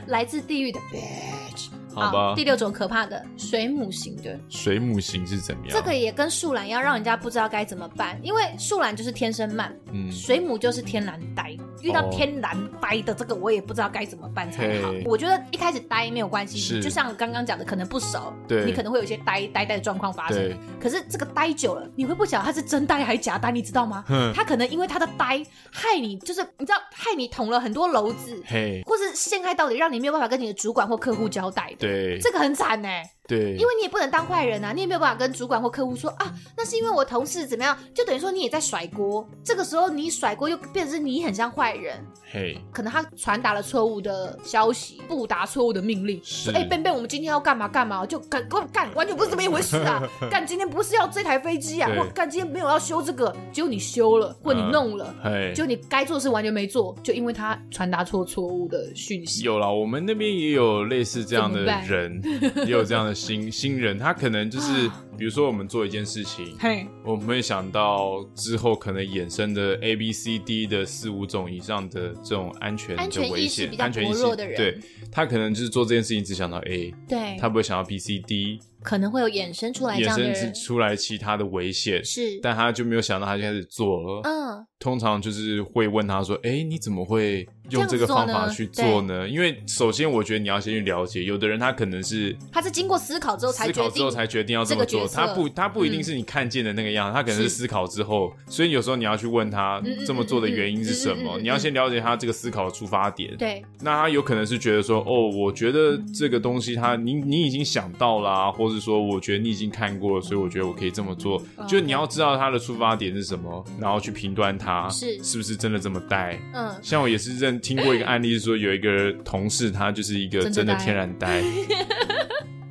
[SPEAKER 2] 来自地狱的 bitch。
[SPEAKER 3] 嗯好吧
[SPEAKER 2] 第，六种可怕的水母型的，
[SPEAKER 3] 水母型是怎么样？
[SPEAKER 2] 这个也跟树懒一样，让人家不知道该怎么办，因为树懒就是天生慢，
[SPEAKER 3] 嗯哦
[SPEAKER 2] 水母就是天然呆，遇到天然呆的这个，我也不知道该怎么办才好
[SPEAKER 3] 嘿。
[SPEAKER 2] 我觉得一开始呆没有关系，
[SPEAKER 3] 是
[SPEAKER 2] 就像刚刚讲的，可能不熟，
[SPEAKER 3] 对
[SPEAKER 2] 你可能会有一些呆呆呆的状况发生
[SPEAKER 3] 对。
[SPEAKER 2] 可是这个呆久了，你会不晓得他是真呆还是假呆，你知道吗
[SPEAKER 3] 哼？
[SPEAKER 2] 他可能因为他的呆，害你就是你知道，害你捅了很多篓子，
[SPEAKER 3] 嘿，
[SPEAKER 2] 或是陷害到底，让你没有办法跟你的主管或客户交代的。
[SPEAKER 3] 对
[SPEAKER 2] 这个很惨呢、
[SPEAKER 3] 对，
[SPEAKER 2] 因为你也不能当坏人啊，你也没有办法跟主管或客户说啊，那是因为我同事怎么样，就等于说你也在甩锅。这个时候你甩锅又变成是你很像坏人，
[SPEAKER 3] 嘿，
[SPEAKER 2] 可能他传达了错误的消息，不达错误的命令，
[SPEAKER 3] 是
[SPEAKER 2] 说哎，笨笨，我们今天要干嘛干嘛，就干干干，完全不是这么一回事 啊！干今天不是要这台飞机啊，
[SPEAKER 3] 对
[SPEAKER 2] 或干今天没有要修这个，结果你修了或你
[SPEAKER 3] 嗯
[SPEAKER 2] 弄了，
[SPEAKER 3] 嘿，
[SPEAKER 2] 结果你该做的事完全没做，就因为他传达错错误的讯息。
[SPEAKER 3] 有啦，我们那边也有类似这样的
[SPEAKER 2] 怎么办啊
[SPEAKER 3] 人， 也有这样的新新人，他可能就是，比如说我们做一件事情，
[SPEAKER 2] 嘿，
[SPEAKER 3] 我们会想到之后可能衍生的 A、B、C、D 的四五种以上的这种安全
[SPEAKER 2] 安全
[SPEAKER 3] 的危
[SPEAKER 2] 意识
[SPEAKER 3] 险
[SPEAKER 2] 比，较
[SPEAKER 3] 安全意
[SPEAKER 2] 薄
[SPEAKER 3] 识
[SPEAKER 2] 弱的人
[SPEAKER 3] 对他可能就是做这件事情只想到 A，
[SPEAKER 2] 对，
[SPEAKER 3] 他不会想到 B、C、D，
[SPEAKER 2] 可能会有衍生出来这
[SPEAKER 3] 衍
[SPEAKER 2] 样的
[SPEAKER 3] 生
[SPEAKER 2] 人
[SPEAKER 3] 之，出来其他的危险，
[SPEAKER 2] 是，
[SPEAKER 3] 但他就没有想到他就开始做了。
[SPEAKER 2] 嗯，
[SPEAKER 3] 通常就是会问他说：“哎、你怎么会用这个方法去做呢？”因为首先，我觉得你要先去了解，有的人他可能是
[SPEAKER 2] 他是经过思考之后才
[SPEAKER 3] 思
[SPEAKER 2] 决
[SPEAKER 3] 考之后
[SPEAKER 2] 定，
[SPEAKER 3] 才决定要这么
[SPEAKER 2] 这
[SPEAKER 3] 做，
[SPEAKER 2] 个角色嗯
[SPEAKER 3] 他不他不一定是你看见的那个样，他可能是
[SPEAKER 2] 是
[SPEAKER 3] 思考之后，所以有时候你要去问他
[SPEAKER 2] 嗯嗯
[SPEAKER 3] 这么做的原因是
[SPEAKER 2] 嗯
[SPEAKER 3] 什
[SPEAKER 2] 嗯嗯
[SPEAKER 3] 么，
[SPEAKER 2] 嗯嗯
[SPEAKER 3] 你要先了解他这个思考的出发点。
[SPEAKER 2] 对，
[SPEAKER 3] 那他有可能是觉得说：“哦，我觉得这个东西他你你已经想到啦、或是说我觉得你已经看过了，所以我觉得我可以这么做。”就你要知道他的出发点是什么，然后去评断他
[SPEAKER 2] 是
[SPEAKER 3] 是不是真的这么呆。
[SPEAKER 2] 嗯，
[SPEAKER 3] 像我也是认听过一个案例，是说有一个同事，他就是一个
[SPEAKER 2] 真
[SPEAKER 3] 真
[SPEAKER 2] 的
[SPEAKER 3] 的
[SPEAKER 2] 呆
[SPEAKER 3] 天然呆，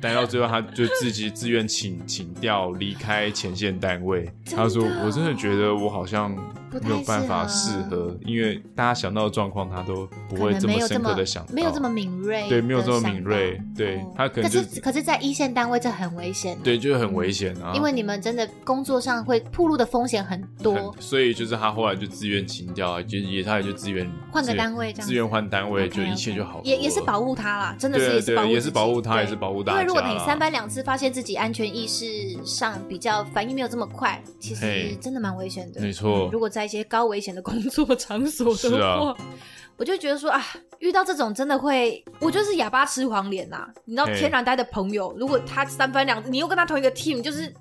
[SPEAKER 3] 呆到最后他就自己自愿请请调离开前线单位。
[SPEAKER 2] 真的
[SPEAKER 3] 他说：“我真的觉得我好像
[SPEAKER 2] 不太
[SPEAKER 3] 没有办法
[SPEAKER 2] 适
[SPEAKER 3] 适
[SPEAKER 2] 合
[SPEAKER 3] 合，因为大家想到的状况，他都不
[SPEAKER 2] 可
[SPEAKER 3] 会
[SPEAKER 2] 能
[SPEAKER 3] 这
[SPEAKER 2] 没
[SPEAKER 3] 么
[SPEAKER 2] 有这
[SPEAKER 3] 深刻
[SPEAKER 2] 么
[SPEAKER 3] 的想到，
[SPEAKER 2] 没有这么敏锐，
[SPEAKER 3] 对，没有这么敏锐，对
[SPEAKER 2] 哦
[SPEAKER 3] 他可
[SPEAKER 2] 可
[SPEAKER 3] 能就是
[SPEAKER 2] 可是，在一线单位这很危险，
[SPEAKER 3] 对，就很危险啊。”
[SPEAKER 2] 因为你们真的工作上会暴露的风险很多
[SPEAKER 3] 很，所以就是他后来就自愿请调啊，就也他也就自愿
[SPEAKER 2] 换个
[SPEAKER 3] 自愿
[SPEAKER 2] 单位这样子
[SPEAKER 3] 自愿换单位
[SPEAKER 2] OK，
[SPEAKER 3] 就一切就好多了
[SPEAKER 2] 也也是保护他啦，真的是
[SPEAKER 3] 对
[SPEAKER 2] 也是保护自
[SPEAKER 3] 对，
[SPEAKER 2] 己，
[SPEAKER 3] 也是保护他，
[SPEAKER 2] 对
[SPEAKER 3] 也是保护大
[SPEAKER 2] 因
[SPEAKER 3] 家啦。啊
[SPEAKER 2] 为如果你三番两次发现自己安全意识上比较反应没有这么快，其实
[SPEAKER 3] 嘿
[SPEAKER 2] 真的蛮危险的。
[SPEAKER 3] 没错
[SPEAKER 2] 如果在一些高危险的工作场所
[SPEAKER 3] 是
[SPEAKER 2] 的
[SPEAKER 3] 啊
[SPEAKER 2] 话， 我就觉得说啊，遇到这种真的会，我就是哑巴吃黄连呐、你知道，
[SPEAKER 3] 嘿
[SPEAKER 2] 天然呆的朋友，如果他三番两次，你又跟他同一个 team，就是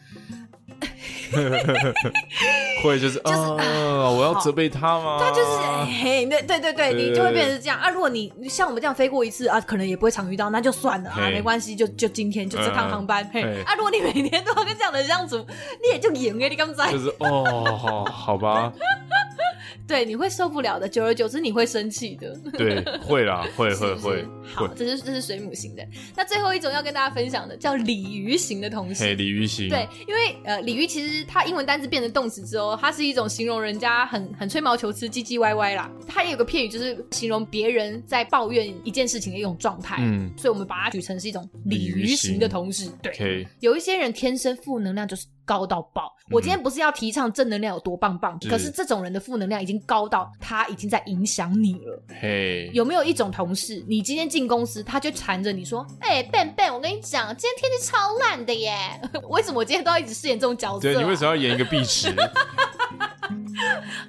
[SPEAKER 3] 会就是啊，我要责备他吗？
[SPEAKER 2] 他啊就是、
[SPEAKER 3] 啊
[SPEAKER 2] 嘿，对对对对，
[SPEAKER 3] 对
[SPEAKER 2] 你就会变成是这样啊。如果你像我们这样飞过一次啊，可能也不会常遇到，那就算了啊，
[SPEAKER 3] 嘿嗯
[SPEAKER 2] 没关系，就就今天就这趟航班、嘿
[SPEAKER 3] 嘿
[SPEAKER 2] 啊。如果你每天都要跟这样的人相处，你也就赢了，你刚才
[SPEAKER 3] 就是哦，好好吧，
[SPEAKER 2] 对，你会受不了的，久而久之你会生气的。
[SPEAKER 3] 对，会啦，会会
[SPEAKER 2] 是不
[SPEAKER 3] 会
[SPEAKER 2] 是好，
[SPEAKER 3] 会。
[SPEAKER 2] 这是这是水母型的。那最后一种要跟大家分享的叫鲤鱼型的同
[SPEAKER 3] 嘿，
[SPEAKER 2] 事。
[SPEAKER 3] 李玉兴，
[SPEAKER 2] 对，因为呃，鲤鱼其实它英文单字变成动词之后，它是一种形容人家很很吹毛求疵、唧唧歪歪啦。它也有个片语，就是形容别人在抱怨一件事情的一种状态。
[SPEAKER 3] 嗯
[SPEAKER 2] 所以我们把它举成是一种鲤
[SPEAKER 3] 鲤鱼
[SPEAKER 2] 鱼型
[SPEAKER 3] 型
[SPEAKER 2] 的同事。对，
[SPEAKER 3] ，OK，
[SPEAKER 2] 有一些人天生负能量就是高到爆。我今天不是要提倡正能量有多棒棒，
[SPEAKER 3] 嗯是
[SPEAKER 2] 可是这种人的负能量已经高到他已经在影响你了。
[SPEAKER 3] 嘿，
[SPEAKER 2] 有没有一种同事，你今天进公司，他就缠着你说：“
[SPEAKER 4] 哎、笨笨，我跟你讲，今天天气超烂的耶。
[SPEAKER 2] 为什么我今天都要一直饰演这种角色、啊？”
[SPEAKER 3] 对你为什么要演一个碧池？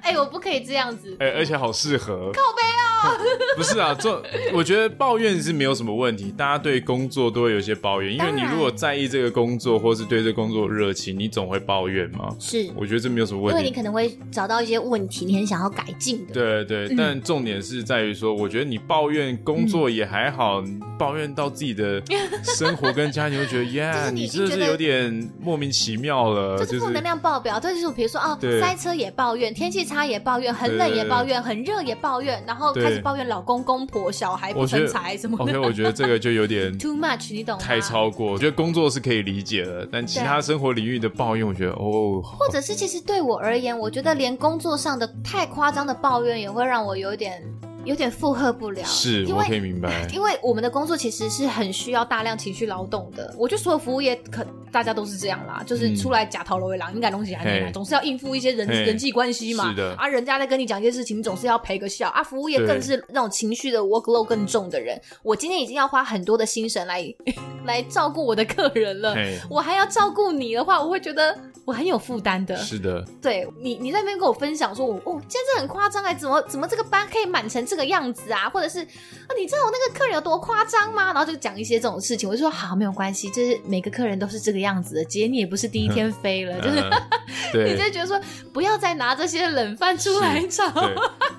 [SPEAKER 2] 哎、我不可以这样子。
[SPEAKER 3] 哎、而且好适合。靠背啊！ 不是啊，这我觉得抱怨是没有什么问题，大家对工作都会有一些抱怨，因为
[SPEAKER 1] 当
[SPEAKER 3] 你
[SPEAKER 1] 然
[SPEAKER 3] 如果在意这个工作，或是对这个工作有热情，你总会抱怨嘛。
[SPEAKER 2] 是，
[SPEAKER 3] 我觉得这没有什么
[SPEAKER 2] 因为
[SPEAKER 3] 问
[SPEAKER 2] 你
[SPEAKER 3] 题。
[SPEAKER 2] 可能会找到一些问题，你很想要改进的。
[SPEAKER 3] 对对，
[SPEAKER 1] 嗯
[SPEAKER 3] 但重点是在于说，我觉得你抱怨工作也还好，你抱怨到自 己的生活跟家庭，会觉得
[SPEAKER 2] 就是
[SPEAKER 3] 呀，
[SPEAKER 2] 你
[SPEAKER 3] 你
[SPEAKER 2] 已经
[SPEAKER 3] 这
[SPEAKER 2] 觉
[SPEAKER 3] 是
[SPEAKER 2] 得
[SPEAKER 3] 有点莫名其妙了，
[SPEAKER 2] 就
[SPEAKER 3] 就是
[SPEAKER 2] 负能量爆表，但是比如说哦，
[SPEAKER 3] 对
[SPEAKER 2] 塞车也抱怨，天气差也抱怨，很冷也抱怨，很热也抱怨，然后开始
[SPEAKER 3] 对
[SPEAKER 2] 抱怨老公、公婆、小孩不
[SPEAKER 3] 我觉
[SPEAKER 2] 成
[SPEAKER 3] 得
[SPEAKER 2] 才什么的
[SPEAKER 3] OK，我觉得这个就 有点
[SPEAKER 2] ，too much，你懂吗？
[SPEAKER 3] 太超过。我觉得工作是可以理解的，但其他生活领域的抱怨，我觉得哦，
[SPEAKER 2] 或者是其实对我而言，我觉得连工作上的太夸张的抱怨也会让我有点有点负荷不了，
[SPEAKER 3] 是
[SPEAKER 2] 因
[SPEAKER 3] 我可
[SPEAKER 2] 为。
[SPEAKER 3] 以
[SPEAKER 2] 。
[SPEAKER 3] 明白
[SPEAKER 2] 因为我们的工作其实是很需要大量情绪劳动的，我觉得所有服务业可大家都是这样啦，就是
[SPEAKER 3] 嗯
[SPEAKER 1] 出
[SPEAKER 2] 出来假逃楼为狼，你敢东西还没来，
[SPEAKER 3] 嘿
[SPEAKER 2] 总是要应付一些人
[SPEAKER 3] 嘿
[SPEAKER 2] 人际关系嘛。
[SPEAKER 3] 是的
[SPEAKER 2] 啊，人家在跟你讲一些事情，你总是要陪个笑啊。服务业
[SPEAKER 3] 对
[SPEAKER 2] 更是那种情绪的 workload 更重的人，我今天已经要花很多的心神来 来照顾我的客人了，
[SPEAKER 3] 哎，
[SPEAKER 2] 我还要照顾你的话，我会觉得我很有负担的。
[SPEAKER 3] 是的，
[SPEAKER 2] 对你，你在那边跟我分享说，我哦，今天这很夸张哎，怎么怎么这个班可以满成这个样子啊？或者是啊，你知道我那个客人有多夸张吗？然后就讲一些这种事情，我就说好，没有关系，就是每个客人都是这个样子的。姐，你也不是第一天飞了， 就是
[SPEAKER 3] 嗯
[SPEAKER 2] 你
[SPEAKER 3] 对
[SPEAKER 2] 就觉得说，不要再拿这些冷饭出来炒，
[SPEAKER 3] 对。啊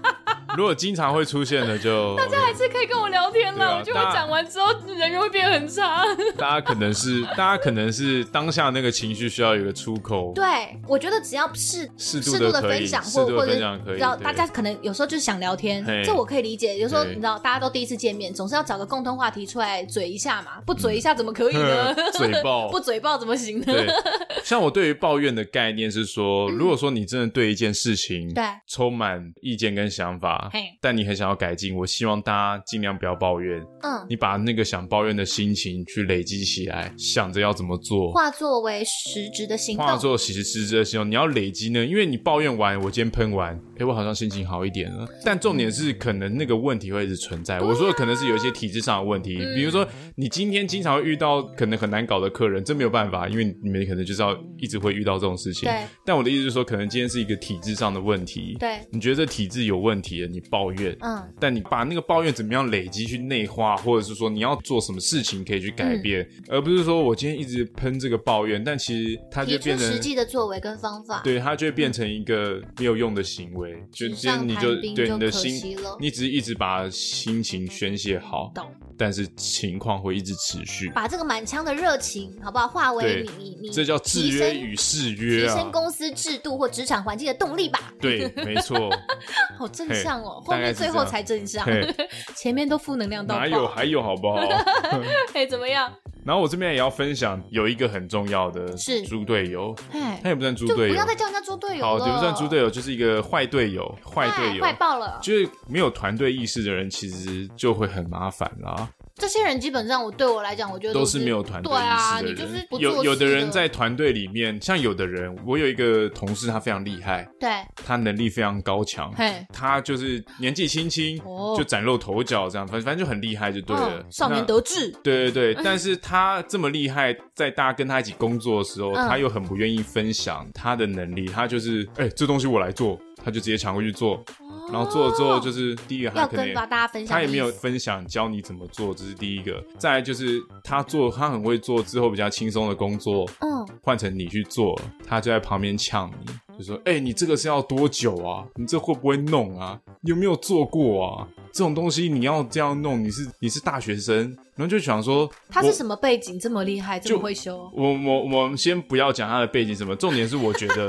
[SPEAKER 3] 如果经常会出现的，就大家
[SPEAKER 2] 还是可以跟我聊天
[SPEAKER 3] 对
[SPEAKER 2] 了。
[SPEAKER 3] 啊
[SPEAKER 2] 我觉得
[SPEAKER 3] 大
[SPEAKER 2] 我讲完之后，人缘会变很差。
[SPEAKER 3] 大家可能是大家可能是当下那个情绪需要有一个出口，
[SPEAKER 2] 对，我觉得只要是
[SPEAKER 3] 适
[SPEAKER 2] 适
[SPEAKER 3] 度
[SPEAKER 2] 度
[SPEAKER 3] 的
[SPEAKER 2] 的
[SPEAKER 3] 可
[SPEAKER 2] 分
[SPEAKER 3] 以，
[SPEAKER 2] 享，
[SPEAKER 3] 适
[SPEAKER 2] 或
[SPEAKER 3] 度
[SPEAKER 2] 或
[SPEAKER 3] 的
[SPEAKER 2] 者
[SPEAKER 3] 分享可以，
[SPEAKER 2] 让
[SPEAKER 3] 对
[SPEAKER 2] 大家可能有时候就是想聊天
[SPEAKER 3] 嘿，
[SPEAKER 2] 这我可以理解。有时候
[SPEAKER 3] 对
[SPEAKER 2] 你知道，大家都第一次见面，总是要找个共通话题出来嘴一下嘛，不嘴一下怎么可以 呢？
[SPEAKER 3] 嘴 爆
[SPEAKER 2] 不嘴爆怎么行呢？
[SPEAKER 3] 嗯哦对，像我对于抱怨的概念是说，如果说你真的对一件事情
[SPEAKER 2] 嗯对
[SPEAKER 3] 充满意见跟想法
[SPEAKER 1] 嘿，
[SPEAKER 3] 但你很想要改进，我希望大家尽量不要抱怨，
[SPEAKER 2] 嗯，
[SPEAKER 3] 你把那个想抱怨的心情去累积起来，想着要怎么做。
[SPEAKER 2] 化作为实质的行
[SPEAKER 3] 化
[SPEAKER 2] 动。
[SPEAKER 3] 作其实实质的行动，哦你要累积呢，因为你抱怨完，我今天喷完，哎，我好像心情好一点了。但重点是，可能那个问题会一直存在。我说的可能是有一些体制上的问题，
[SPEAKER 2] 啊
[SPEAKER 3] 比如说你今天经常会遇到可能很难搞的客人，这没有办法，因为你们可能就是要一直会遇到这种事情
[SPEAKER 2] 对。
[SPEAKER 3] 但我的意思是说，可能今天是一个体制上的问题，
[SPEAKER 2] 对，
[SPEAKER 3] 你觉得这体制有问题了，你抱怨，
[SPEAKER 2] 嗯，
[SPEAKER 3] 但你把那个抱怨怎么样累积去内化，或者是说你要做什么事情可以去改变，而不是说我今天一直喷这个抱怨，但其实它
[SPEAKER 2] 提
[SPEAKER 3] 就
[SPEAKER 2] 出
[SPEAKER 3] 变
[SPEAKER 2] 实
[SPEAKER 3] 成。
[SPEAKER 2] 际的作为跟方法。
[SPEAKER 3] 对，它就会变成一个没有用的行为，就
[SPEAKER 2] 纸
[SPEAKER 3] 今天
[SPEAKER 2] 上
[SPEAKER 3] 你
[SPEAKER 2] 谈
[SPEAKER 3] 就
[SPEAKER 2] 兵
[SPEAKER 3] 对
[SPEAKER 2] 就
[SPEAKER 3] 你的
[SPEAKER 2] 可惜
[SPEAKER 3] 心
[SPEAKER 2] 了，
[SPEAKER 3] 你只是一直把心情宣泄好
[SPEAKER 1] 懂，
[SPEAKER 3] 但是情况会一直持续，
[SPEAKER 2] 把这个满腔的热情，好不好？化为
[SPEAKER 3] 对
[SPEAKER 2] 你你你，
[SPEAKER 3] 这叫制
[SPEAKER 2] 提
[SPEAKER 3] 约
[SPEAKER 2] 升
[SPEAKER 3] 与誓
[SPEAKER 2] 提
[SPEAKER 3] 约啊
[SPEAKER 2] 升。公司制度或职场环境的动力吧。
[SPEAKER 3] 对，没 错，
[SPEAKER 2] 好正向哦，
[SPEAKER 3] 嘿
[SPEAKER 2] 后
[SPEAKER 3] 大概
[SPEAKER 2] 面
[SPEAKER 3] 是
[SPEAKER 2] 最
[SPEAKER 3] 这
[SPEAKER 2] 后
[SPEAKER 3] 样
[SPEAKER 2] 才正向
[SPEAKER 3] 嘿，
[SPEAKER 2] 前面都负能量到
[SPEAKER 3] 哪
[SPEAKER 2] 爆。
[SPEAKER 3] 有啊还有好 不好？
[SPEAKER 2] 嘿，怎么样？
[SPEAKER 3] 然后我这边也要分享有一个很重要的
[SPEAKER 2] 是
[SPEAKER 3] 猪队友，
[SPEAKER 2] 哎
[SPEAKER 3] 他，也不算猪
[SPEAKER 2] 就
[SPEAKER 3] 队
[SPEAKER 2] 不
[SPEAKER 3] 友
[SPEAKER 2] 要，再叫人家猪队友
[SPEAKER 3] 好，
[SPEAKER 2] 了。
[SPEAKER 3] 也不算猪队友，就是一个坏队友，坏
[SPEAKER 2] 哎
[SPEAKER 3] 队友，
[SPEAKER 2] 坏爆了。
[SPEAKER 3] 就是没有团队意识的人，其实就会很麻烦啦。
[SPEAKER 2] 这些人基本上我对我来讲，我觉得
[SPEAKER 3] 都
[SPEAKER 2] 是
[SPEAKER 3] 是没有团队
[SPEAKER 2] 对啊，
[SPEAKER 3] 意
[SPEAKER 2] 你
[SPEAKER 3] 识
[SPEAKER 2] 就
[SPEAKER 3] 的
[SPEAKER 2] 是
[SPEAKER 3] 人
[SPEAKER 2] 不，做
[SPEAKER 3] 有有的
[SPEAKER 2] 事
[SPEAKER 3] 人在团队里面，像有的人，我有一个同事，他非常厉害，
[SPEAKER 2] 对，
[SPEAKER 3] 他能力非常高强，
[SPEAKER 1] 嘿，
[SPEAKER 3] 他就是年纪轻轻
[SPEAKER 1] 哦
[SPEAKER 3] 就崭露头角，这样，反反正就很厉害就对了
[SPEAKER 2] 嗯，。少年
[SPEAKER 3] 那
[SPEAKER 2] 得志，
[SPEAKER 3] 对
[SPEAKER 2] 嗯
[SPEAKER 3] 对对，但是他这么厉害，在大家跟他一起工作的时候，
[SPEAKER 2] 嗯
[SPEAKER 3] 他又很不愿意分享他的能力，他就是哎、这东西我来做，他就直接抢过去做，然后做了之后就是第一个他
[SPEAKER 2] 哦要
[SPEAKER 3] 可能
[SPEAKER 2] 跟
[SPEAKER 3] 也
[SPEAKER 2] 吧大家分享。
[SPEAKER 3] 他也没有，分享教你怎么做，这是第一个。再来就是他做他很会做之后比较轻松的工作，
[SPEAKER 2] 嗯，
[SPEAKER 3] 换成你去做，他就在旁边呛你，就说：“哎、你这个是要多久啊？你这会不会弄啊？你有没有做过啊？这种东西你要这样弄，你是你是大学生，然后就想说
[SPEAKER 1] 他是
[SPEAKER 3] 我
[SPEAKER 1] 什么背景这么厉害，这么会修？
[SPEAKER 3] 我我我们先不要讲他的背景什么，重点是我觉得，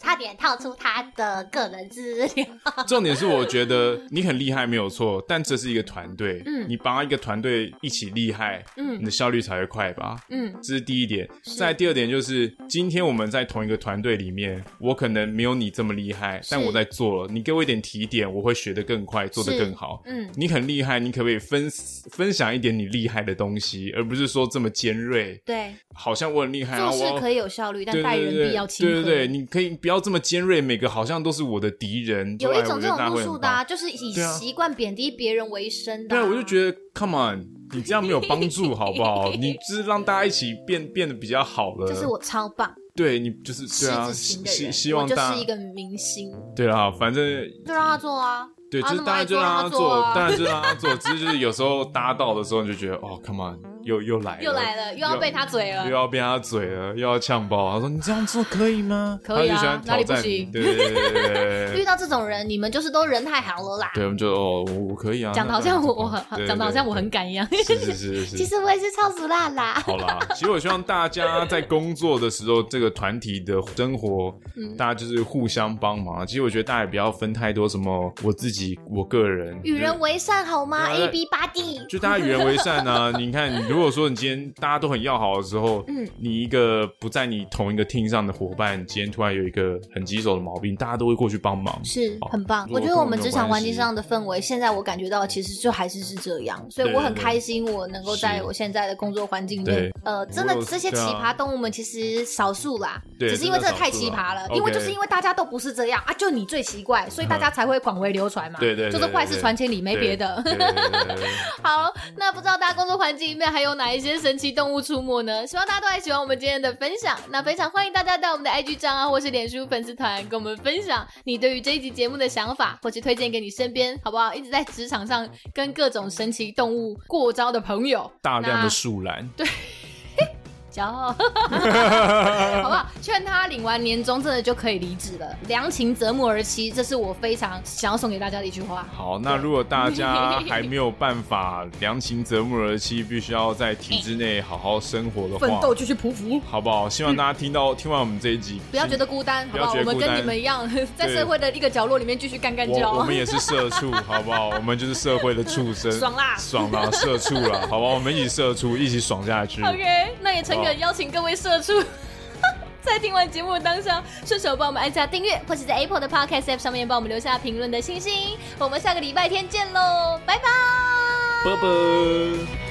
[SPEAKER 2] 差点套出他的个人资 料。
[SPEAKER 3] 重点是我觉得你很厉害没有错，但这是一个团队，
[SPEAKER 1] 嗯
[SPEAKER 3] 你帮一个团队一起厉害，你
[SPEAKER 1] 嗯
[SPEAKER 3] 的效率才会快吧。
[SPEAKER 1] 嗯，
[SPEAKER 3] 这是第一点。再来第二点就是，今天我们在同一个团队里面，我可能没有你这么厉害，但我在做了，你给我一点提点，我会学得更快，做得更好。
[SPEAKER 1] 嗯，
[SPEAKER 3] 你很厉害，你可不可以分分享一点你厉害的东西，而不是说这么尖锐？
[SPEAKER 2] 对，
[SPEAKER 3] 好像我很厉害，然
[SPEAKER 2] 做
[SPEAKER 3] 后哎我
[SPEAKER 2] 事
[SPEAKER 3] 要
[SPEAKER 2] 可以有效率，但
[SPEAKER 3] 对
[SPEAKER 1] 待
[SPEAKER 3] 对
[SPEAKER 1] 人
[SPEAKER 3] 对
[SPEAKER 1] 必要亲
[SPEAKER 3] 对
[SPEAKER 1] 和
[SPEAKER 3] 对对，你可以不要这么尖锐，每个好像都是我的敌人。
[SPEAKER 2] 有一
[SPEAKER 3] 对
[SPEAKER 2] 种
[SPEAKER 3] 我
[SPEAKER 2] 这
[SPEAKER 3] 觉得
[SPEAKER 2] 种
[SPEAKER 3] 大家
[SPEAKER 2] 路
[SPEAKER 3] 会很
[SPEAKER 2] 数的
[SPEAKER 3] 棒
[SPEAKER 2] 啊，就是以
[SPEAKER 3] 对啊
[SPEAKER 2] 习惯贬低别人为生的。
[SPEAKER 3] 对啊，我就觉得，Come on，你这样没有帮助，好不好？你只是让大家一起变变得比较好了。
[SPEAKER 2] 就是我超棒，
[SPEAKER 3] 对你就是呃对啊，
[SPEAKER 2] 实质性
[SPEAKER 3] 希
[SPEAKER 2] 的
[SPEAKER 3] 希
[SPEAKER 2] 人，
[SPEAKER 3] 希
[SPEAKER 2] 我
[SPEAKER 3] 望
[SPEAKER 2] 就
[SPEAKER 3] 大
[SPEAKER 2] 是一个明星，
[SPEAKER 3] 对啦，反正
[SPEAKER 2] 就让他做啊。
[SPEAKER 3] 对，
[SPEAKER 2] 啊
[SPEAKER 3] 就是
[SPEAKER 2] 那么
[SPEAKER 3] 当
[SPEAKER 2] 爱
[SPEAKER 3] 然就
[SPEAKER 2] 做
[SPEAKER 3] 让
[SPEAKER 2] 让
[SPEAKER 3] 他
[SPEAKER 2] 他
[SPEAKER 3] 做
[SPEAKER 2] 做，啊
[SPEAKER 3] 当然就让他做，只是就是有时候搭到的时候你就觉得哦，come on，又哎又来
[SPEAKER 2] 又来了，又要被他嘴了
[SPEAKER 3] 又。要被他嘴了，又要呛爆。他说：“你这样做可以吗？”
[SPEAKER 2] 可以啊
[SPEAKER 3] 他就喜欢挑战你。
[SPEAKER 2] 哪里不行
[SPEAKER 3] 对对对对对对
[SPEAKER 2] 遇
[SPEAKER 3] 对，
[SPEAKER 2] 到这种人，你们就是都人太好了啦。
[SPEAKER 3] 哎对，我们就哦，我我可以啊。
[SPEAKER 2] 讲的好像我我很讲的好像我很
[SPEAKER 3] 敢。
[SPEAKER 2] 敢一样。
[SPEAKER 3] 对对对是是是
[SPEAKER 4] 其
[SPEAKER 3] 是。
[SPEAKER 4] 实我也是超俗辣啦，
[SPEAKER 3] 好啦，其实我希望大家在工作的时候，这个团体的生活，
[SPEAKER 4] 嗯
[SPEAKER 3] 大家就是互相帮忙。其实我觉得大家也不要分太多什么我自己、我个人，
[SPEAKER 4] 与人为善好吗
[SPEAKER 3] 对啊
[SPEAKER 4] ？A B 八 D，
[SPEAKER 3] 就大家与人为善 啊！你看，你如果说你今天大家都很要好的时候，嗯，你一个不在你同一个 team 上的伙伴，今天突然有一个很棘手的毛病，大家都会过去帮忙。
[SPEAKER 2] 是
[SPEAKER 3] 好
[SPEAKER 2] 很棒，
[SPEAKER 3] 哦如
[SPEAKER 2] 我
[SPEAKER 3] 果
[SPEAKER 2] 觉得我
[SPEAKER 3] 跟我
[SPEAKER 2] 们
[SPEAKER 3] 有
[SPEAKER 2] 职场
[SPEAKER 3] 关
[SPEAKER 2] 环境
[SPEAKER 3] 系
[SPEAKER 2] 上的氛围，现在我感觉到其实就还是是这样，所以
[SPEAKER 3] 对
[SPEAKER 2] 我
[SPEAKER 3] 对
[SPEAKER 2] 很
[SPEAKER 3] 对
[SPEAKER 2] 开心，我能够
[SPEAKER 3] 是
[SPEAKER 2] 在我现在的工作环境里面
[SPEAKER 3] 对，
[SPEAKER 2] 呃，真
[SPEAKER 3] 我
[SPEAKER 2] 的
[SPEAKER 3] 有
[SPEAKER 2] 这些奇
[SPEAKER 3] 对啊
[SPEAKER 2] 葩动物们其实少数啦，
[SPEAKER 3] 对
[SPEAKER 2] 只是因为
[SPEAKER 3] 真
[SPEAKER 2] 这
[SPEAKER 3] 的
[SPEAKER 2] 太
[SPEAKER 3] 少数
[SPEAKER 2] 奇葩
[SPEAKER 3] 啦
[SPEAKER 2] 了，因为就是
[SPEAKER 3] OK 嗯
[SPEAKER 2] 因为大家都不是这样啊，就你最奇怪，所以大家才会广为流传嘛，
[SPEAKER 3] 对对对
[SPEAKER 2] 就是坏事
[SPEAKER 3] 对
[SPEAKER 2] 传千里，没别的。
[SPEAKER 3] 对。对对对对对
[SPEAKER 2] 好，那不知道大家工作环境里面还有哪一些神奇动物出没呢？希望大家都还喜欢我们今天的分享。那非常欢迎大家到我们的 IG 账号或是脸书粉丝团跟我们分享你对于这一集节目的想法，或是推荐给你身边好不好一直在职场上跟各种神奇动物过招的朋友。
[SPEAKER 3] 大量
[SPEAKER 2] 那
[SPEAKER 3] 的树懒，
[SPEAKER 2] 骄傲，好不好？ 劝他领完年终，真的就可以离职了。良禽择木而栖，这是我非常想要送给大家的一句话。
[SPEAKER 3] 好，那如果 大家还没有办法良禽择木而栖，必须要在体制内好好生活的
[SPEAKER 2] 奋
[SPEAKER 3] 话，
[SPEAKER 2] 斗就去匍匐。
[SPEAKER 3] 好不好？希望大家听到听完我们这一集，
[SPEAKER 2] 不要觉得孤单，好
[SPEAKER 3] 不
[SPEAKER 2] 不
[SPEAKER 3] 要
[SPEAKER 2] 好？
[SPEAKER 3] 觉
[SPEAKER 2] 我
[SPEAKER 3] 得
[SPEAKER 2] 们
[SPEAKER 3] 孤
[SPEAKER 2] 跟
[SPEAKER 3] 单
[SPEAKER 2] 你们一样，在社会的一个角落里面继续干干叫，
[SPEAKER 3] 我我们也是 社畜，好不好？我们就是社会的畜生，
[SPEAKER 2] 爽啦
[SPEAKER 3] 爽啦，社畜啦，好吧？我们一起社畜，一起爽下去。
[SPEAKER 2] OK，那也诚恳邀请各位社畜。 在听完节目的当下，顺手帮我们按下订阅，
[SPEAKER 4] 或是在 Apple 的 Podcast app 上面帮我们留下评论的星星。我们下个礼拜天见喽，拜拜。
[SPEAKER 3] 啵啵。